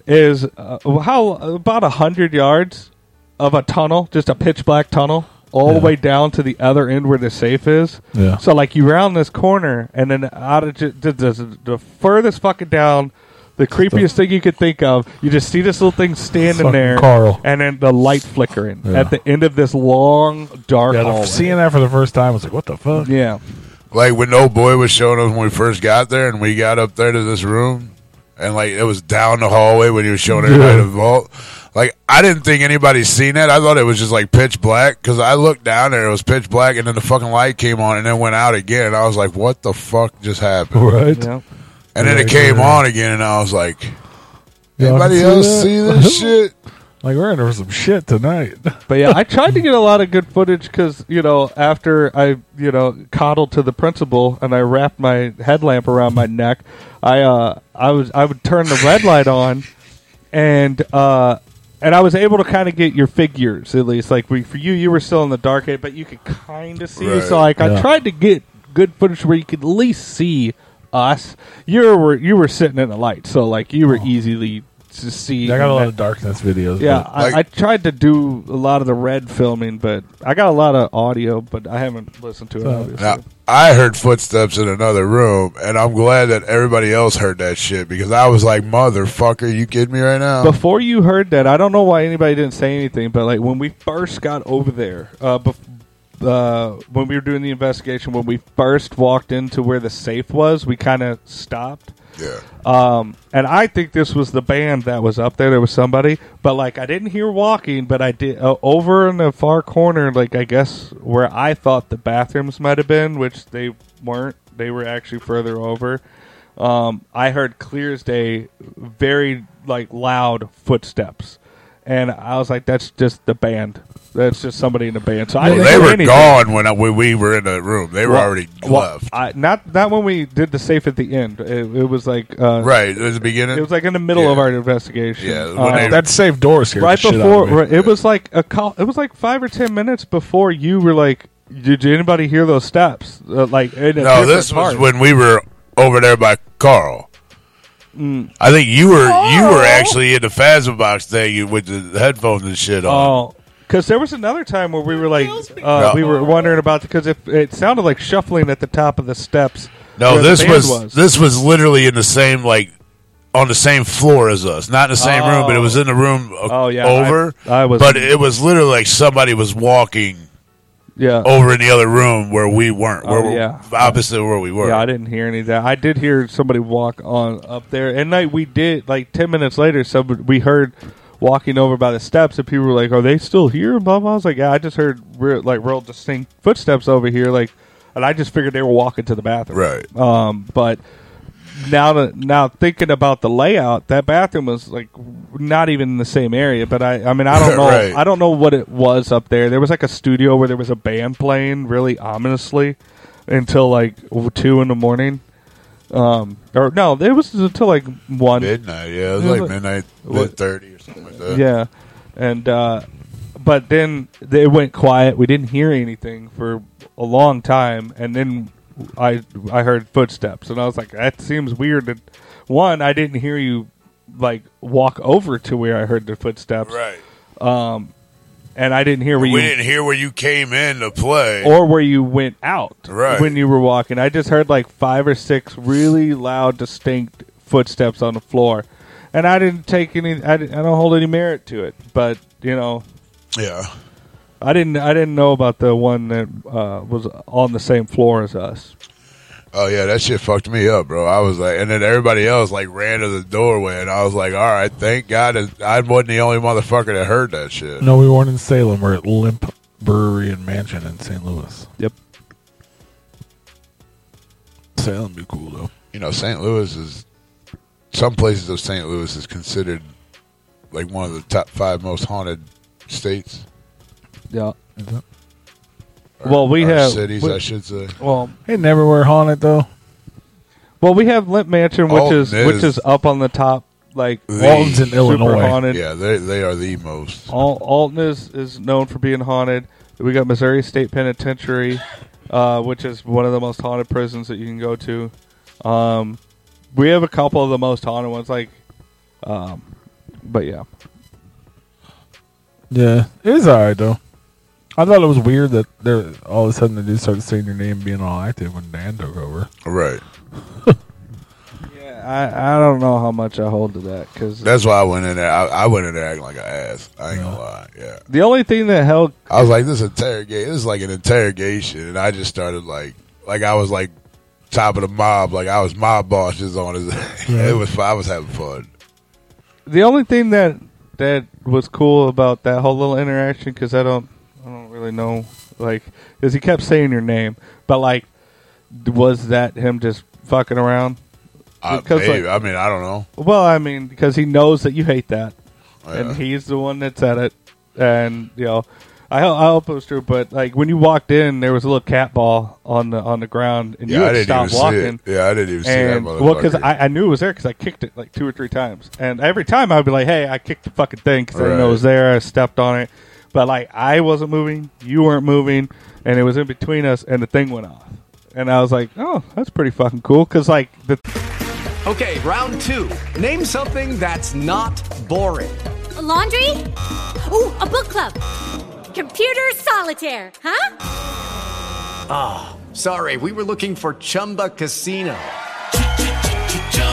is uh, how about a hundred yards of a tunnel, just a pitch black tunnel, all the way down to the other end where the safe is. Yeah. So like you round this corner, and then out of ju- the, the, the furthest fucking down, the creepiest thing you could think of, you just see this little thing standing Fucking there, Carl. and then the light flickering Yeah. at the end of this long dark Yeah, the- hallway. seeing that for the first time, I was like, what the fuck? Oh, Yeah. Like when old boy was showing us when we first got there, and we got up there to this room, and like it was down the hallway when he was showing everybody the vault. Like I didn't think anybody seen that. I thought it was just like pitch black because I looked down there, it was pitch black, and then the fucking light came on and then went out again. And I was like, "What the fuck just happened?" Right. Yeah. And then it Yeah, came yeah. on again, and I was like, Y'all can "Anybody else that? see this shit?" Like we're in for some shit tonight. But yeah, I tried to get a lot of good footage because you know after I you know coddled to the principal and I wrapped my headlamp around my neck, I uh I was I would turn the red light on, and uh and I was able to kind of get your figures at least like we, for you you were still in the dark area but you could kind of see Right. so like I Yeah. tried to get good footage where you could at least see us. You were you were sitting in the light so like you were easily to see. I got a lot of darkness videos. Yeah, but- I, I tried to do a lot of the red filming, but I got a lot of audio, but I haven't listened to it. obviously. Now, I heard footsteps in another room, and I'm glad that everybody else heard that shit because I was like, motherfucker, you kidding me right now? Before you heard that, I don't know why anybody didn't say anything, but like when we first got over there, uh, bef- uh, when we were doing the investigation, when we first walked into where the safe was, we kind of stopped. Yeah. Um, and I think this was the band that was up there. There was somebody, but like I didn't hear walking, but I did uh, over in the far corner, like I guess where I thought the bathrooms might have been, which they weren't. They were actually further over. Um, I heard clear as day, very like loud footsteps, and I was like, "That's just the band. That's just somebody in the band." So I Well, didn't they hear were anything. gone when, I, when we were in the room. They were Well- already well, left. I, not not when we did the safe at the end. It, it was like uh, Right, it was the beginning? It was like in the middle of our investigation. Uh, Yeah, when they- That safe door scared right the shit out of before. me. right- it was like a call. It was like five or ten minutes before you were like, "Did anybody hear those steps?" Uh, like in a No, different this was part. when we were over there by Carl. Mm. I think you were you were actually in the Phasma box thing with the headphones and shit on. Oh, because there was another time where we were like, uh, No. we were wondering about because if it sounded like shuffling at the top of the steps. no, where the this band was, this was literally in the same like on the same floor as us, not in the same room, but it was in the room uh, Oh, yeah, I- over. I was- but it was literally like somebody was walking yeah over in the other room where we weren't, where Oh, we yeah. opposite where we were. Yeah, I didn't hear any of that. I did hear somebody walk on up there, and like we did, like ten minutes later, some we heard walking over by the steps, and people were like, "Are they still here?" Blah blah. I was like, "Yeah, I just heard real, like real distinct footsteps over here," like, and I just figured they were walking to the bathroom, right? Um, but now to, now thinking about the layout, that bathroom was like not even in the same area. But I, I mean, I don't know, Right. I don't know what it was up there. There was like a studio where there was a band playing really ominously until like two in the morning. Um, or no, it was until like one Midnight, yeah, it was like midnight, mid thirty or something like that. yeah, and uh, but then they went quiet. We didn't hear anything for a long time, and then I I heard footsteps, and I was like, that seems weird. That one, I didn't hear you like walk over to where I heard the footsteps, Right. Um, and I didn't hear where we you didn't hear where you came in to play. or where you went out Right. when you were walking. I just heard like five or six really loud, distinct footsteps on the floor, and I didn't take any. I, di- I don't hold any merit to it, but you know, yeah, I didn't. I didn't know about the one that uh, was on the same floor as us. Oh yeah, that shit fucked me up, bro. I was like, and then everybody else like ran to the doorway, and I was like, all right, thank God, that I wasn't the only motherfucker that heard that shit. No, we weren't in Salem. We're at Limp Brewery and Mansion in St. Louis. Yep. Salem be cool though. You know, St. Louis is some places of St. Louis is considered like one of the top five most haunted states. Yeah. well, we or have cities, we- I should say. Well, Ain't never were haunted though. well, we have Limp Mansion, which Oh, is which there's- is up on the top, like The- super haunted. Yeah, they they are the most. Al- Alton is, is known for being haunted. We got Missouri State Penitentiary, uh, which is one of the most haunted prisons that you can go to. Um, we have a couple of the most haunted ones, like, um, but yeah, Yeah, it was alright though. I thought it was weird that there all of a sudden they just started saying your name being all active when Dan took over. Right. I, I don't know how much I hold to that because That's why I went in there. I, I went in there acting like an ass. I ain't gonna lie. Yeah. the only thing that held I was like, this interrogate. This is like an interrogation, and I just started like, like I was like top of the mob. Like I was mob boss just on his. it was. fun. I was having fun. the only thing that that was cool about that whole little interaction because I don't I don't really know like is he kept saying your name, but like was that him just fucking around? I, Because, Uh, maybe. like- I mean, I don't know. Oh, well, I mean because he knows that you hate that, Yeah. and he's the one that's at it, and you know. I, ho- I hope it was true, but like when you walked in, there was a little cat ball on the on the ground, and Yeah, you I had didn't stopped even see it. walking. Yeah, I didn't even see that And- Well, because motherfucker. I, I knew it was there because I kicked it like two or three times, and every time I'd be like, "Hey, I kicked the fucking thing because I didn't know it was there. I stepped on it." But like I wasn't moving, you weren't moving, and it was in between us, and the thing went off, and I was like, "Oh, that's pretty fucking cool," because like the Okay, round two. Name something that's not boring. A laundry? Ooh, a book club. Computer solitaire, huh? Ah, sorry, we were looking for Chumba Casino.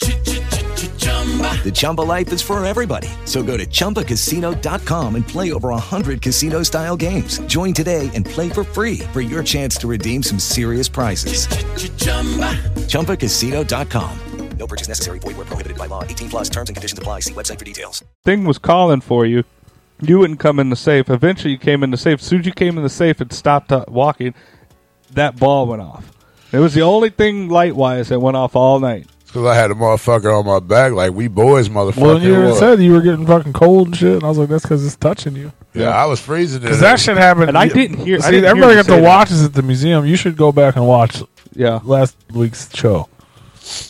The Chumba life is for everybody. So go to ChumbaCasino.com and play over 100 casino style games. Join today and play for free for your chance to redeem some serious prizes. ChumbaCasino.com. No purchase necessary. Void where prohibited by law. 18 plus terms and conditions apply. See website for details. Thing was calling for you. You wouldn't come in the safe. Eventually, you came in the safe. As soon as you came in the safe and stopped uh, walking, that ball went off. It was the only thing light wise that went off all night. Because I had a motherfucker on my back, like we boys, motherfucker. Well, you even was. said you were getting fucking cold and shit, and I was like, that's because it's touching you. yeah, I was freezing. Because that shit happened. And I didn't hear- I See, didn't hear everybody you got say to that. watch this at the museum. You should go back and watch. Yeah. Last week's show.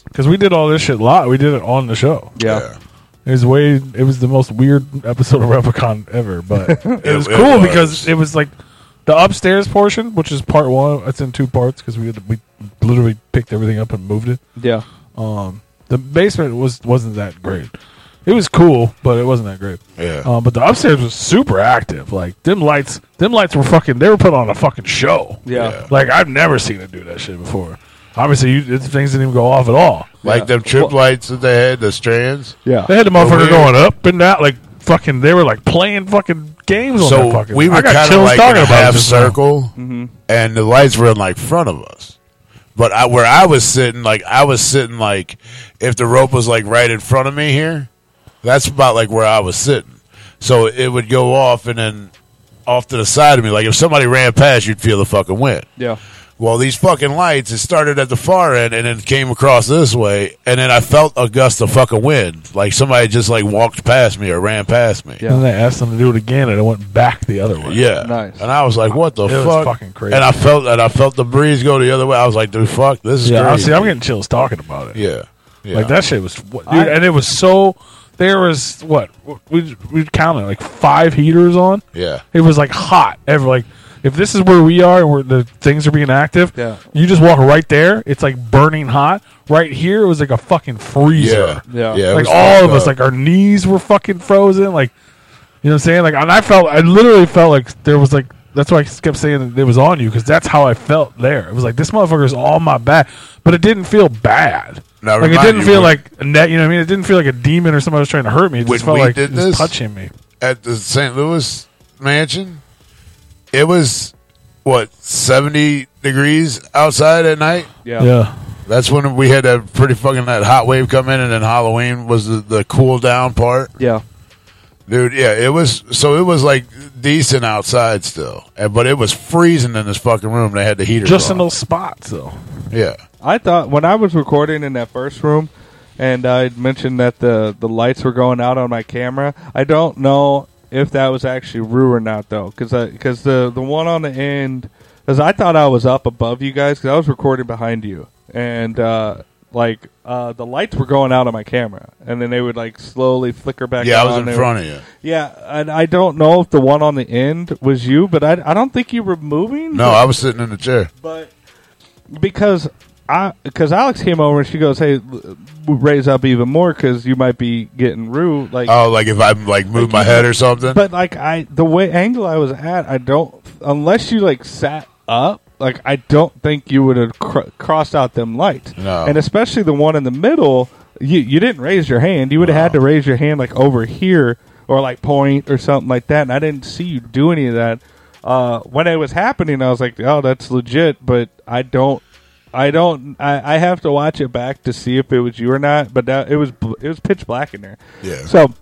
Because we did all this shit live. We did it on the show. Yeah. It was way. It was the most weird episode of Replicon ever, but it It- was it cool was. because it was like the upstairs portion, which is part one. It's in two parts because we had to, we literally picked everything up and moved it. Yeah. Um, the basement was wasn't that great. It was cool, but it wasn't that great. Yeah. Um, but the upstairs was super active. Like them lights, them lights were fucking. They were put on a fucking show. Yeah. Yeah. Like I've never seen it do that shit before. Obviously, you, it, things didn't even go off at all. Like them trip lights that they had, the strands. Yeah, They had the motherfucker weird. going up and down, like fucking. They were like playing fucking games. on So that fucking we I were got kind of chills like in talking a about it half just now. circle, and the lights were in like front of us. But I, where I was sitting, like I was sitting, like if the rope was like right in front of me here, that's about like where I was sitting. So it would go off and then off to the side of me. Like if somebody ran past, you'd feel the fucking wind. Yeah. Well, these fucking lights, it started at the far end and then came across this way, and then I felt a gust of fucking wind. Like somebody just like walked past me or ran past me. And then they asked them to do it again, and it went back the other way. Yeah. And I was like, what the It was fuck? fucking crazy. And I felt and I felt the breeze go the other way. I was like, dude, fuck, this is yeah, I- crazy. see, I'm getting chills talking about it. yeah. yeah. Like that shit was, what, dude, I- and it was so. There was what we we counted like five heaters on. Yeah. it was like hot. Ever like if this is where we are and where the things are being active. Yeah, you just walk right there. It's like burning hot. Right here, it was like a fucking freezer. Yeah. Yeah. Yeah, it like was all of fucked us, up. like our knees were fucking frozen. Like you know what I'm saying? Like and I felt, I literally felt like there was like. That's why I kept saying that it was on you because that's how I felt there. It was like this motherfucker is on my back, but it didn't feel bad. Now, like it remind didn't you, feel when- like a net. You know what I mean? It didn't feel like a demon or somebody was trying to hurt me. It When just felt we like did it was this- touching me. At the St. Louis mansion, it was what, seventy degrees outside at night? Yeah. Yeah. That's when we had that pretty fucking that hot wave come in and then Halloween was the, the cool down part. Yeah. Dude, yeah, it was so it was like decent outside still. And, but it was freezing in this fucking room. They had the heater. Just in those spots though. Yeah. I thought when I was recording in that first room, and I mentioned that the the lights were going out on my camera. I don't know if that was actually Rue or not though, because because the the one on the end, because I thought I was up above you guys because I was recording behind you, and uh, like uh, the lights were going out on my camera, and then they would like slowly flicker back. Yeah, I on. was in They front would- of you. Yeah, and I don't know if the one on the end was you, but I I don't think you were moving. No, I was sitting in the chair. But because I because Alex came over and she goes, "Hey, l- raise up even more because you might be getting Rue." Like oh, like if I like move my head or something. But like I, the way angle I was at, I don't unless you like sat up. Like I don't think you would have cr- crossed out them lights. No. and especially the one in the middle. You you didn't raise your hand. You would have had to raise your hand like over here or like point or something like that. And I didn't see you do any of that. Uh, when it was happening, I was like, "Oh, that's legit," but I don't. I don't. I, I have to watch it back to see if it was you or not. But that, it was bl- it was pitch black in there. Yeah. So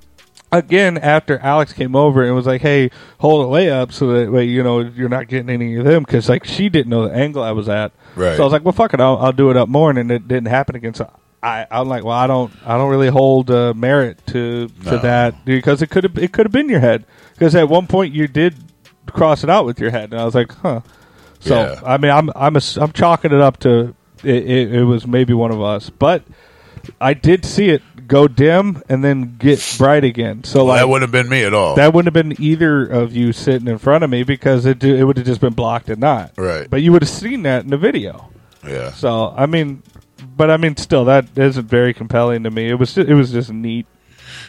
again, after Alex came over and was like, "Hey, hold it way up so that way you know you're not getting any of them," because like she didn't know the angle I was at. Right. So I was like, "Well, fuck it, I'll, I'll do it up more," and it didn't happen again. So I, I'm like, well, I don't, I don't really hold uh, merit to to No. that because it could have, it could have been your head because at one point you did cross it out with your head, and I was like, huh. So Yeah. I mean, I'm, I'm, ass- I'm chalking it up to it, it, it was maybe one of us, but I did see it go dim and then get bright again. So Well, like, that wouldn't have been me at all. that wouldn't have been either of you sitting in front of me because it do, it would have just been blocked and not Right. But you would have seen that in the video. Yeah. So I mean, but I mean, still that isn't very compelling to me. It was just, it was just neat.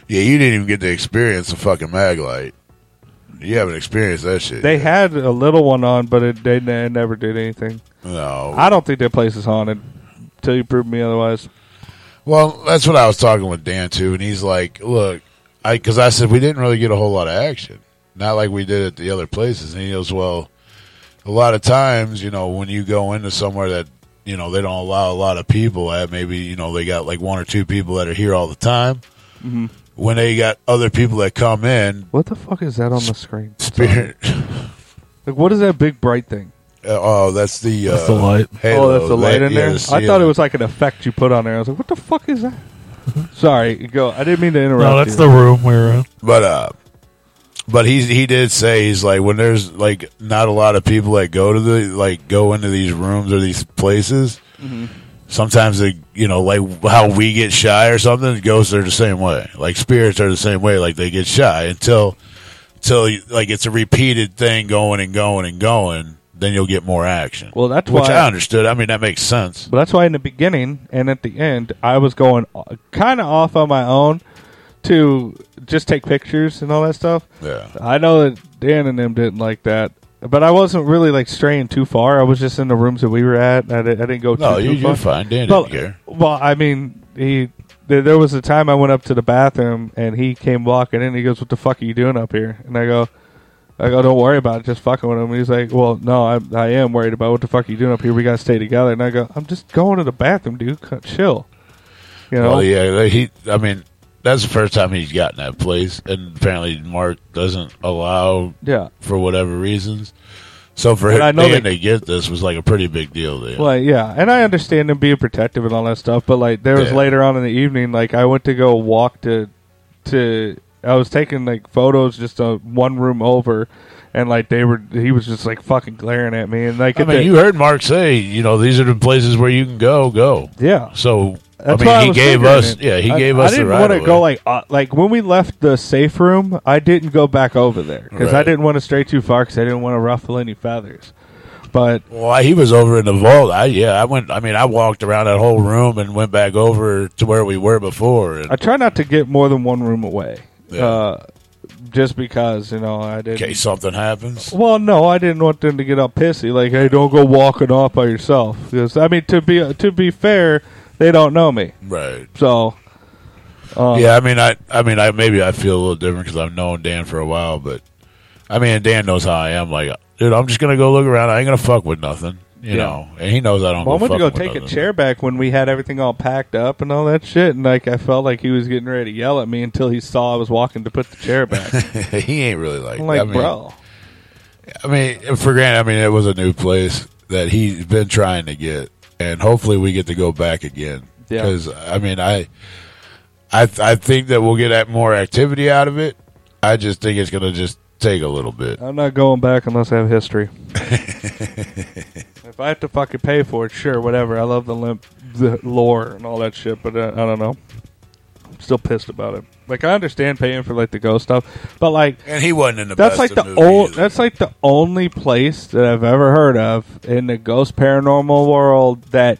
Yeah, you didn't even get to experience the fucking mag light. You haven't experienced that shit. They had a little one on, but it, they ne- never did anything. No, I don't think that place is haunted until you prove me otherwise. Well, that's what I was talking with Dan too, and he's like, "Look, I because I said we didn't really get a whole lot of action, not like we did at the other places." And he goes, "Well, a lot of times, you know, when you go into somewhere that you know they don't allow a lot of people at, maybe you know they got like one or two people that are here all the time. Mhm. When they got other people that come in, What the fuck is that on the screen? spirit, Like, what is that big bright thing? oh, that's the uh, oh, that's the light in there. I thought it was like an effect you put on there. I was like, what the fuck is that? Mm-hmm. Sorry, go. I didn't mean to interrupt. you. we were in. But uh, but he he did say he's like when there's like not a lot of people that go to the like go into these rooms or these places. Mm-hmm. Mhm. Sometimes they you know like how we get shy or something. Ghosts are the same way. Like spirits are the same way. Like they get shy until until like it's a repeated thing going and going and going. Then you'll get more action. Well, that's which why- I understood. I mean, that makes sense. But that's why in the beginning and at the end, I was going kind of off on my own to just take pictures and all that stuff. Yeah. I know that Dan and them didn't like that, but I wasn't really like straying too far. I was just in the rooms that we were at. I, di- I didn't go No, too, you- too you're far. fine. Dan Well, didn't care. Well, I mean, he there, there was a time I went up to the bathroom and he came walking in. He goes, "What the fuck are you doing up here?" And I go. I go, don't worry about it. Just fucking with him. And he's like, well, no, I, I am worried about what the fuck are you doing up here. We gotta stay together. And I go, I'm just going to the bathroom, dude. Cut- Chill. You know, Well, yeah, they- he. I mean, that's the first time he's gotten that place, and apparently Mark doesn't allow. Yeah. for whatever reasons. So for And him I know Dan they- to get this was like a pretty big deal. To him. Like, yeah, and I understand them being protective and all that stuff, but like there was Yeah. later on in the evening, like I went to go walk to to I was taking like photos just uh, one room over, and like they were he was just like fucking glaring at me, and like I at mean, the- you heard Mark say, you know, these are the places where you can go. Go. Yeah. So That's I why mean, he was gave figuring us. it. Yeah, he I- gave I us the didn't right. want of to way. go like uh, like when we left the safe room. I didn't go back over there because I Right. didn't want to stray too far because I didn't want to ruffle any feathers. But Well, he was over in the vault. I yeah, I went. I mean, I walked around that whole room and went back over to where we were before. And I try not to get more than one room away. Uh, just because you know I didn't. in case something happens. Well, no, I didn't want them to get all pissy. Like, hey, don't go walking off by yourself. 'Cause, I mean, to be to be fair, they don't know me, Right. So, uh, yeah, I mean, I, I mean, I maybe I feel a little different because I've known Dan for a while, but I mean, Dan knows how I am. Like, dude, I'm just gonna go look around. I ain't gonna fuck with nothing, you Yeah. know. And he knows I don't. Well, I went go to fucking go with take a nothing. chair back when we had everything all packed up and all that shit, and like I felt like he was getting ready to yell at me until he saw I was walking to put the chair back. he ain't really like I'm that. like, I mean- bro. I mean, for granted, I mean, it was a new place that he's been trying to get, and hopefully we get to go back again. Yeah. Because I mean, I, I, I think that we'll get at more activity out of it. I just think it's gonna just take a little bit. I'm not going back unless I have history. if I have to fucking pay for it, sure, whatever. I love the limp, the lore and all that shit, but uh, I don't know. I'm still pissed about it. Like I understand paying for like the ghost stuff, but like, And he wasn't in the that's best like of the movies old. That's like the only place that I've ever heard of in the ghost paranormal world that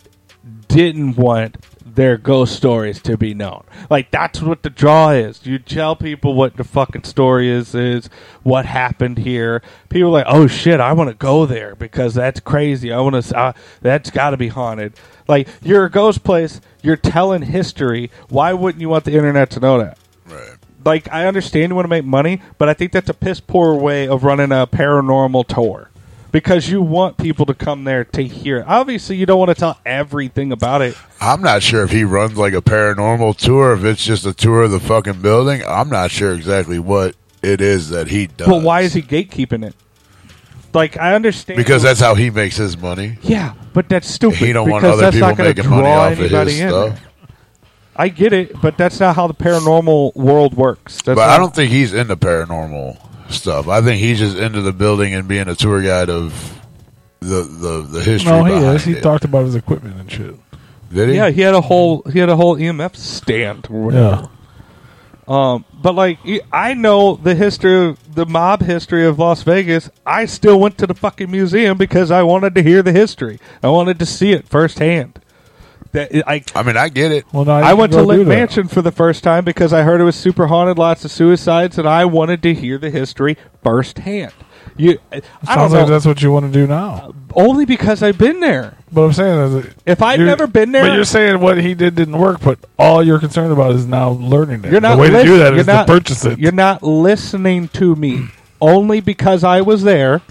didn't want their ghost stories to be known. Like that's what the draw is. You tell people what the fucking story is is what happened here. People are like, "Oh shit, I want to go there because that's crazy. I want to uh, that's got to be haunted." Like you're a ghost place, you're telling history. Why wouldn't you want the internet to know that? Right. Like I understand you want to make money, but I think that's a piss poor way of running a paranormal tour. Because you want people to come there to hear. it. Obviously, you don't want to tell everything about it. I'm not sure if he runs like a paranormal tour, if it's just a tour of the fucking building. I'm not sure exactly what it is that he does. But why is he gatekeeping it? Like I understand because that's how he makes his money. Yeah, but that's stupid. He don't want because other that's people not gonna making draw money off of anybody his in stuff. there. I get it, but that's not how the paranormal world works. That's but not- I don't think he's into paranormal stuff. I think he's just into the building and being a tour guide of the the, the history. no, he behind is. He it. talked about his equipment and shit. Did he? Yeah, he had a whole he had a whole EMF stand or whatever. Um, but like y- I know the history of the mob history of Las Vegas. I still went to the fucking museum because I wanted to hear the history. I wanted to see it firsthand. That I, I mean, I get it. Well, now you I can went to go do Lake that. Mansion for the first time because I heard it was super haunted, lots of suicides, and I wanted to hear the history firsthand. You, I don't Sounds know, like that's what you want to do now. only because I've been there. But I'm saying is that If I've you're- never been there, but you're saying what he did didn't work. But all you're concerned about is now learning it. You're not the way lis- to do that you're is not- to purchase it. You're not listening to me. Only because I was there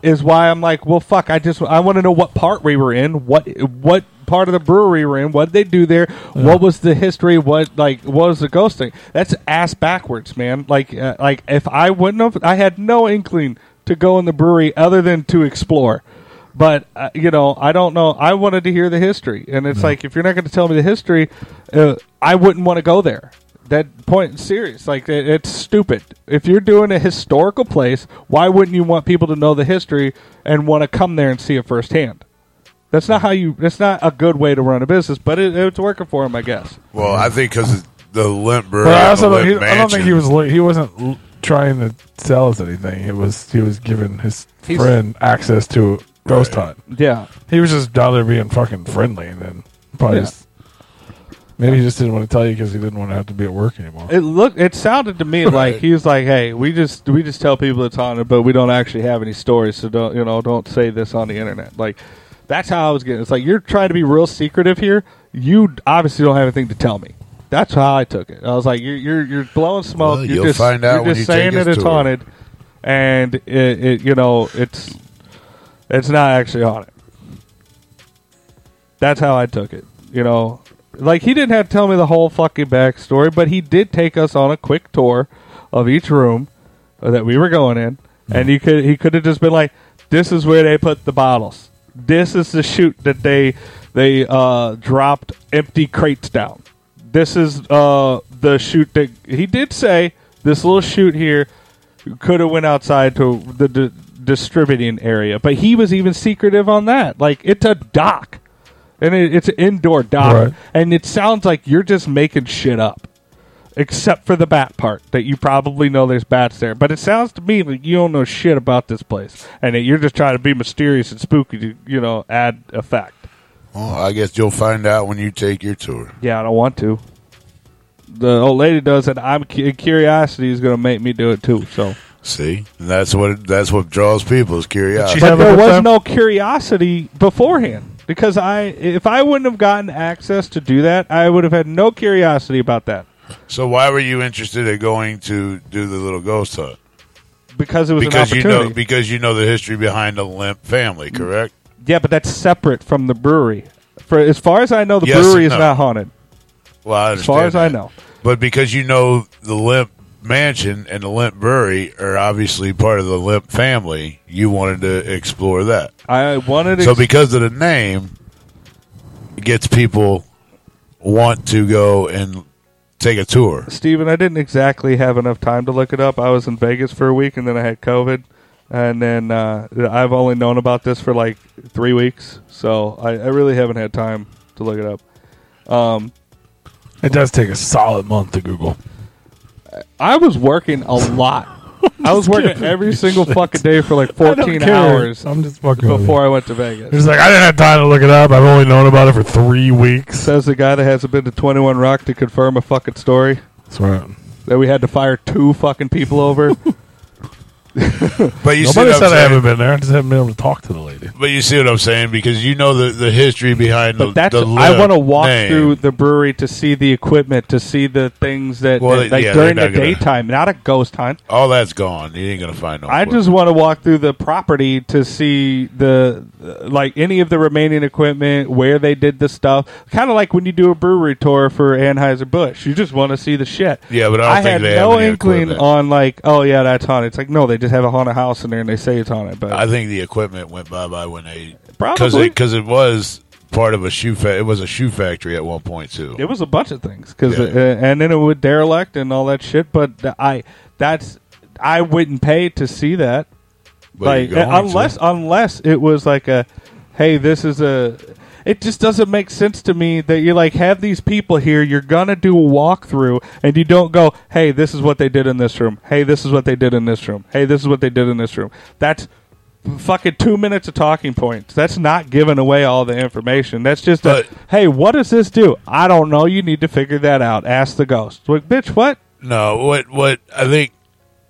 is why I'm like, well, fuck. I just I want to know what part we were in, what what part of the brewery we're in, what did they do there, what was the history, what like what was the ghost thing. That's ass backwards, man. Like uh, like if I wouldn't have, I had no inkling to go in the brewery other than to explore. But uh, you know, I don't know. I wanted to hear the history, and it's like if you're not going to tell me the history, uh, I wouldn't want to go there. That point serious. Like it, it's stupid. If you're doing a historical place, why wouldn't you want people to know the history and want to come there and see it firsthand? That's not how you. That's not a good way to run a business, but it, it's working for him, I guess. Well, I think because the limp brewery. But I also and the don't, he, Limp I don't think he Mansion- was li- he wasn't l- trying to sell us anything. It was he was giving his He's- friend access to Ghost Right. Hunt. Yeah. he was just down there being fucking friendly, and then probably Yeah. just maybe he just didn't want to tell you because he didn't want to have to be at work anymore. It looked. It sounded to me like he was like, "Hey, we just we just tell people it's haunted, but we don't actually have any stories, so don't you know don't say this on the internet." Like that's how I was getting. It's like you're trying to be real secretive here. You obviously don't have anything to tell me. That's how I took it. I was like, "You're you're you're blowing smoke. Well, you're you'll just, find out you're when just you take saying that us it's to it." haunted, and it, it you know it's it's not actually haunted." That's how I took it. You know, like he didn't have to tell me the whole fucking backstory, but he did take us on a quick tour of each room that we were going in, and he could he could have just been like, "This is where they put the bottles. This is the chute that they they uh, dropped empty crates down. This is uh, the chute that he did say this little chute here could have went outside to the." D- distributing area but he was even secretive on that like it's a dock and it, it's an indoor dock, and it sounds like you're just making shit up, except for the bat part that you probably know there's bats there. But it sounds to me like you don't know shit about this place, and that you're just trying to be mysterious and spooky to you know add effect. Well, I guess you'll find out when you take your tour. Yeah, I don't want to. The old lady does, and I'm cu- curiosity is going to make me do it too. So, See, and that's what that's what draws people's curiosity. but there was no curiosity beforehand. Because I, if I wouldn't have gotten access to do that, I would have had no curiosity about that. So why were you interested in going to do the little ghost hunt? Because it was an because you know opportunity. Mm. because you know the history behind the limp family, correct? Yeah, but that's separate from the brewery. For as far as I know, the Yes brewery and is no. not haunted. Well, I As far understand as I that. know, but because you know the limp mansion and the limp brewery are obviously part of the limp family, you wanted to explore that. I wanted to So because of the name, it gets people want to go and take a tour. Steven, I didn't exactly have enough time to look it up. I was in Vegas for a week, and then I had COVID, and then uh, I've only known about this for like three weeks, so I, I really haven't had time to look it up. Um, It does take a solid month to Google. I was working a lot. I was working kidding. every single Shit. fucking day for like I don't 14 care. hours I'm just fucking with before I went to Vegas. He's like, I didn't have time to look it up. I've only known about it for three weeks. Says the guy that hasn't been to 21 Rock to confirm a fucking story. That's right. That we had to fire two fucking people over. But Nobody you see what I'm said I saying? haven't been there. I just haven't been able to talk to the lady. But you see what I'm saying because you know the, the history behind the. But that's the I want to Limp walk name. through the brewery to see the equipment, to see the things that Well, that- like yeah, during the they're not gonna- daytime, not a ghost hunt. All that's gone. You ain't gonna find no. I equipment. just want to walk through the property to see the uh, like any of the remaining equipment, where they did the stuff. Kind of like when you do a brewery tour for Anheuser Busch, you just want to see the shit. Yeah, but I don't think had they have no any inkling equipment. on like, oh yeah, that's haunted. It's like no, they just have a haunted house in there and they say it's haunted. But I think the equipment went bye bye when they Probably. because it, 'cause it was part of a shoe. Fa- it was a shoe factory at one point too. It was a bunch of things because and then it would derelict and all that shit. But I that's I wouldn't pay to see that. But like you're going unless unless it was like a hey this is a it just doesn't make sense to me that you like have these people here you're gonna do a walkthrough and you don't go hey this is what they did in this room hey this is what they did in this room hey this is what they did in this room that's fucking two minutes of talking points that's not giving away all the information that's just a hey what does this do i don't know you need to figure that out ask the ghost like bitch what No, what what I think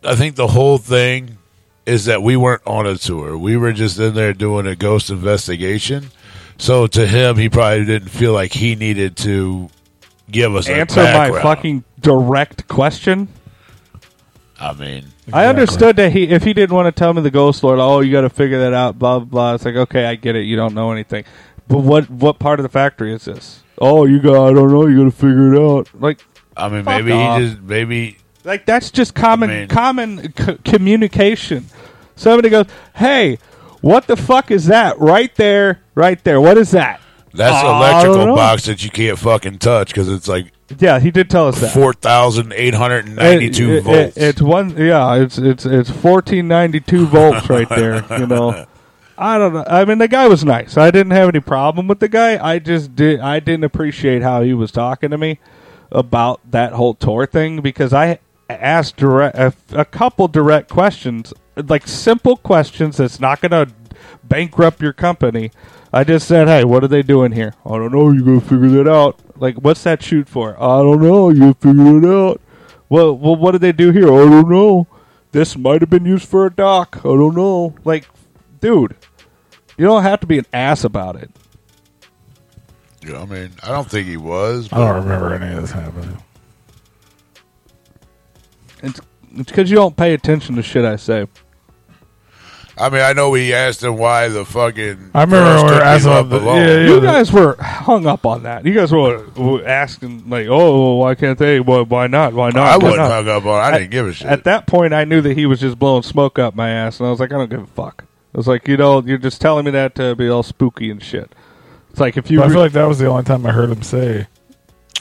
I think the whole thing is that we weren't on a tour. We were just in there doing a ghost investigation. So to him, he probably didn't feel like he needed to give us a answer my background. fucking direct question I mean, I understood that he, if he didn't want to tell me the Ghost Lord, oh, you got to figure that out, blah blah blah. It's like, okay, I get it. You don't know anything, but what what part of the factory is this? Oh, you got, I don't know. You got to figure it out. Like, I mean, fuck maybe off. he just maybe like that's just common mean- common c- communication. Somebody goes, hey, what the fuck is that right there, right there? What is that? that's "Oh, an I don't electrical know." box that you can't fucking touch because it's like Yeah, he did tell us that. Uh, four thousand eight hundred ninety-two It- it- volts. it's one. Yeah, it's it's it's fourteen ninety two volts right there. You know, I don't know. I mean, the guy was nice. I didn't have any problem with the guy. I just did. I didn't appreciate how he was talking to me about that whole tour thing because I asked direct a, a couple direct questions, like simple questions that's not going to bankrupt your company. I just said, "Hey, what are they doing here?" I don't know. You gonna figure that out. Like, what's that shoot for? I don't know. You figure it out. Well, well, what did they do here? I don't know. This might have been used for a dock. I don't know. Like, dude, you don't have to be an ass about it. Yeah, I mean, I don't think he was. I don't remember any of this happening. It's it's because you don't pay attention to shit I say. I mean, I know we asked him why the fucking. I remember girls we were couldn't leave asking up about the- alone. yeah, yeah, You the- guys were hung up on that. You guys were, were asking like, "Oh, well, why can't they? Why, why not? Why not?" I Why wasn't not? hung up on. I At- didn't give a shit. At that point, I knew that he was just blowing smoke up my ass, and I was like, "I don't give a fuck." I was like, "You know, you're just telling me that to be all spooky and shit." It's like if you. But I feel re- like that was the only time I heard him say,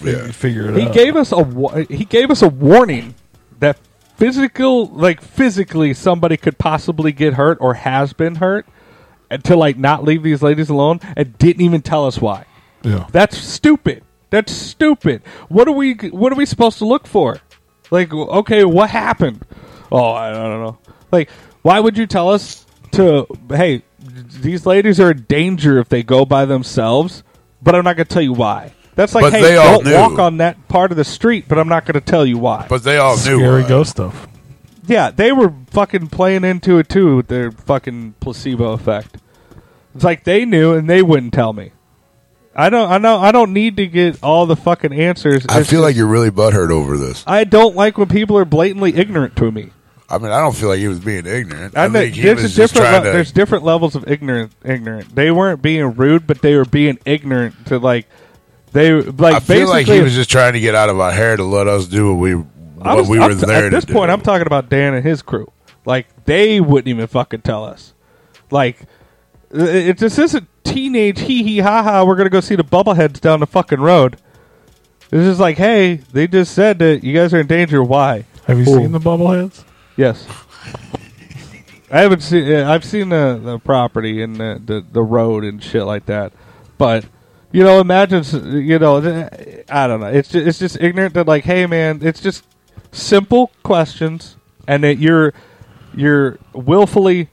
yeah. "Figure it he out." gave us a wa- he gave us a warning that physical like physically somebody could possibly get hurt or has been hurt and to like not leave these ladies alone and didn't even tell us why Yeah. that's stupid that's stupid what are we what are we supposed to look for like okay what happened oh i, I don't know like why would you tell us to hey these ladies are in danger if they go by themselves but i'm not going to tell you why that's like But hey they all don't knew. walk on that part of the street but i'm not going to tell you why But they all knew. Scary why. ghost stuff. yeah, they were fucking playing into it too with their fucking placebo effect. It's like they knew and they wouldn't tell me. I don't. I know. I don't need to get all the fucking answers. I It's feel just- like you're really butthurt over this. I don't like when people are blatantly ignorant to me. I mean, I don't feel like he was being ignorant. I, I know, think he there's was a just different trying le- to. there's different levels of ignorant. Ignorant. They weren't being rude, but they were being ignorant to like they like I feel like basically he was just trying to get out of our hair to let us do what we what I was- we were I'm- there at to this do. point. I'm talking about Dan and his crew. Like they wouldn't even fucking tell us. Like it, it this isn't teenage hee hee ha ha. We're gonna go see the bubbleheads down the fucking road. This is like, hey, they just said that you guys are in danger. Why? Have you Ooh. seen the bubbleheads? Yes. I haven't seen. yeah, I've seen the, the property and the, the the road and shit like that, but you know, imagine s- you know, th- I don't know. It's just, it's just ignorant that like, hey man, it's just simple questions, and that you're you're willfully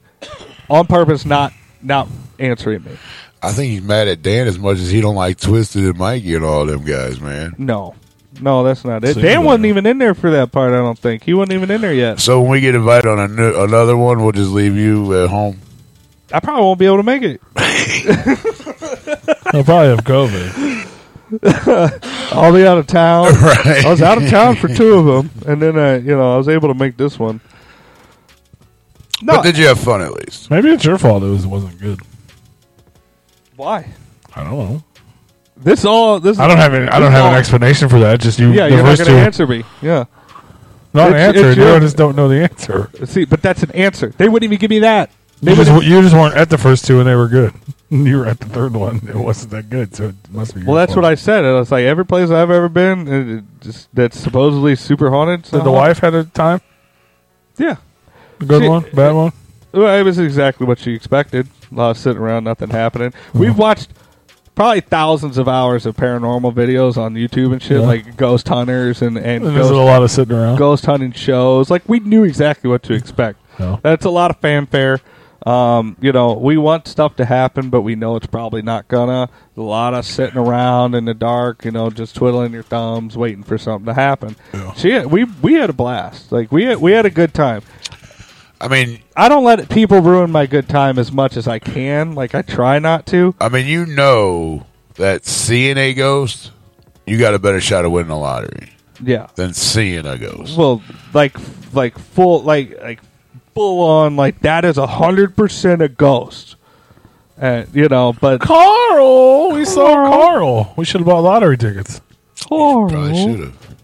on purpose not not answering me. I think he's mad at Dan as much as he don't like Twisted and Mikey and all them guys, man. No, no, that's not it. So Dan you wasn't even in there for that part. I don't think he wasn't even in there yet. So when we get invited on a new, another one, we'll just leave you at home. I probably won't be able to make it. They'll probably have COVID. I'll be out of town. Right. I was out of town for two of them, and then I, you know, I was able to make this one. No. But did you have fun at least? Maybe it's your fault. It was wasn't good. Why? I don't know. This all this. I don't have any, I this don't have all- an explanation for that. Just you. Yeah, the you're not first going to two- answer me. Yeah. Not an It's- answer. it's You your- just don't know the answer. See, but that's an answer. They wouldn't even give me that. They You would just, you just weren't at the first two, and they were good. you were at the third one. It wasn't that good, so it must be. Well, that's what I said. I was like, every place I've ever been it, it just, that's supposedly super haunted. Did the wife had a time? Yeah. Good one? Bad one? Well, it was exactly what she expected. A lot of sitting around, nothing happening. We've Uh-huh. watched probably thousands of hours of paranormal videos on YouTube and shit, Yeah. like ghost hunters and and And there's ghost- a lot of sitting around. ghost hunting shows. Like we knew exactly what to expect. That's a lot of fanfare. Um, you know, we want stuff to happen, but we know it's probably not gonna. A lot of sitting around in the dark, you know, just twiddling your thumbs, waiting for something to happen. She, we we had a blast. Like we had, we had a good time. I mean, I don't let people ruin my good time as much as I can. Like I try not to. I mean, you know that seeing a ghost, you got a better shot of winning the lottery Yeah. than seeing a ghost. Well, like like full like like full on like that is a hundred percent a ghost. And you know, but Carl, we saw Carl. We should have bought lottery tickets. Carl, Probably should have.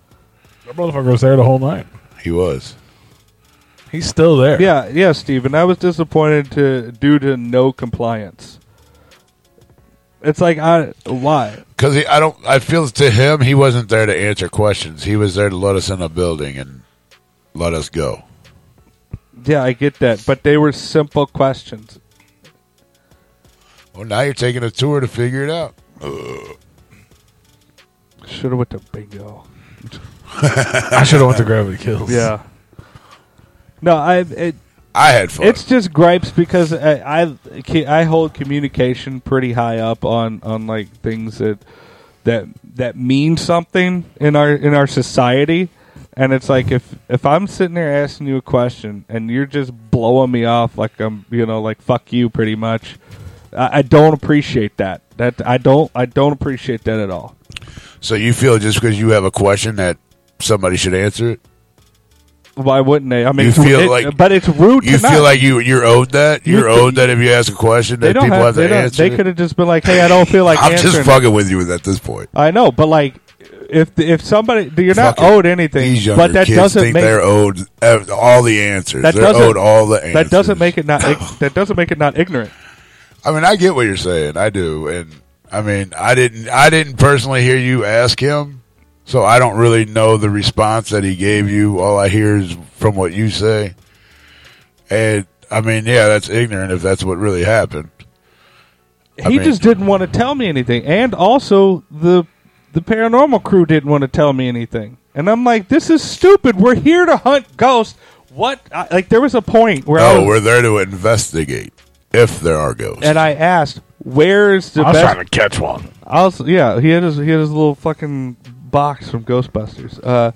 that motherfucker was there the whole night. He was. He's still there. Yeah, yeah, Steven. I was disappointed to due to no compliance. It's like I why? Because I don't, I feel to him he wasn't there to answer questions. He was there to let us in a building and let us go. Yeah, I get that, but they were simple questions. Well, now you're taking a tour to figure it out. Ugh. Should have went to bingo. I should have went to Gravity Kills. Yeah. No, I it, I had fun. It's just gripes because I, I I hold communication pretty high up on on like things that that that mean something in our in our society. And it's like if if I'm sitting there asking you a question and you're just blowing me off like I'm you know like fuck you pretty much. I, I don't appreciate that. That I don't I don't appreciate that at all. So you feel just because you have a question that somebody should answer it? Why wouldn't they? I mean, You it's- feel it- like- but it's rude. You to not. feel like you you're owed that. You're You- owed that if you ask a question they that don't people have, have, they to don't- answer. They it. could have just been like, "Hey, I don't feel like I'm answering just it. fucking with you at this point. I know, but like, if if somebody you're not Fucking owed anything, These younger but that kids doesn't think make they're owed ev- all the answers. that they're doesn't owed all the that answers. doesn't make it not ig- that doesn't make it not ignorant. I mean, I get what you're saying. I do, and I mean, I didn't. I didn't personally hear you ask him, so I don't really know the response that he gave you. All I hear is from what you say, and I mean, yeah, that's ignorant if that's what really happened. I he mean- just didn't want to tell me anything, and also the the paranormal crew didn't want to tell me anything, and I'm like, this is stupid. We're here to hunt ghosts. What? I, like, there was a point where I No, was- Oh, we're there to investigate if there are ghosts. and I asked, "Where is the I was best?" trying to catch one. I was, yeah, he had his he had his little fucking box from Ghostbusters. Uh,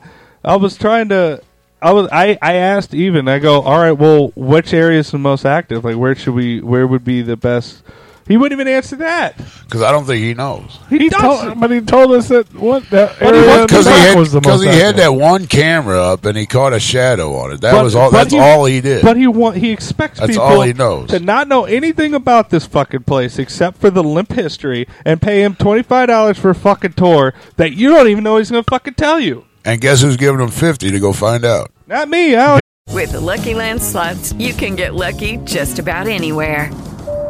I was trying to, I was I I asked even. I go, "All right, well, which area is the most active? Like, where should we? Where would be the best?" He wouldn't even answer that. Because I don't think he knows. He, told, but he told us that what that area in the Because he, back had, was the most. 'cause he had active. that one camera up and he caught a shadow on it. That But- was all. but That's all he did. But he want he expects That's people all he knows. to not know anything about this fucking place except for the limp history and pay him twenty five dollars for a fucking tour that you don't even know he's gonna fucking tell you. and guess who's giving him fifty to go find out? Not me. I With the Lucky Land slots, you can get lucky just about anywhere.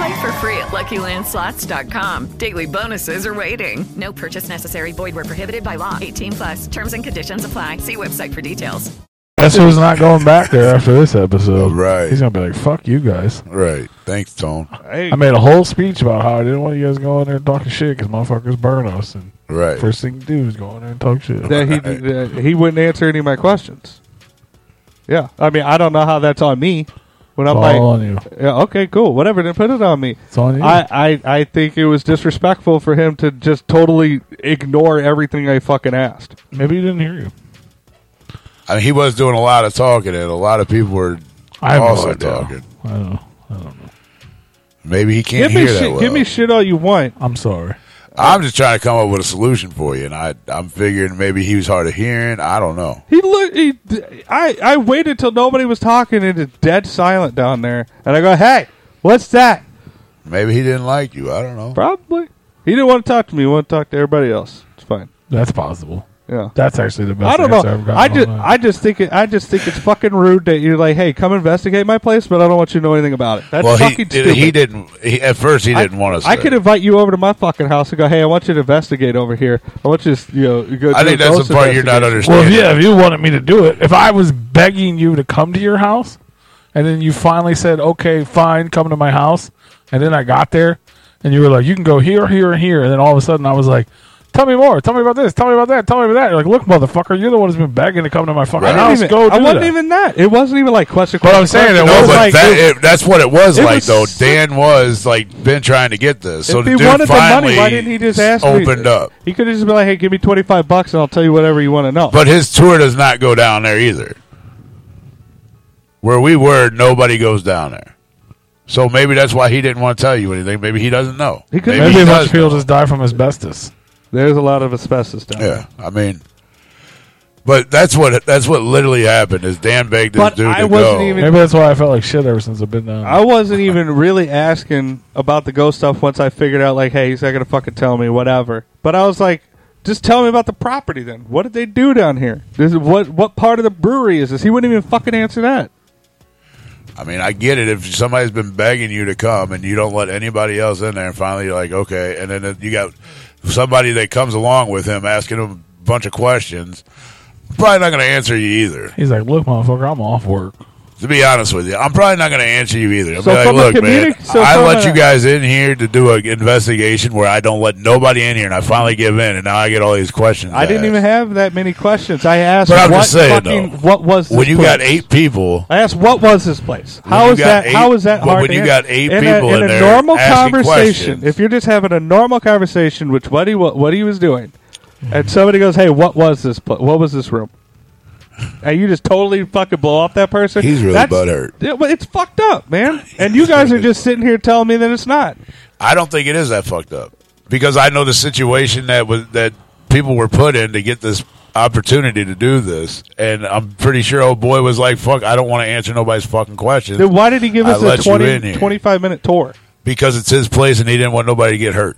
Play for free at LuckyLandSlots.com. Daily bonuses are waiting. No purchase necessary. Void where prohibited by law. 18 plus terms and conditions apply. See website for details. That's who's not going back there after this episode. Right. He's gonna be like, "Fuck you guys." Right. Thanks, Tone. I made a whole speech about how I didn't want you guys going there and talking shit because motherfuckers burn us. And Right. first thing you do is go in there and talk shit. that he that he wouldn't answer any of my questions. Yeah, I mean, I don't know how that's on me. When I'm It's like, all on you. Yeah, okay, cool, whatever. Then put it on me. It's on you. I, I, I think it was disrespectful for him to just totally ignore everything I fucking asked. Maybe he didn't hear you. I mean, he was doing a lot of talking, and a lot of people were I have no also idea. talking. I don't know. Maybe he can't give me hear shit. that well. Give me shit all you want. I'm sorry. I'm just trying to come up with a solution for you, and I, I'm figuring maybe he was hard of hearing. I don't know. He looked. He, I, I waited till nobody was talking and it's dead silent down there, and I go, "Hey, what's that?" Maybe he didn't like you. I don't know. Probably. He didn't want to talk to me. He wanted to talk to everybody else. It's fine. That's possible. Yeah. That's actually the best I don't answer I've know. gotten I all just, night. I just think, it, I just think it's fucking rude that you're like, "Hey, come investigate my place," but I don't want you to know anything about it. That's well, fucking he, stupid. he didn't. He, at first, he didn't want us. I could invite you over to my fucking house and go, "Hey, I want you to investigate over here. I want you to, you know, go." I do think a that's ghost the part you're not investigation." Well, if, yeah, if you wanted me to do it, if I was begging you to come to your house, and then you finally said, "Okay, fine, come to my house," and then I got there, and you were like, "You can go here, here, and here," and then all of a sudden I was like. Tell me more. Tell me about this. Tell me about that. Tell me about that. You're like, look, motherfucker, you're the one who's been begging to come to my fucking I house. didn't even, Go do I wasn't that. even that. It wasn't even like question. But I'm saying question, it question. no, was but like- that, it- it- that's what it was it like, was though. Dan was like been trying to get this, so if the he dude wanted the finally money, why didn't he just ask? me? opened up. He could have just been like, "Hey, give me twenty five bucks, and I'll tell you whatever you want to know." But his tour does not go down there either. Where we were, nobody goes down there. So maybe that's why he didn't want to tell you anything. Maybe he doesn't know. He could maybe maybe he much does. people just die from asbestos. There's a lot of asbestos down Yeah, I mean, but that's what that's what literally happened. Is Dan begged this But dude I to wasn't go? even- Maybe that's why I felt like shit ever since I've been down. I wasn't even really asking about the ghost stuff once I figured out, like, "Hey, he's not gonna fucking tell me whatever." But I was like, "Just tell me about the property then. What did they do down here? This is, what what part of the brewery is this?" He wouldn't even fucking answer that. I mean, I get it if somebody's been begging you to come and you don't let anybody else in there, and finally you're like, okay, and then you got somebody that comes along with him asking him a bunch of questions. Probably not going to answer you either. He's like, look, motherfucker, I'm off work. To be honest with you, I'm probably not going to answer you either. I'm So like, from a look, man, comedic- so I from let a- you guys in here to do an investigation where I don't let nobody in here, and I finally give in, and now I get all these questions. I didn't asked. even have that many questions. I asked, But I'm "What just saying, fucking, though, what was this when you got place? eight people. I asked, "What was this place? When How you is got that? eight- how is that but hard?" when to you answer? got eight in people a, in in, a there normal asking conversation, questions. if you're just having a normal conversation, which what he wa- what he was doing, and somebody goes, "Hey, what was this? Pl- what was this room?" And you just totally fucking blow off that person. He's really That's- butthurt. Yeah, but it's fucked up, man. And you guys are just sitting here telling me that it's not. I don't think it is that fucked up because I know the situation that was that people were put in to get this opportunity to do this, and I'm pretty sure old boy was like, "Fuck, I don't want to answer nobody's fucking questions." Then why did he give I us a let you 20, in here. 25 minute tour? Because it's his place, and he didn't want nobody to get hurt,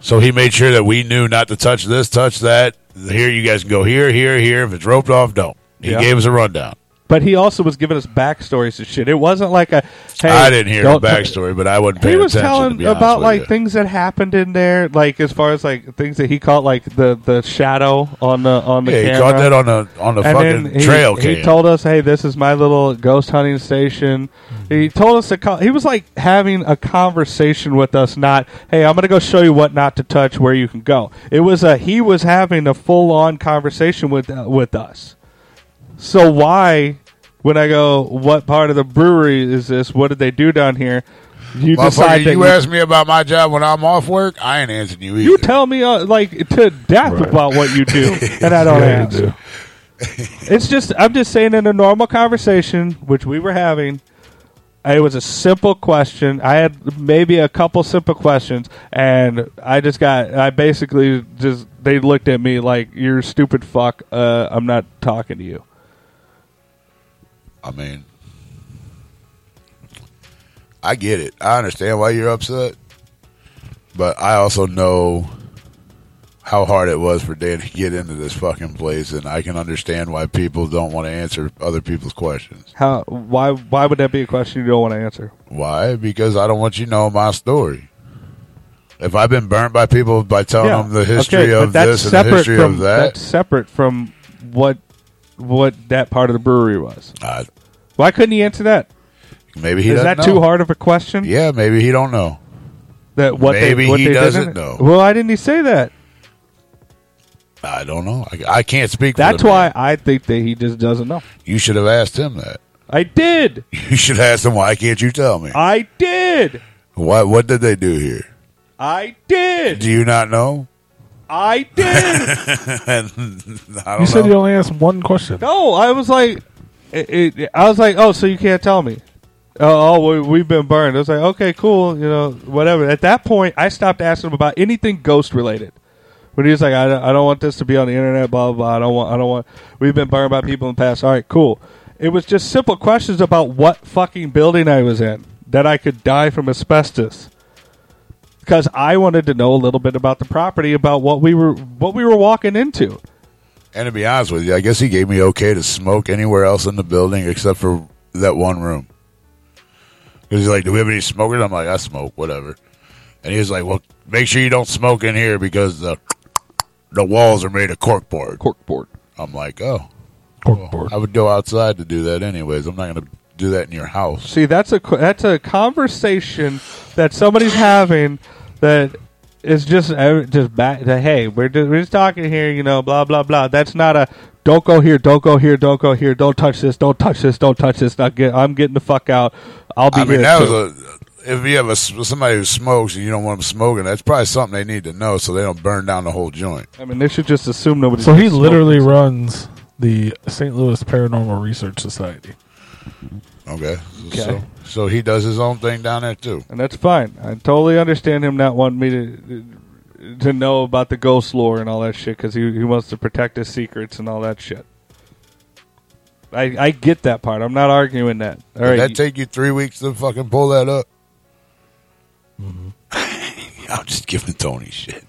so he made sure that we knew not to touch this, touch that. Here, you guys can go here, here, here. If it's roped off, don't. He Yeah. gave us a rundown. But he also was giving us backstories and shit. It wasn't like a. Hey, I didn't hear the don't t- backstory, but I wasn't paying he was attention. to telling be honest about with like you. things that happened in there, like as far as like things that he caught, like the the shadow on the on the Yeah, he camera. caught that on the- on the And fucking then he- trail He cam. told us, "Hey, this is my little ghost hunting station." Mm-hmm. He told us to call. He was like having a conversation with us, not, "Hey, I'm gonna go show you what not to touch, where you can go." It was a he was having a full on conversation with uh, with us. So why, when I go, what part of the brewery is this? What did they do down here? You Motherfucker, decide that you asked me about my job when I'm off work. I ain't answering you either. you tell me uh, like to death about what you do, and I don't Yeah, you answer. it's just I'm just saying in a normal conversation, which we were having, it was a simple question. I had maybe a couple simple questions, and I just got I basically just they looked at me like you're a stupid fuck. Uh, I'm not talking to you. I mean, I get it. I understand why you're upset, but I also know how hard it was for Dan to get into this fucking place, and I can understand why people don't want to answer other people's questions. How why why would that be a question you don't want to answer? Why? Because I don't want you to know my story. If I've been burnt by people by telling Yeah. them Oh, the Okay, history but of this and the history from, of that, That's separate from what what that part of the brewery was. Why couldn't he answer that? Uh, maybe he Is doesn't that too know. hard of a question? Yeah, maybe he don't know. That what they- maybe what he they did doesn't in it? know. Well, why didn't he say that? I don't know. I, I can't speak. That's for the man. why I think that he just doesn't know. you should have asked him that. I did. You should ask them why can't you tell me? I did. What what did they do here? I did. Do you not know? I did. And I You don't said know. you only asked one question. no, I was like, it, it, I was like, oh, so you can't tell me. Oh, oh, we, we've been burned. I was like, okay, cool, you know, whatever. At that point, I stopped asking him about anything ghost related. When he was like, I don't, I don't want this to be on the internet, blah, blah, blah. I don't want, I don't want, we've been burned by people in the past. All right, cool. It was just simple questions about what fucking building I was in that I could die from asbestos. Because I wanted to know a little bit about the property, about what we were, what we were walking into. And to be honest with you, I guess he gave me okay to smoke anywhere else in the building except for that one room. Because he's like, "Do we have any smokers?" I'm like, "I smoke, whatever." And he was like, "Well, make sure you don't smoke in here because the the walls are made of corkboard." Corkboard. I'm like, "Oh, corkboard." I would go outside to do that anyways. I'm not going to do that in your house. See, that's a that's a conversation that somebody's having that is just uh, just back to hey, we're just, we're just talking here, you know, blah blah blah. That's not a don't go here, don't go here, don't go here, don't touch this, don't touch this, don't touch this. Not get, I'm getting the fuck out. I'll be I mean, here. that too. was a. If you have a s somebody who smokes and you don't want them smoking, that's probably something they need to know so they don't burn down the whole joint. I mean, they should just assume nobody. So he literally runs the St. Louis Paranormal Research Society. Okay. Okay. So, so he does his own thing down there too. and that's fine. I totally understand him not wanting me to to know about the ghost lore and all that shit because he he wants to protect his secrets and all that shit. I I get that part. I'm not arguing that. All Did right, that take you three weeks to fucking pull that up? I'm just giving Tony shit.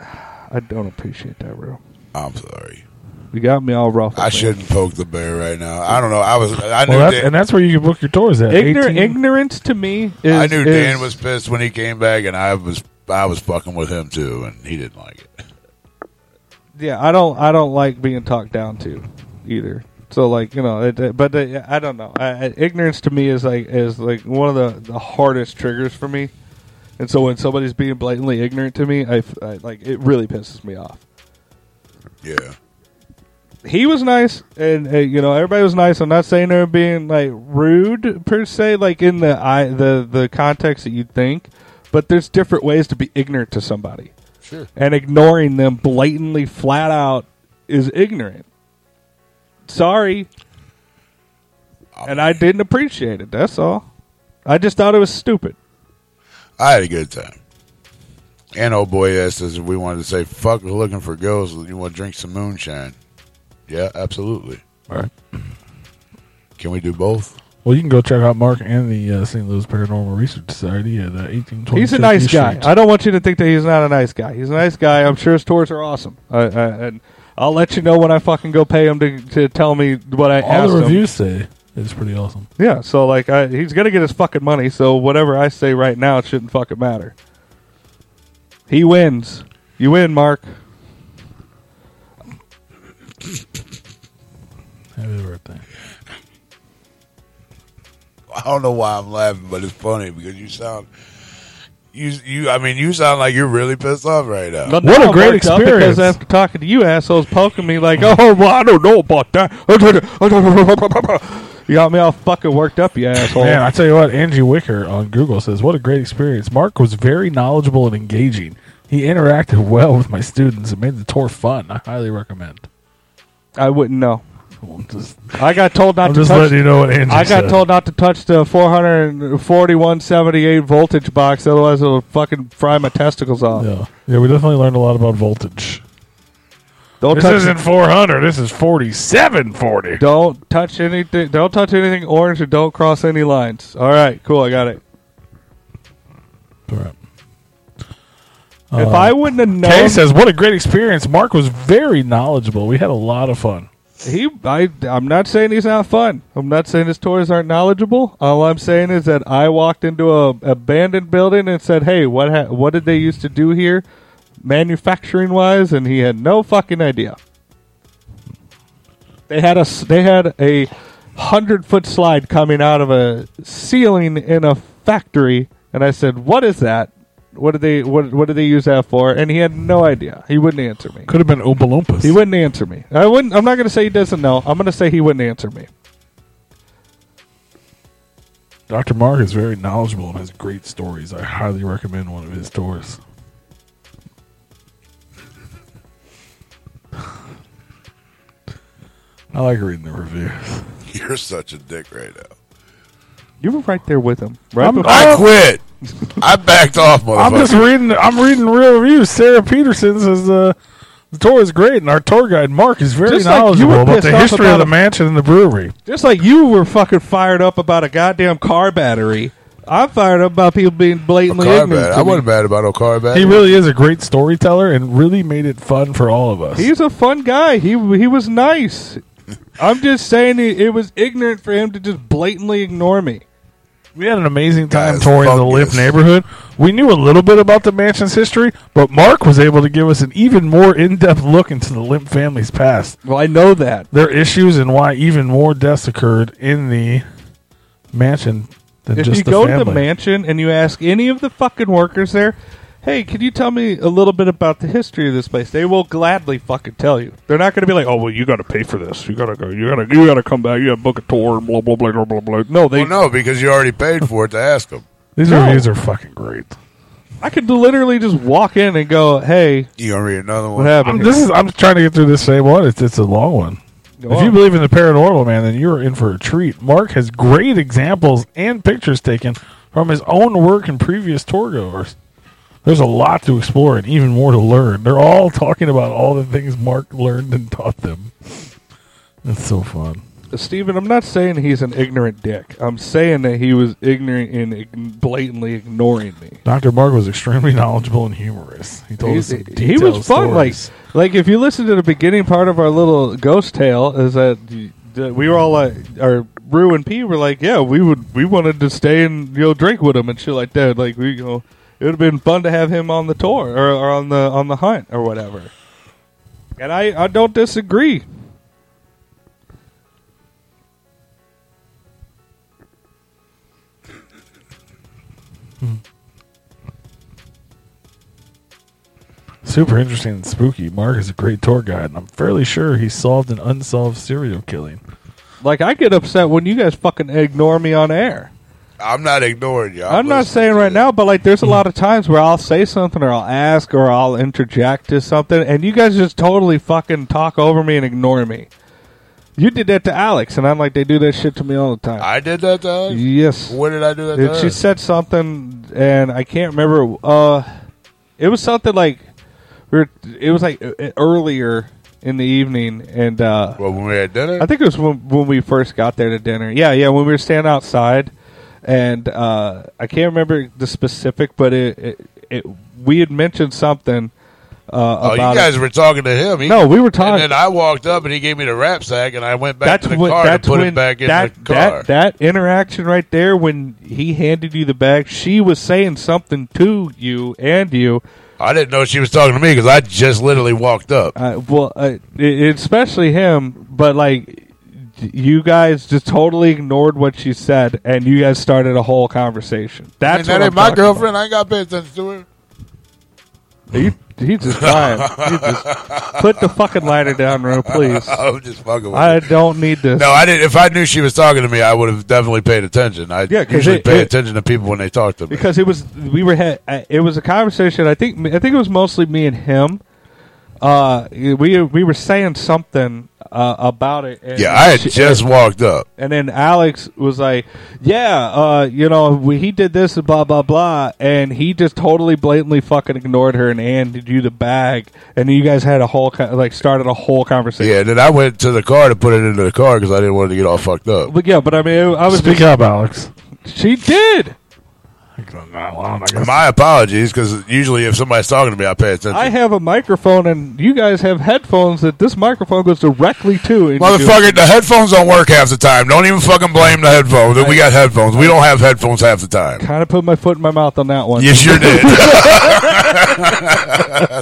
I don't appreciate that, real. I'm sorry. You got me all rough. I shouldn't poke the bear right now. I don't know. I was. I knew. Well, that's, Dan, and that's where you can book your tours at. Ignor- 18? ignorance to me is. I knew is- Dan was pissed when he came back, and I was. I was fucking with him too, and he didn't like it. Yeah, I don't. I don't like being talked down to, either. So like you know, it, it- but uh, I don't know. I, I, ignorance to me is like is like one of the, the hardest triggers for me. And so when somebody's being blatantly ignorant to me, I, f- I- like it really pisses me off. Yeah. He was nice, and uh, you know everybody was nice. I'm not saying they're being like rude per se, like in the I, the the context that you'd think. But there's different ways to be ignorant to somebody. Sure. and ignoring them blatantly flat out is ignorant sorry and i didn't appreciate it that's all i just thought it was stupid I had a good time. And old boy asked us if we wanted to say fuck looking for ghosts. You want to drink some moonshine? Yeah, absolutely. All right. Can we do both? Well, you can go check out Mark and the uh, St. Louis Paranormal Research Society at uh, 1820. he's a nice guy i don't want you to think that he's not a nice guy he's a nice guy i'm sure his tours are awesome I, I, and i'll let you know when i fucking go pay him to, to tell me what i All asked the him. reviews say it's pretty awesome. yeah so like I, he's gonna get his fucking money so whatever i say right now it shouldn't fucking matter he wins you win mark Happy birthday. I don't know why I'm laughing, but it's funny because you sound you you. I mean, you sound like you're really pissed off right now. But now I'm worked up Because after talking to you assholes poking me like, oh, well, I don't know about that. You got me all fucking worked up, you asshole. Man, I tell you what, Angie Wicker on Google says, "What a great experience! Mark was very knowledgeable and engaging. He interacted well with my students and made the tour fun. I highly recommend." I wouldn't know. I got told not I'm to just touch. letting you know what Angie I got said. told not to touch the 44178 voltage box, otherwise it'll fucking fry my testicles off. Yeah, we definitely learned a lot about voltage. Don't this touch isn't 400. This is 4740. Don't touch anything. Don't touch anything orange, and don't cross any lines. All right, cool. I got it. If I wouldn't have known- Kay says, "What a great experience! Mark was very knowledgeable. We had a lot of fun." He, I, I'm not saying he's not fun. I'm not saying his tours aren't knowledgeable. All I'm saying is that I walked into a abandoned building and said, "Hey, what ha- what did they used to do here, manufacturing wise?" And he had no fucking idea. They had a s- they had a hundred foot slide coming out of a ceiling in a factory, and I said, "What is that? What did they what what did they use that for?" And he had no idea. He wouldn't answer me. Could have been Oopaloompus. He wouldn't answer me. I wouldn't. I'm not going to say he doesn't know. I'm going to say he wouldn't answer me. Dr. Mark is very knowledgeable and has great stories. I highly recommend one of his tours. I like reading the reviews. You're such a dick right now. You were right there with him. Right I'm- before- I quit. I backed off, motherfucker. I'm just reading. I'm reading real reviews. Sarah Peterson says uh, the tour is great, and our tour guide Mark is very Just like you knowledgeable were about pissed the off history about of the a- mansion and the brewery. Just like you were fucking fired up about a goddamn car battery, I'm fired up about people being blatantly Car ignorant. bad. to I me. wasn't bad about no car bad. He really is a great storyteller, and really made it fun for all of us. He's a fun guy. He he was nice. I'm just saying it, it was ignorant for him to just blatantly ignore me. We had an amazing time touring the Limp neighborhood. We knew a little bit about the mansion's history, but Mark was able to give us an even more in-depth look into the Limp family's past. Well, I know that their issues and why even more deaths occurred in the mansion than if just you the go to family. the mansion and you ask any of the fucking workers there, hey, can you tell me a little bit about the history of this place? They will gladly fucking tell you. They're not going to be like, oh, well, you got to pay for this. You got to go. You got to. You got to come back. You got to book a tour. Blah blah blah blah blah blah. No, they. Well, no, because you already paid for it to ask him. These No. reviews are fucking great. I could literally just walk in and go, hey, you gonna read another one? What happened? I'm, this here? is I'm trying to get through this same one. It's it's a long one. Go if you on. believe in the paranormal, man, then you're in for a treat. Mark has great examples and pictures taken from his own work and previous tour goers. There's a lot to explore and even more to learn. They're all talking about all the things Mark learned and taught them. That's so fun. Steven, I'm not saying he's an ignorant dick. I'm saying that he was ignorant and ign- blatantly ignoring me. Dr. Mark was extremely knowledgeable and humorous. He told us He's- some he was fun. Like, like if you listen to the beginning part of our little ghost tale, is that y- that we were all like, our Rue and P were like, yeah, we would, we wanted to stay and you know drink with him and shit like that. Like we, you know, it would have been fun to have him on the tour or, or on the on the hunt or whatever. And I, I don't disagree. Super interesting and spooky. Mark is a great tour guide, and I'm fairly sure he solved an unsolved serial killing. Like I get upset when you guys fucking ignore me on air. I'm not ignoring you. I'm, I'm, not saying right now, but like there's a lot of times where I'll say something or I'll ask or I'll interject to something, and you guys just totally fucking talk over me and ignore me. You did that to Alex, and I'm like, they do that shit to me all the time. I did that to Alex? Yes. When did I do that to Dude, she her? said something, and I can't remember. Uh, it was something like we were, it was like uh, earlier in the evening, and uh, well, when we had dinner, I think it was when, when we first got there to dinner. Yeah, yeah, when we were standing outside, and uh, I can't remember the specific, but it, it, it we had mentioned something. Uh, Oh, you about guys it. were talking to him. He- No, we were talking- And then I walked up and he gave me the rap sack, and I went back that's to the when- car that's to put when it back in that, the car. That, that interaction right there, when he handed you the bag, she was saying something to you and you. I didn't know she was talking to me because I just literally walked up. Uh, well, uh, it, especially him, but like you guys just totally ignored what she said, and you guys started a whole conversation. I mean, That's that what ain't I'm my talking about. girlfriend. I ain't got to pay attention to her. You, he's just lying. You just put the fucking lighter down, Ro, please. I'm just fucking with I you. don't need this. No, I didn't. If I knew she was talking to me, I would have definitely paid attention. I Yeah, 'cause usually it- pay it- attention to people when they talk to me. because it was we were had uh, it was a conversation. I think I think it was mostly me and him. Uh, we we were saying something uh, about it. And Yeah, I had she- just walked up. And then Alex was like, "Yeah, uh, you know, we, he did this and blah blah blah," and he just totally blatantly fucking ignored her and handed you the bag, and you guys had a whole co- like started a whole conversation. Yeah, and then I went to the car to put it into the car because I didn't want it to get all fucked up. But yeah, but I mean, I was Speak up, Alex. She did. My apologies because usually if somebody's talking to me, I pay attention. I have a microphone, and you guys have headphones that this microphone goes directly to. And you do- Motherfucker, the headphones don't work half the time. Don't even fucking blame the headphones. We got headphones. We don't have headphones half the time. Kind of put my foot in my mouth on that one. You sure did.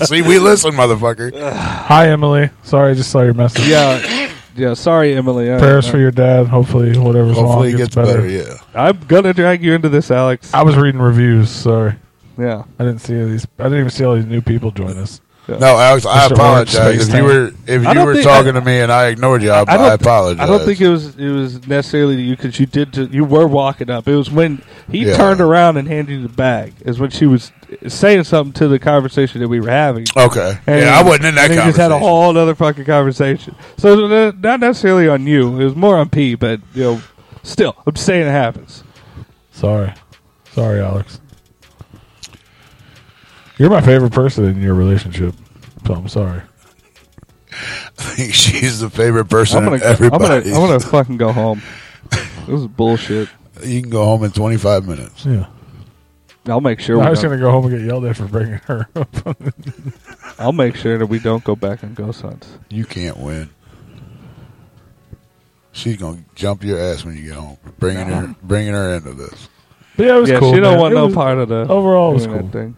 See, we listen, motherfucker. Hi, Emily. Sorry, I just saw your message. yeah, yeah. Sorry, Emily. I- Prayers I- for your dad. Hopefully, whatever's Hopefully wrong it gets, gets better. better, yeah. I'm gonna drag you into this, Alex. I was reading reviews. Sorry. Yeah. I didn't see all these. I didn't even see all these new people join us. No, Alex, I Mr. Orange apologize. Space If you Time. were if I you don't were think- talking to me and I ignored you, I, I, don't- apologize. I don't think it was it was necessarily to you because you did ju- you were walking up. It was when he Yeah. turned around and handed you the bag. Is when she was saying something to the conversation that we were having. Okay. Yeah, I wasn't in that and they just had a whole other fucking conversation. So it was not necessarily on you. It was more on P. But you know, still, I'm saying it happens. Sorry. Sorry, Alex. You're my favorite person in your relationship, so I'm sorry. she's the favorite person. I'm gonna, in everybody. I'm gonna, I'm gonna fucking go home. this is bullshit. You can go home in 25 minutes. Yeah. I'll make sure. I we was don't- going to go home and get yelled at for bringing her up. I'll make sure that we don't go back on ghost hunts. You can't win. She's gonna jump your ass when you get home. Bringing her, bringing her into this. But yeah, it was yeah, cool. she don't man. want It no was- part of the Overall, it was doing that cool. Thing.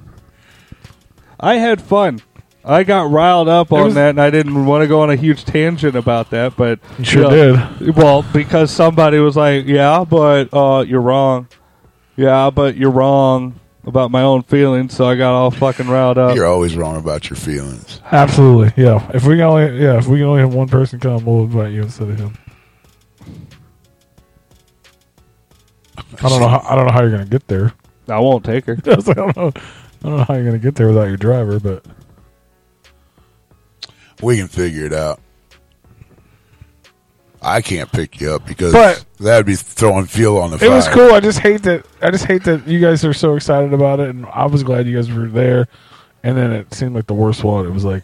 I had fun. I got riled up on was- that, and I didn't want to go on a huge tangent about that. But You sure did. Well, because somebody was like, "Yeah, but uh, you're wrong. Yeah, but you're wrong about my own feelings." So I got all fucking riled up. You're always wrong about your feelings. Absolutely, yeah. If we can only, yeah, if we can only have one person come, we'll invite you instead of him. I don't know. How, I don't know how you're going to get there. I won't take her. I was like, I don't know. I don't know how you're going to get there without your driver, but We can figure it out. I can't pick you up because But- that'd be throwing fuel on the fire. it was cool. I just hate that. I just hate that you guys are so excited about it, and I was glad you guys were there. And then it seemed like the worst one. It was like,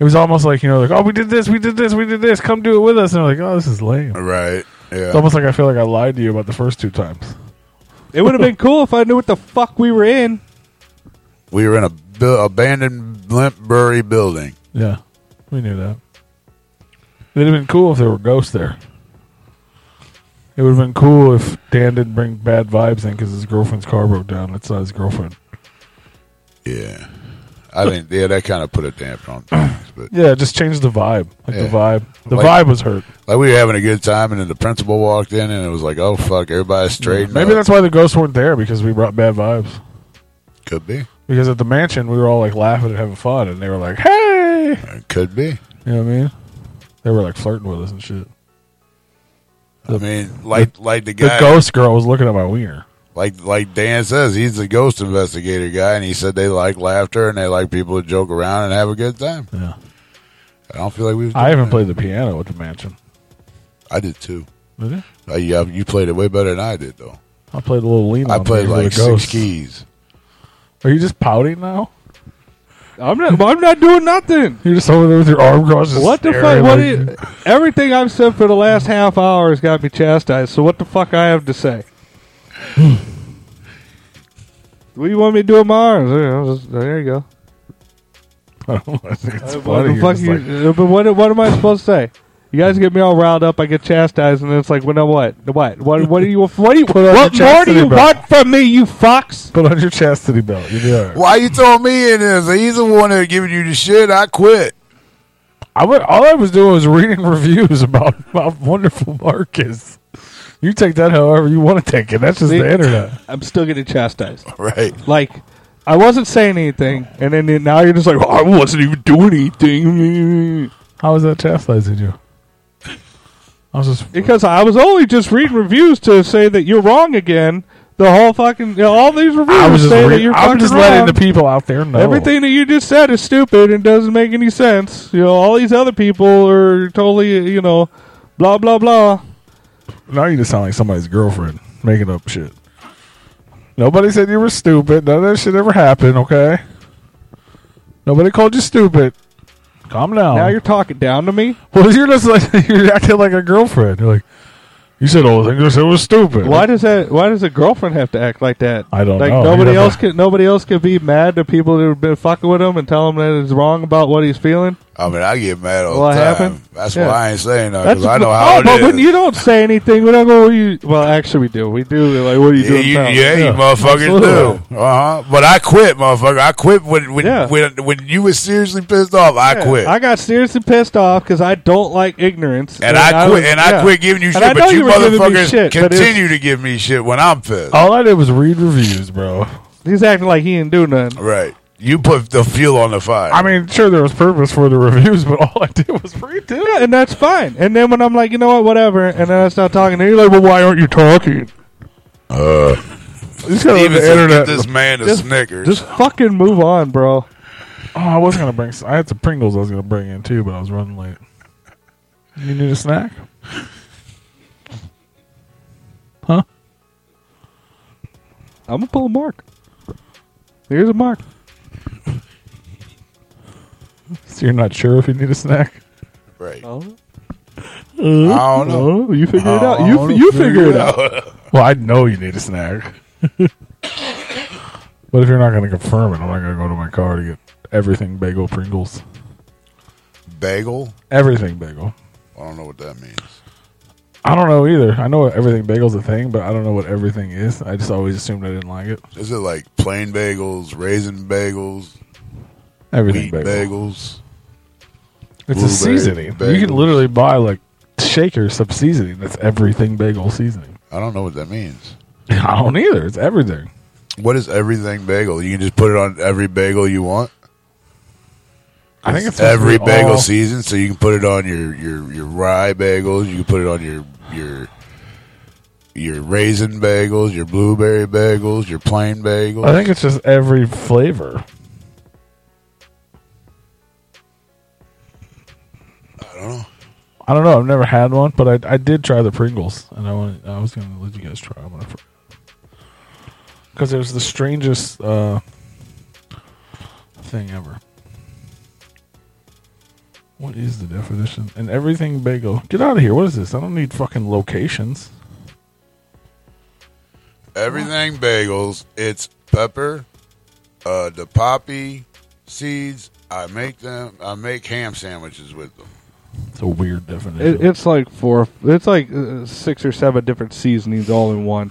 it was almost like you know, like oh, we did this, we did this, we did this. Come do it with us. And I'm like, oh, this is lame. Right. Yeah. It's almost like I feel like I lied to you about the first two times. It would have been cool if I knew what the fuck we were in. We were in a bu- abandoned Limpbury building. Yeah, we knew that. It'd have been cool if there were ghosts there. It would have been cool if Dan didn't bring bad vibes in because his girlfriend's car broke down. It's not his girlfriend. Yeah. I think yeah, that kind of put a damper on things, but Yeah, it just changed the vibe. Like Yeah. the vibe. The Like- vibe was hurt. like we were having a good time, and then the principal walked in, and it was like, oh fuck, everybody's straight. Maybe that's why the ghosts weren't there because we brought bad vibes. could be, Because at the mansion we were all like laughing and having fun, and they were like, "Hey!" could be. You know what I mean? They were like flirting with us and shit. I mean, like like the guy, The ghost girl was looking at my wiener. like like Dan says, he's the ghost investigator guy, and he said they like laughter and they like people to joke around and have a good time. Yeah, I don't feel like we. I haven't played the piano at the mansion. I did too. Did you? Uh, yeah, you played it way better than I did, though. I played a little lean. I on played there for like the ghost. six keys. Are you just pouting now? I'm not. I'm not doing nothing. You're just over there with your arm crossed. just What the fuck? staring, What? like- Is, everything I've said for the last half hour has got me chastised. So what the fuck I have to say? Hmm. what do you want me to do with my arms? There, I'll just- there you go. I don't know. I think it's funny. Uh, what the You're fuck just you- like- uh, but what, what am I supposed to say? You guys get me all riled up. I get chastised, and it's like, well, now what? What? What? What do you? What do you? on your What more do chastity you belt. want from me, you fox? Put on your chastity belt. You'll be all right. Why you throwing me in this? He's the one that giving you the shit. I quit. I would, all I was doing was reading reviews about about wonderful Marcus. You take that however you want to take it. That's just See, the internet. I'm still getting chastised. Right. Like, I wasn't saying anything, and then then now you're just like, "Oh, I wasn't even doing anything. How is that chastising you? I was just Because I was only just reading reviews to say that you're wrong again. The whole fucking, you know, all these reviews I was just say that re- you're I'm fucking just wrong. letting the people out there know. Everything that you just said is stupid and doesn't make any sense. You know, all these other people are totally, you know, blah blah blah. Now you just sound like somebody's girlfriend making up shit. Nobody said you were stupid. None of that shit ever happened. Okay. Nobody called you stupid. Calm down. Now you're talking down to me. Well, you're just like you're acting Oh. like a girlfriend. You're like, you said all the things I said was stupid. Why does that? Why does a girlfriend have to act like that? I don't like know. nobody You else never- can. Nobody else can be mad to people that have been fucking with him and tell him that it's wrong about what he's feeling. I mean, I get mad all What the time. happened? That's Yeah. why I ain't saying nothing. Uh, 'cause I know oh, how it but is. when you don't say anything, we don't go. You, well, actually, we do. We do. Like, what are you yeah, doing? you, pal? yeah, you motherfuckers absolutely. do. Uh huh. But I quit, motherfucker. I quit when when when, when you was seriously pissed off. I Yeah, quit. I got seriously pissed off because I don't like ignorance, and I quit. was- and I yeah. quit giving you And shit. I know but you, were giving me motherfuckers shit, but it's- continue to give me shit when I'm pissed. All I did was read reviews, bro. He's acting like he didn't do nothing. Right. You put the fuel on the fire. I mean, sure, there was purpose for the reviews, but all I did was read it, and that's fine. And then when I'm like, you know what, whatever, and then I start talking, and you're like, well, why aren't you talking? Uh, You just gotta let Stevenson, the internet get this man a Snickers. Just fucking move on, bro. Oh, I was gonna bring. I had some Pringles I was gonna bring in too, but I was running late. You need a snack? Huh? I'm gonna pull a mark. Here's a mark. So you're not sure if you need a snack? Right. I don't know. Uh-huh. you figure it out. I You don't f- you figure figure it it out. well, I know you need a snack. but if you're not going to confirm it, I'm not going to go to my car to get everything bagel Pringles. Bagel? Everything bagel. I don't know what that means. I don't know either. I know everything bagel's a thing, but I don't know what everything is. I just always assumed I didn't like it. Is it like plain bagels, raisin bagels, Everything wheat bagel. bagels? It's blueberry a seasoning. You bagels? can literally buy like shakers of seasoning. That's everything bagel seasoning. I don't know what that means. I don't either. It's everything. What is everything bagel? You can just put it on every bagel you want. I think it's supposed to every be bagel all- season, so you can put it on your your your rye bagels. You can put it on your your your raisin bagels, your blueberry bagels, your plain bagels. I think it's just every flavor. I don't know. I don't know. I've never had one, but I, I did try the Pringles, and I wanted, I was going to let you guys try them because it was the strangest uh, thing ever. What is the definition? And everything bagel. Get out of here. What is this? I don't need fucking locations. Everything bagels. It's pepper, uh, the poppy seeds. I make them. I make ham sandwiches with them. It's a weird definition. It, it's like four. It's like uh, six or seven different seasonings all in one.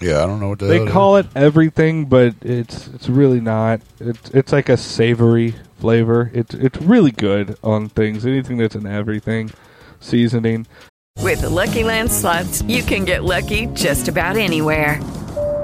Yeah, I don't know what the They hell call it everything, but it's it's really not. It's it's like a savory flavor. It's it's really good on things. Anything that's an everything seasoning. With the Lucky Land slots, you can get lucky just about anywhere.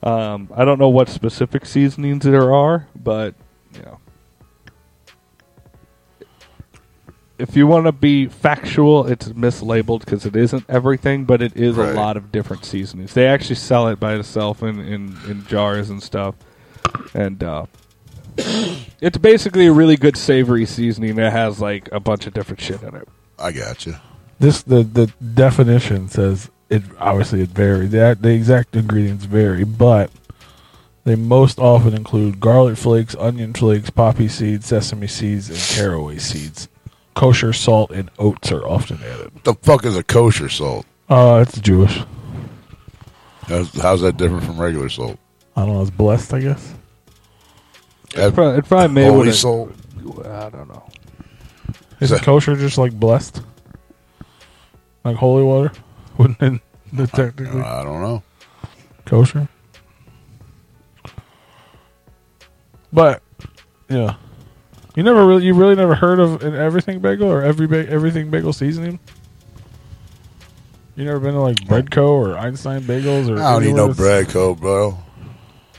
Um, I don't know what specific seasonings there are, but you know, if you want to be factual, it's mislabeled because it isn't everything, but it is a Right. lot of different seasonings. They actually sell it by itself in in, in jars and stuff, and uh, it's basically a really good savory seasoning that has like a bunch of different shit in it. I got you. This the the definition says it obviously it varies. The, the exact ingredients vary, but they most often include garlic flakes, onion flakes, poppy seeds, sesame seeds, and caraway seeds. Kosher salt and oats are often added. What the fuck is a kosher salt? Uh, it's Jewish. How's, how's that different from regular salt? I don't know. It's blessed, I guess. That- prob- it probably made holy with a- salt. I don't know. Is it kosher just like blessed, like holy water? Wouldn't it the technically I don't know. kosher? But yeah, you never really, you really never heard of an everything bagel or every ba- everything bagel seasoning. You never been to like Breadco or Einstein Bagels I or don't need anywhere no that's- bread coat, bro.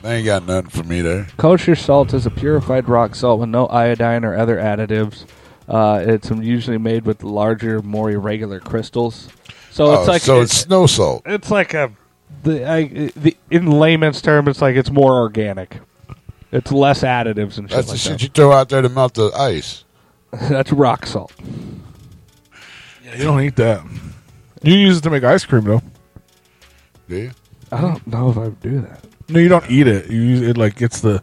They ain't got nothing for me there. Kosher salt is a purified rock salt with no iodine or other additives. Uh, it's usually made with larger, more irregular crystals. So it's Oh, like so it's no salt. it's like a the, I, the in layman's term, it's like it's more organic. It's less additives and shit That's the like shit that. you throw out there to melt the ice. That's rock salt. Yeah, you don't eat that. You use it to make ice cream, though. Do you? I don't know if I would do that. No, you don't eat it. You use it like gets the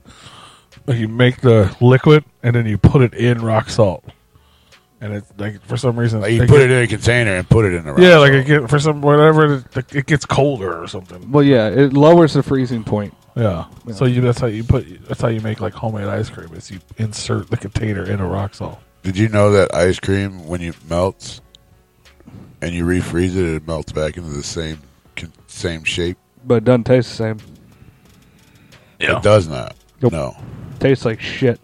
like you make the liquid and then you put it in rock salt, and it's like for some reason Like you put it in a container and put it in the rock. yeah, like it get for some whatever it, like, it gets colder or something. Well, yeah, it lowers the freezing point. Yeah. So you that's how you put that's how you make like homemade ice cream is you insert the container in a rock salt. Did you know that ice cream, when it melts and you refreeze it, it melts back into the same con- same shape? But it doesn't taste the same. It does not. No. Tastes like shit.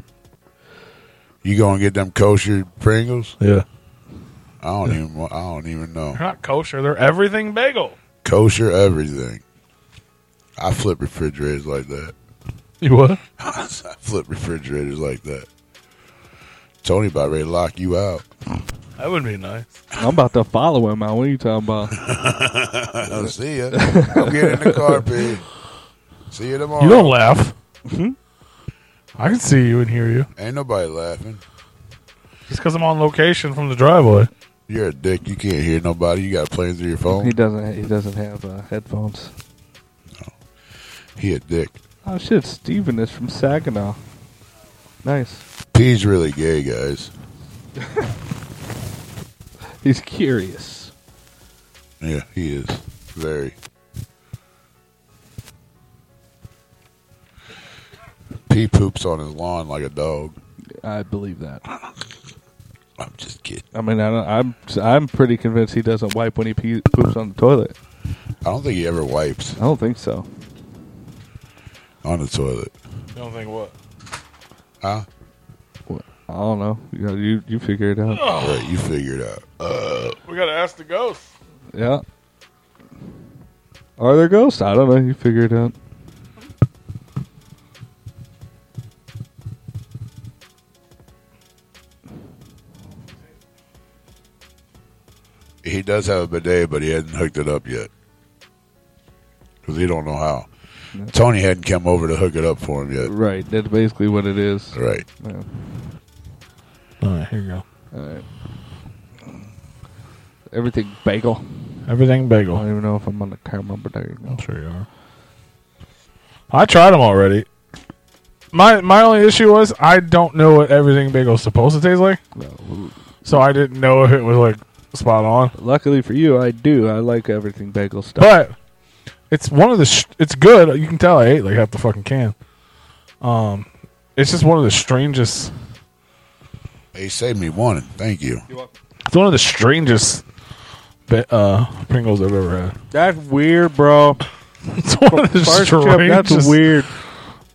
You go and get them kosher Pringles? Yeah. I don't even. wa- I don't even know. They're not kosher. They're everything bagel. Kosher everything. I flip refrigerators like that. You what? I flip refrigerators like that. Tony about ready to lock you out. That would be nice. I'm about to follow him out. What are you talking about? I'll see ya. I'll get in the car, Pete. See you tomorrow. You don't laugh. Hmm? I can see you and hear you. Ain't nobody laughing. Just because I'm on location from the driveway. You're a dick. You can't hear nobody. You got playing through your phone. He doesn't. He doesn't have uh, headphones. He a dick. Oh shit! Steven is from Saginaw. Nice. P's really gay, guys. He's curious. Yeah, he is. Very. P poops on his lawn like a dog. I believe that. I'm just kidding. I mean, I don't, I'm I'm pretty convinced he doesn't wipe when he pee, poops on the toilet. I don't think he ever wipes. I don't think so. On the toilet. Don't think what? Huh? I don't know. You know, you, you figure it out. Right, you figure it out. Uh, We gotta ask the ghost. yeah. Are there ghosts? I don't know. You figure it out. he does have a bidet, but he hadn't hooked it up yet because he don't know how. Tony hadn't come over to hook it up for him yet. Right. That's basically what it is. Right. Yeah. All right, here you go. All right. Everything bagel. Everything bagel. I don't even know if I'm on the camera, but there you go. I'm sure you are. I tried them already. My my only issue was I don't know what everything bagel's supposed to taste like. So I didn't know if it was like spot on. Luckily for you, I do. I like everything bagel stuff. But it's one of the. Sh- it's good. You can tell I ate like half the fucking can. Um, it's just one of the strangest. He saved me one. Thank you. It's one of the strangest ba- uh, Pringles I've ever had. That's weird, bro. it's one of the First chip, that's strangest- weird.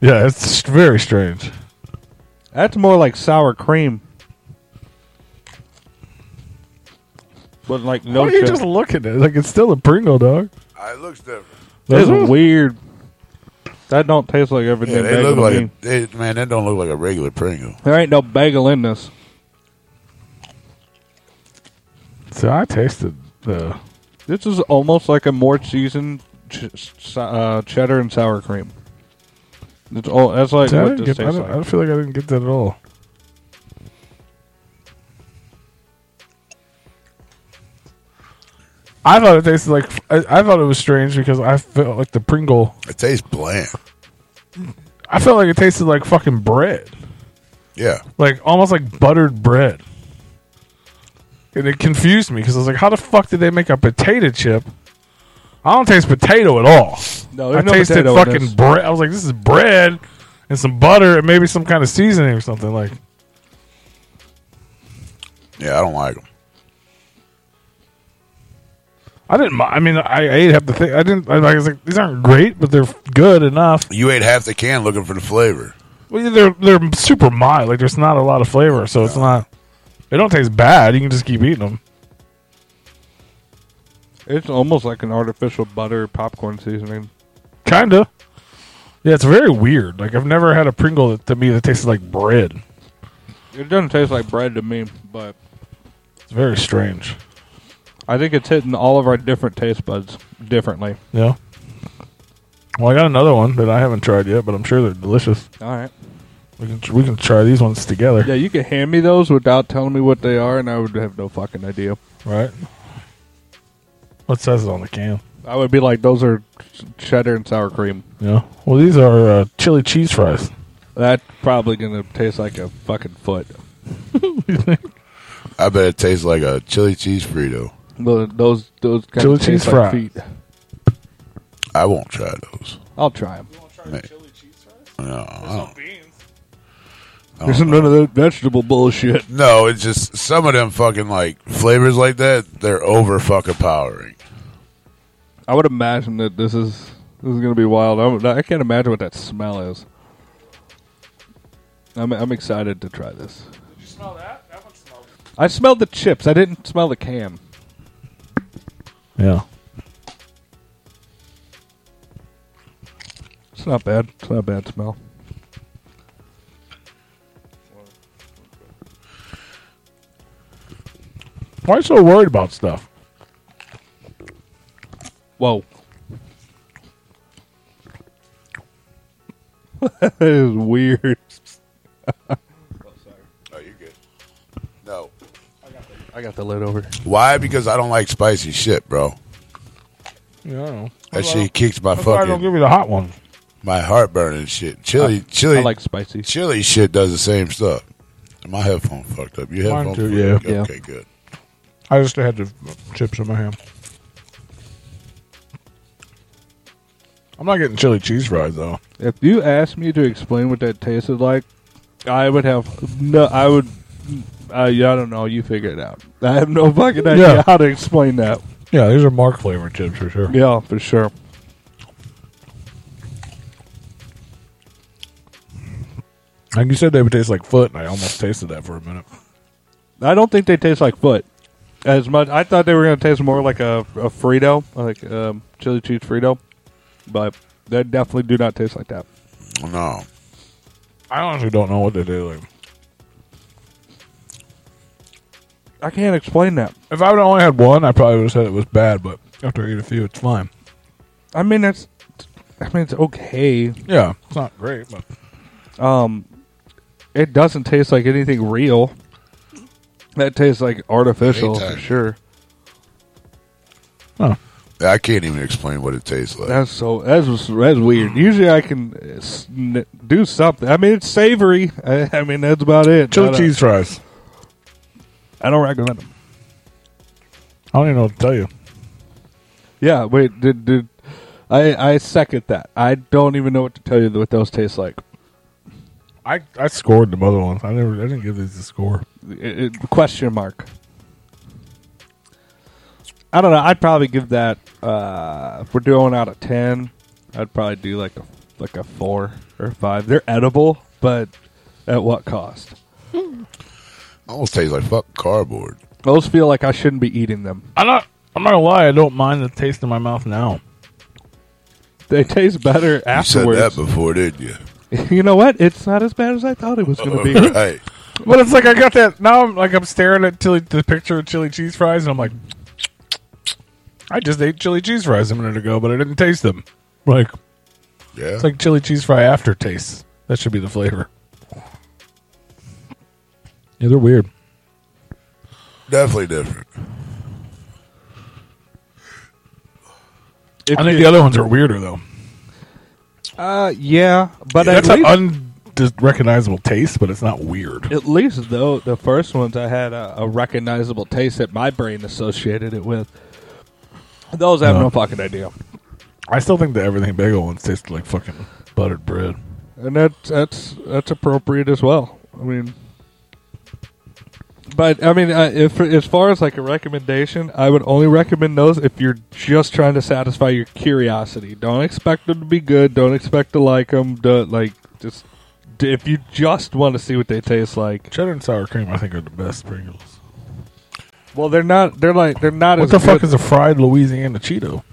Yeah, it's very strange. That's more like sour cream. But like no Why are you chip. just looking at it? Like it's still a Pringle, dog. Uh, It looks different. That's Is it? weird. That don't taste like everything Yeah, they bagel. look to like a, me. they- man. That don't look like a regular Pringle. there ain't no bagel in this. So I tasted the. This is almost like a more seasoned ch- s- uh, cheddar and sour cream. It's all, that's like See, I, what didn't this get- I tastes don't- like. I don't feel like I didn't get that at all. I thought it tasted like I, I thought it was strange because I felt like the Pringle. It tastes bland. I felt like it tasted like fucking bread, Yeah, like almost like buttered bread, and it confused me because I was like, "How the fuck did they make a potato chip?" I don't taste potato at all. No, I there's no tasted potato in this. fucking bread. I was like, "This is bread and some butter and maybe some kind of seasoning or something." Like, yeah. I don't like them. I didn't. mi- I mean, I ate half the thing. I didn't. I, I was like, these aren't great, but they're good enough. You ate half the can looking for the flavor. Well, they're they're super mild. Like, there's not a lot of flavor, so it's not. They don't taste bad. You can just keep eating them. It's almost like an artificial butter popcorn seasoning. Kinda. Yeah, it's very weird. Like, I've never had a Pringle that, to me that tasted like bread. It doesn't taste like bread to me, but It's very strange. I think it's hitting all of our different taste buds differently. Yeah. Uh. Well, I got another one that I haven't tried yet, but I'm sure they're delicious. All right. We can we can try these ones together. Yeah, you can hand me those without telling me what they are, and I would have no fucking idea. Right? What says it on the can? I would be like, those are ch- cheddar and sour cream. Yeah. Well, these are uh, chili cheese fries. That's probably gonna taste like a fucking foot. I bet it tastes like a chili cheese burrito. Tho- Those those kinda Chili taste cheese like fries. feet. I won't try those. I'll try them. Hey. No, I don't. I don't There's none of that vegetable bullshit. No, it's just some of them fucking like flavors like that. They're over fucking powering. I would imagine that this is this is gonna be wild. I'm, I can't imagine what that smell is. I'm I'm excited to try this. Did you smell that? That one smelled. I smelled the chips. I didn't smell the can. Yeah. It's not bad. It's not a bad smell. Why are you so worried about stuff? Whoa. that is weird. Oh, you're good. No. I got the lid over. Why? Because I don't like spicy shit, bro. Yeah, I don't know. That shit kicks my That's why I fucking. don't give you the hot one. My heartburn and shit. Chili, I- chili. I like spicy. Chili shit does the same stuff. My headphone fucked up. Your Mine headphone. too, fucked yeah. up? Okay, good. I just had the chips in my hand. I'm not getting chili cheese fries though. If you asked me to explain what that tasted like, I would have no. I would. uh, I, I don't know. You figure it out. I have no fucking idea Yeah. how to explain that. Yeah, these are Mark flavored chips for sure. Yeah, for sure. Like you said, they would taste like foot, and I almost tasted that for a minute. I don't think they taste like foot as much. I thought they were going to taste more like a, a Frito, like um, chili cheese Frito, but they definitely do not taste like that. Oh, No, I honestly don't know what they do. Like, I can't explain that. if I would only had one, I probably would have said it was bad. But after I eat a few, it's fine. I mean, that's. I mean, it's okay. Yeah, it's not great, but Um, it doesn't taste like anything real. That tastes like artificial for Anytime. sure. I can't even explain what it tastes like. That's so that's that's weird. Usually I can uh, s- n- do something. I mean, it's savory. I, I mean, that's about it. Chili I don't- cheese fries. I don't recommend them. I don't even know what to tell you. Yeah, wait, did, did I I second that. I don't even know what to tell you what those taste like. I I scored the other ones. I never. I didn't give these a score. It- it- question mark. I don't know. I'd probably give that. Uh, if we're doing out of ten, I'd probably do like a like a four or a five. They're edible, but at what cost? Almost tastes like fuck cardboard. Those feel like I shouldn't be eating them. I'm not. I'm not gonna lie. I don't mind the taste in my mouth now. They taste better afterwards. You said that before, didn't you? you know what? It's not as bad as I thought it was going to be. right. But it's like I got that now. I'm like I'm staring at chili, the picture of chili cheese fries, and I'm like, I just ate chili cheese fries a minute ago, but I didn't taste them. Like, yeah, it's like chili cheese fry aftertaste. That should be the flavor. Yeah, they're weird. Definitely different. I think the other ones are weirder though. Uh, yeah, but at that's an least- unrecognizable taste, but it's not weird. At least though, the first ones I had a, a recognizable taste that my brain associated it with. Those I have No. no fucking idea, I still think the everything bagel ones tasted like fucking buttered bread. and that's that's that's appropriate as well. I mean, but I mean, uh, if as far as like a recommendation, I would only recommend those if you're just trying to satisfy your curiosity. Don't expect them to be good. Don't expect to like them. like just if you just want to see what they taste like. Cheddar and sour cream, I think, are the best Pringles. Well, they're not. They're like they're not. What as the fuck good- is a fried Louisiana Cheeto?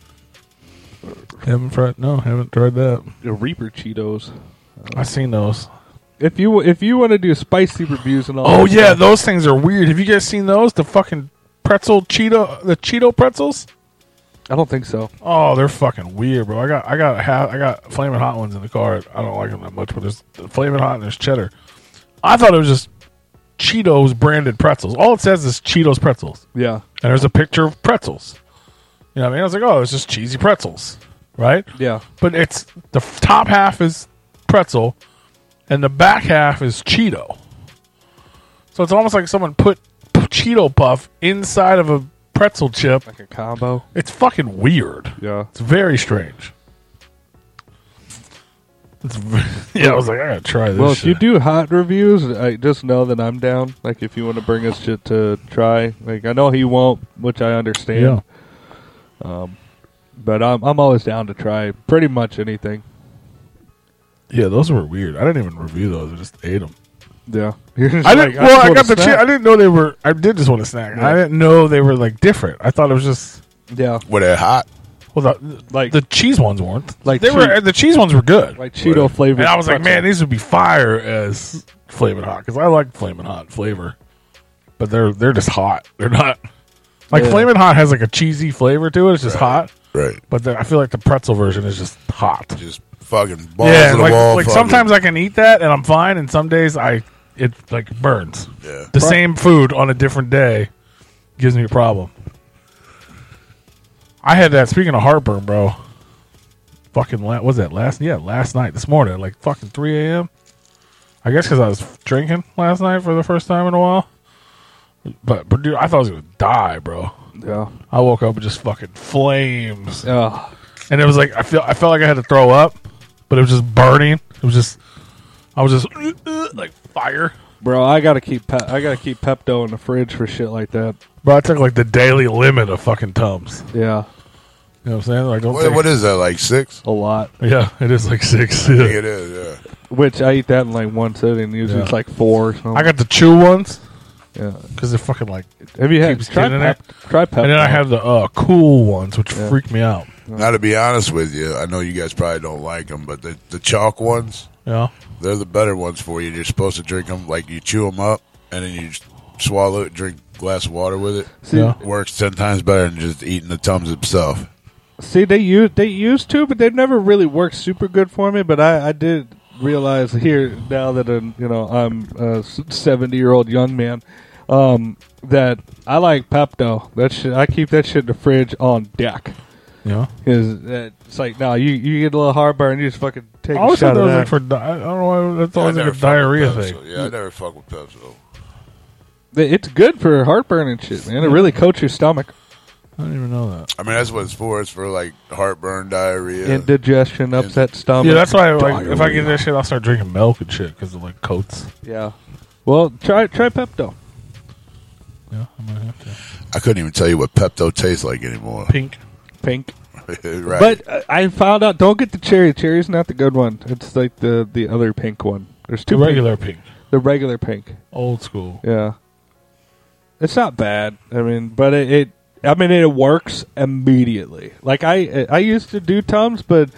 Haven't tried. No, haven't tried that. The Reaper Cheetos. I seen those. If you if you want to do spicy reviews and all, Oh that yeah, stuff- those things are weird. Have you guys seen those? The fucking pretzel Cheeto, the Cheeto pretzels. I don't think so. Oh, they're fucking weird, bro. I got I got half, I got flaming hot ones in the car. I don't like them that much, but there's flaming hot and there's cheddar. I thought it was just Cheetos branded pretzels. All it says is Cheetos pretzels. Yeah. And there's a picture of pretzels. You know what I mean? I was like, oh, it's just cheesy pretzels, right? Yeah. But it's the f- top half is pretzel, and the back half is Cheeto. So it's almost like someone put p- Cheeto puff inside of a pretzel chip. Like a combo. It's fucking weird. Yeah. It's very strange. It's v yeah, I was like, I gotta try this. Well, if shit. you do hot reviews, I just know that I'm down. Like, if you want to bring us shit to try, like I know he won't, which I understand. Um, but I'm I'm always down to try pretty much anything. yeah, those were weird. I didn't even review those. I just ate them. Yeah. I You're didn't. just like, I well, just I want got a the. Che- snack. I didn't know they were. I did just want a snack. Yeah. I didn't know they were like different. I thought it was just. Yeah. Were they hot? Well, the, like the cheese ones weren't. Like they were. cheat- The cheese ones were good. Like Cheeto flavored And I was like, pretzel. man, these would be fire as flaming hot because I like flaming hot flavor, but they're they're just hot. They're not like Yeah. flaming hot has like a cheesy flavor to it. It's just hot. Right. But the, I feel like the pretzel version is just hot. Just fucking balls to the like, wall. like fucking- sometimes I can eat that and I'm fine, and some days I it like burns. Yeah. The Right. same food on a different day gives me a problem. I had that. Speaking of heartburn, bro. Fucking la- what was that last? Yeah, last night, this morning, like fucking three a.m. I guess because I was drinking last night for the first time in a while. But, but dude, I thought I was gonna die, bro. Yeah. I woke up with just fucking flames. Yeah. And it was like I feel I felt like I had to throw up, but it was just burning. It was just I was just like fire. Bro, I gotta keep pe- I gotta keep Pepto in the fridge for shit like that. Bro, I took like the daily limit of fucking tums. Yeah. You know what I'm saying? Like don't What- take- what is that? Like six? A lot. Yeah, it is like six. I yeah. think it is. Yeah. Which I eat that in like one sitting. Usually Yeah. it's like four. Or something. I got the chew ones. Yeah. Because they're fucking like Have you had- keeps try getting pep- it. try pep And then I though. have the uh, cool ones, which Yeah. freak me out. Now to be honest with you, I know you guys probably don't like them, but the the chalk ones, Yeah. they're the better ones for you. You're supposed to drink them like you chew them up and then you just swallow it, drink a glass of water with it. See- Yeah. Works ten times better than just eating the tums itself. See, they use they used to, but they've never really worked super good for me. But I, I did realize here now that I'm, you know I'm a seventy year old young man um, that I like Pepto. That shit, I keep that shit in the fridge on deck. Yeah. Is that it's like no, you you get a little heartburn, you just fucking take I a always thought shot that of was that. like for di- I don't know why that's Yeah, I always like never a fuck with diarrhea Pepsi. thing. Yeah, I never fuck with Pepsi. it's good for heartburn and shit, man. It really coats your stomach. I don't even know that. I mean, that's what it's for. It's for like heartburn, diarrhea. Indigestion, upset stomach. Yeah, that's why like if I diarrhea. get that shit, I'll start drinking milk and shit because of like coats. Yeah. Well, try try Pepto. I couldn't even tell you what Pepto tastes like anymore. Pink. Pink. right. But uh, I found out. Don't get the cherry. Cherry's not the good one. It's like the the other pink one. There's two The regular pink. The regular pink. Old school. Yeah. It's not bad. I mean, but it, it I mean it works immediately. Like I I used to do tums, but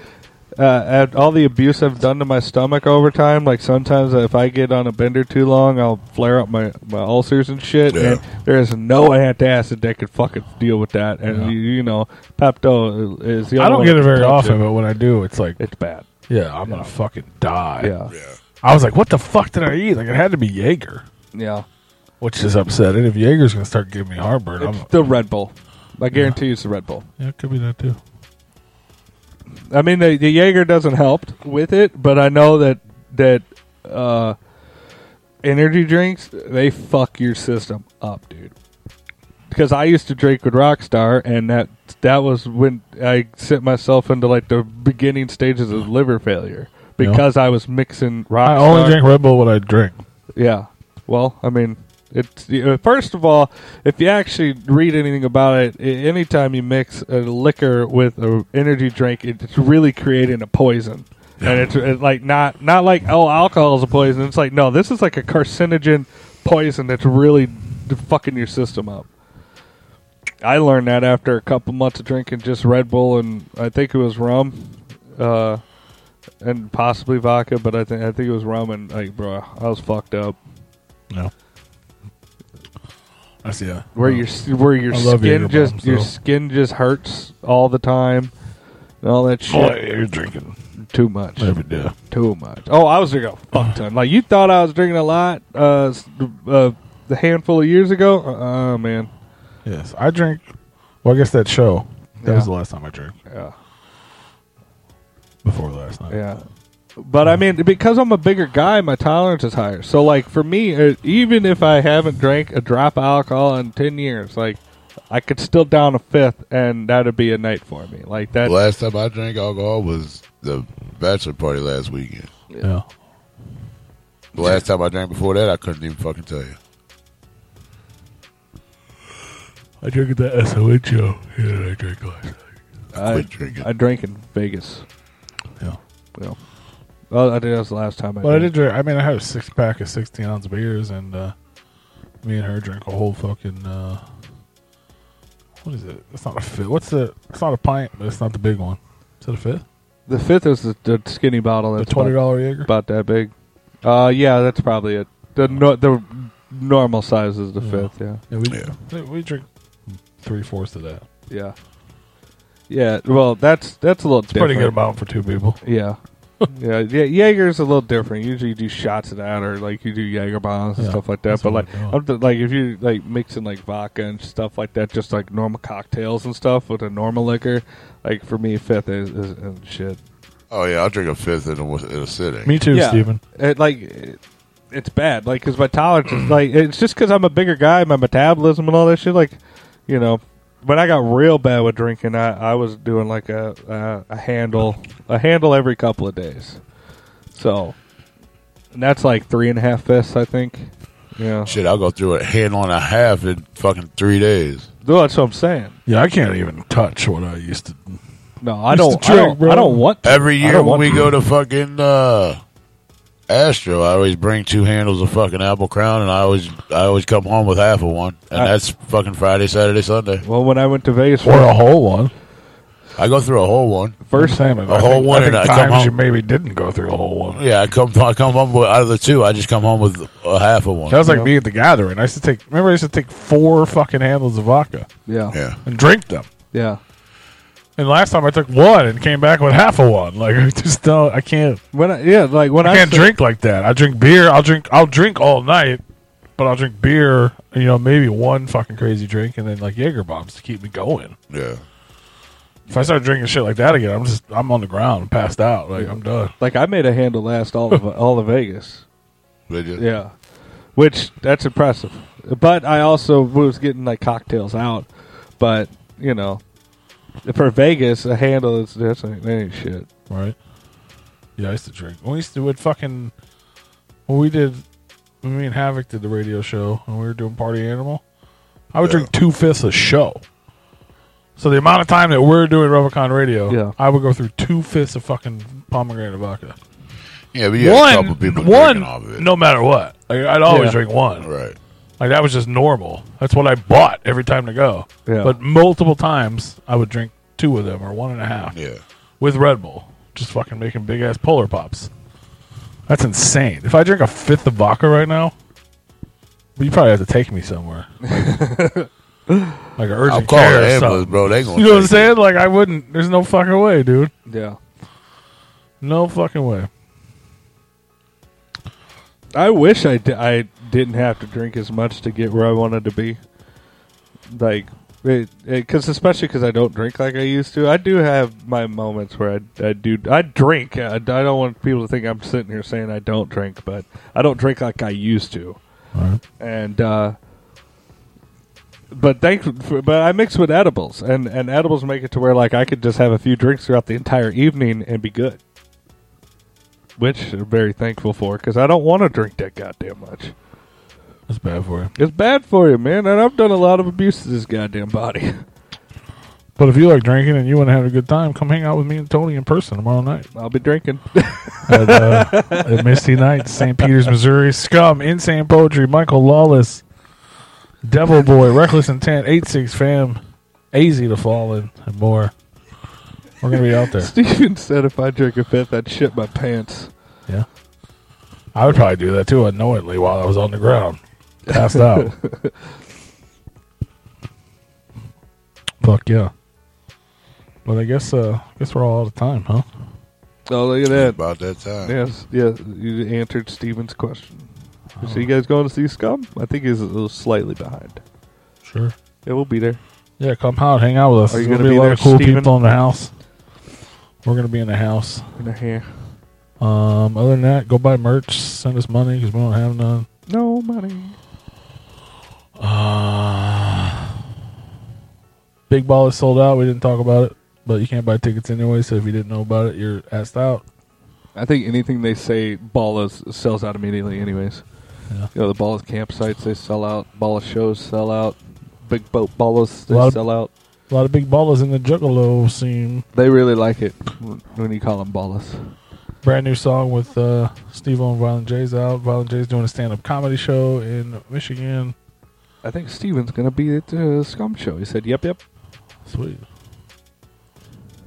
uh, at all the abuse I've done to my stomach over time, like sometimes if I get on a bender too long, I'll flare up my, my ulcers and shit. Yeah. And there is no antacid that could fucking deal with that. And you, you know, Pepto is the. I only don't one get that it very can touch often, but when I do, it's like it's bad. Yeah, I'm gonna fucking die. Yeah. I was like, what the fuck did I eat? Like it had to be Jaeger, Yeah, which is upsetting. If Jaeger's gonna start giving me heartburn, it's I'm the Red Bull. I guarantee you it's the Red Bull. yeah, it could be that too. I mean, the, the Jaeger doesn't help with it, but I know that that uh, energy drinks they fuck your system up, dude. Because I used to drink with Rockstar, and that that was when I sent myself into like the beginning stages of liver failure because I was mixing Rockstar. I only drink Red Bull when I drink. Yeah. Well, I mean, it's you know, first of all, if you actually read anything about it, i- anytime you mix a liquor with an energy drink, it's really creating a poison. And it's, it's like not not like oh alcohol is a poison. It's like no, this is like a carcinogen poison that's really d- fucking your system up. I learned that after a couple months of drinking just Red Bull and I think it was rum, uh, and possibly vodka, but I think I think it was rum and like, bro, I was fucked up. No, I see. Yeah. where your where your Oh. I love skin Jager just bombs, your though. skin just hurts all the time, and all that shit. Oh, yeah, you're drinking too much every day. Too much. Oh, I was drinking a fuck ton. Like you thought I was drinking a lot uh, s- uh, a handful of years ago. Uh, uh man. Yes, I drink. Well, I guess that show. That Yeah. was the last time I drank. Yeah. Before last night. Yeah. But I mean, because I'm a bigger guy, my tolerance is higher. So, like for me, uh, even if I haven't drank a drop of alcohol in ten years, like I could still down a fifth, and that'd be a night for me. Like that. Last time I drank alcohol was the bachelor party last weekend. Yeah. The last time I drank before that, I couldn't even fucking tell you. I drink at the SOH show. Yeah, I drink last night. I, quit drinking. I drank in Vegas. Yeah. Well, well, uh, I think that was the last time I. But I drank. did drink. I mean, I had a six pack of sixteen ounce beers, and uh, me and her drank a whole fucking. Uh, what is it? It's not a fifth. What's the? It's not a pint, but it's not the big one. Is it a fifth? The fifth is the, the skinny bottle. That's $20 about- Jaeger? about that big. Uh, yeah, that's probably it. The no, the normal size is the fifth. Yeah. Yeah, we, we drink three fourths of that. Yeah. Yeah, well, that's that's a little. It's a pretty good different. amount for two people. Yeah, yeah, yeah. Jaeger's a little different. Usually, you do shots of that, or like you do Jaeger bombs and Yeah, stuff like that. that's But what like, I'm th- like if you're like mixing like vodka and stuff like that, just like normal cocktails and stuff with a normal liquor, like for me, fifth is, is, is shit. Oh yeah, I'll drink a fifth in a, in a sitting. Me too, Yeah. Steven. It, like, it- it's bad. Like, because my tolerance is like, it's just because I'm a bigger guy, my metabolism and all that shit. Like, you know, when I got real bad with drinking, I, I was doing like a, a a handle a handle every couple of days. So, and that's like three and a half fists, I think. Yeah. Shit, I'll go through a handle and a half in fucking three days. No, that's what I'm saying. Yeah, I can't even touch what I used to. No, I Used to don't. I drink, don't, bro. I don't want. to. Every I year don't when want we to. go to fucking uh, Astro, I always bring two handles of fucking Apple Crown, and I always I always come home with half of one, and I- that's fucking Friday, Saturday, Sunday. Well, when I went to Vegas, Or a whole one. I go through a whole one. First time, a whole one, and I come times you home. maybe didn't go through a whole one. Yeah, I come I come home with out of the two. I just come home with a half of one. That was like me at the gathering. I used to take. Remember, I used to take four fucking handles of vodka. Yeah. Yeah. and drink them. Yeah. And last time I took one and came back with half of one. Like I just don't. I can't. When I, yeah, like when I, I can't say- drink like that. I drink beer. I'll drink. I'll drink all night, but I'll drink beer. You know, maybe one fucking crazy drink, and then like Jaeger bombs to keep me going. Yeah. If I start drinking shit like that again, I'm just I'm on the ground, passed out. Like I'm done. Like I made a handle last all of all of Vegas. Did you? Yeah, which that's impressive. But I also was getting like cocktails out. But you know, for Vegas, a handle is that's ain't, that ain't shit. Right. Yeah, I used to drink. We used to would fucking. When we did, when me and Havoc did the radio show, and we were doing Party Animal, I would drink two fifths a show. So the amount of time that we're doing Robocon Radio, Yeah. I would go through two fifths of fucking pomegranate vodka. Yeah, but you had one, a couple people one, drinking off of it. Mm. no matter what. Like, I'd always Yeah. drink one. Right. Like that was just normal. That's what I bought every time to go. Yeah. But multiple times I would drink two of them or one and a half. Yeah. With Red Bull, just fucking making big ass polar pops. That's insane. If I drink a fifth of vodka right now, you probably have to take me somewhere. like an urgent I'll call care the or ambulance, something. bro. They gonna you know what I'm take saying? Like I wouldn't. There's no fucking way, dude. Yeah. No fucking way. I wish I di- I didn't have to drink as much to get where I wanted to be. Like, because it, 'cause especially because I don't drink like I used to. I do have my moments where I, I do I drink. I, I don't want people to think I'm sitting here saying I don't drink, but I don't drink like I used to. And uh, but thank but I mix with edibles, and and edibles make it to where like I could just have a few drinks throughout the entire evening and be good which I'm very thankful for because I don't want to drink that goddamn much. That's bad for you. It's bad for you, man, and I've done a lot of abuse to this goddamn body. But if you like drinking and you want to have a good time, come hang out with me and Tony in person tomorrow night. I'll be drinking. at, uh, at Misty Nights, St. Peter's, Missouri. Scum, Insane Poetry, Michael Lawless, Devil Boy, Reckless Intent, 86 Fam, AZ The Fallen, and more. We're going to be out there. Steven said if I drink a fifth, I'd shit my pants. Yeah. I would probably do that too unknowingly while I was on the ground. Passed out. Fuck yeah. But I guess uh, I guess we're all out of time, huh? Oh, look at that. About that time. Yes, yes. You answered Steven's question. Oh. So you guys going to see Scum? I think he's a little slightly behind. Sure. Yeah, we'll be there. Yeah, come out, hang out with us. Are you There's gonna be, be a lot there, of cool Steven? people in the house. We're gonna be in the house. In the hair. Um, other than that, go buy merch. Send us money because we don't have none. No money. Uh, Big Ball is sold out. We didn't talk about it, but you can't buy tickets anyway. So if you didn't know about it, you're asked out. I think anything they say, Ballas sells out immediately, anyways. Yeah. You know, the Ballas campsites, they sell out. Ballas shows sell out. Big Boat Ballas, they Lot of- sell out. A lot of big ballers in the Juggalo scene. They really like it when when you call them Ballas. Brand new song with uh, Steve on Violent J's out. Violent J's doing a stand up comedy show in Michigan. I think Steven's going to be at the Scum Show. He said, yep, yep. Sweet.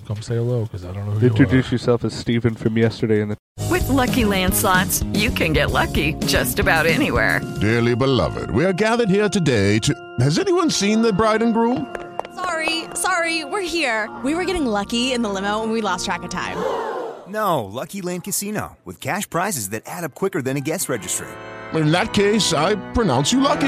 Come say hello because I don't know who you are. Introduce yourself as Steven from yesterday in the With Lucky Land slots, you can get lucky just about anywhere. Dearly beloved, we are gathered here today to. Has anyone seen the bride and groom? Sorry, sorry, we're here. We were getting lucky in the limo and we lost track of time. No, Lucky Land Casino with cash prizes that add up quicker than a guest registry. In that case, I pronounce you lucky.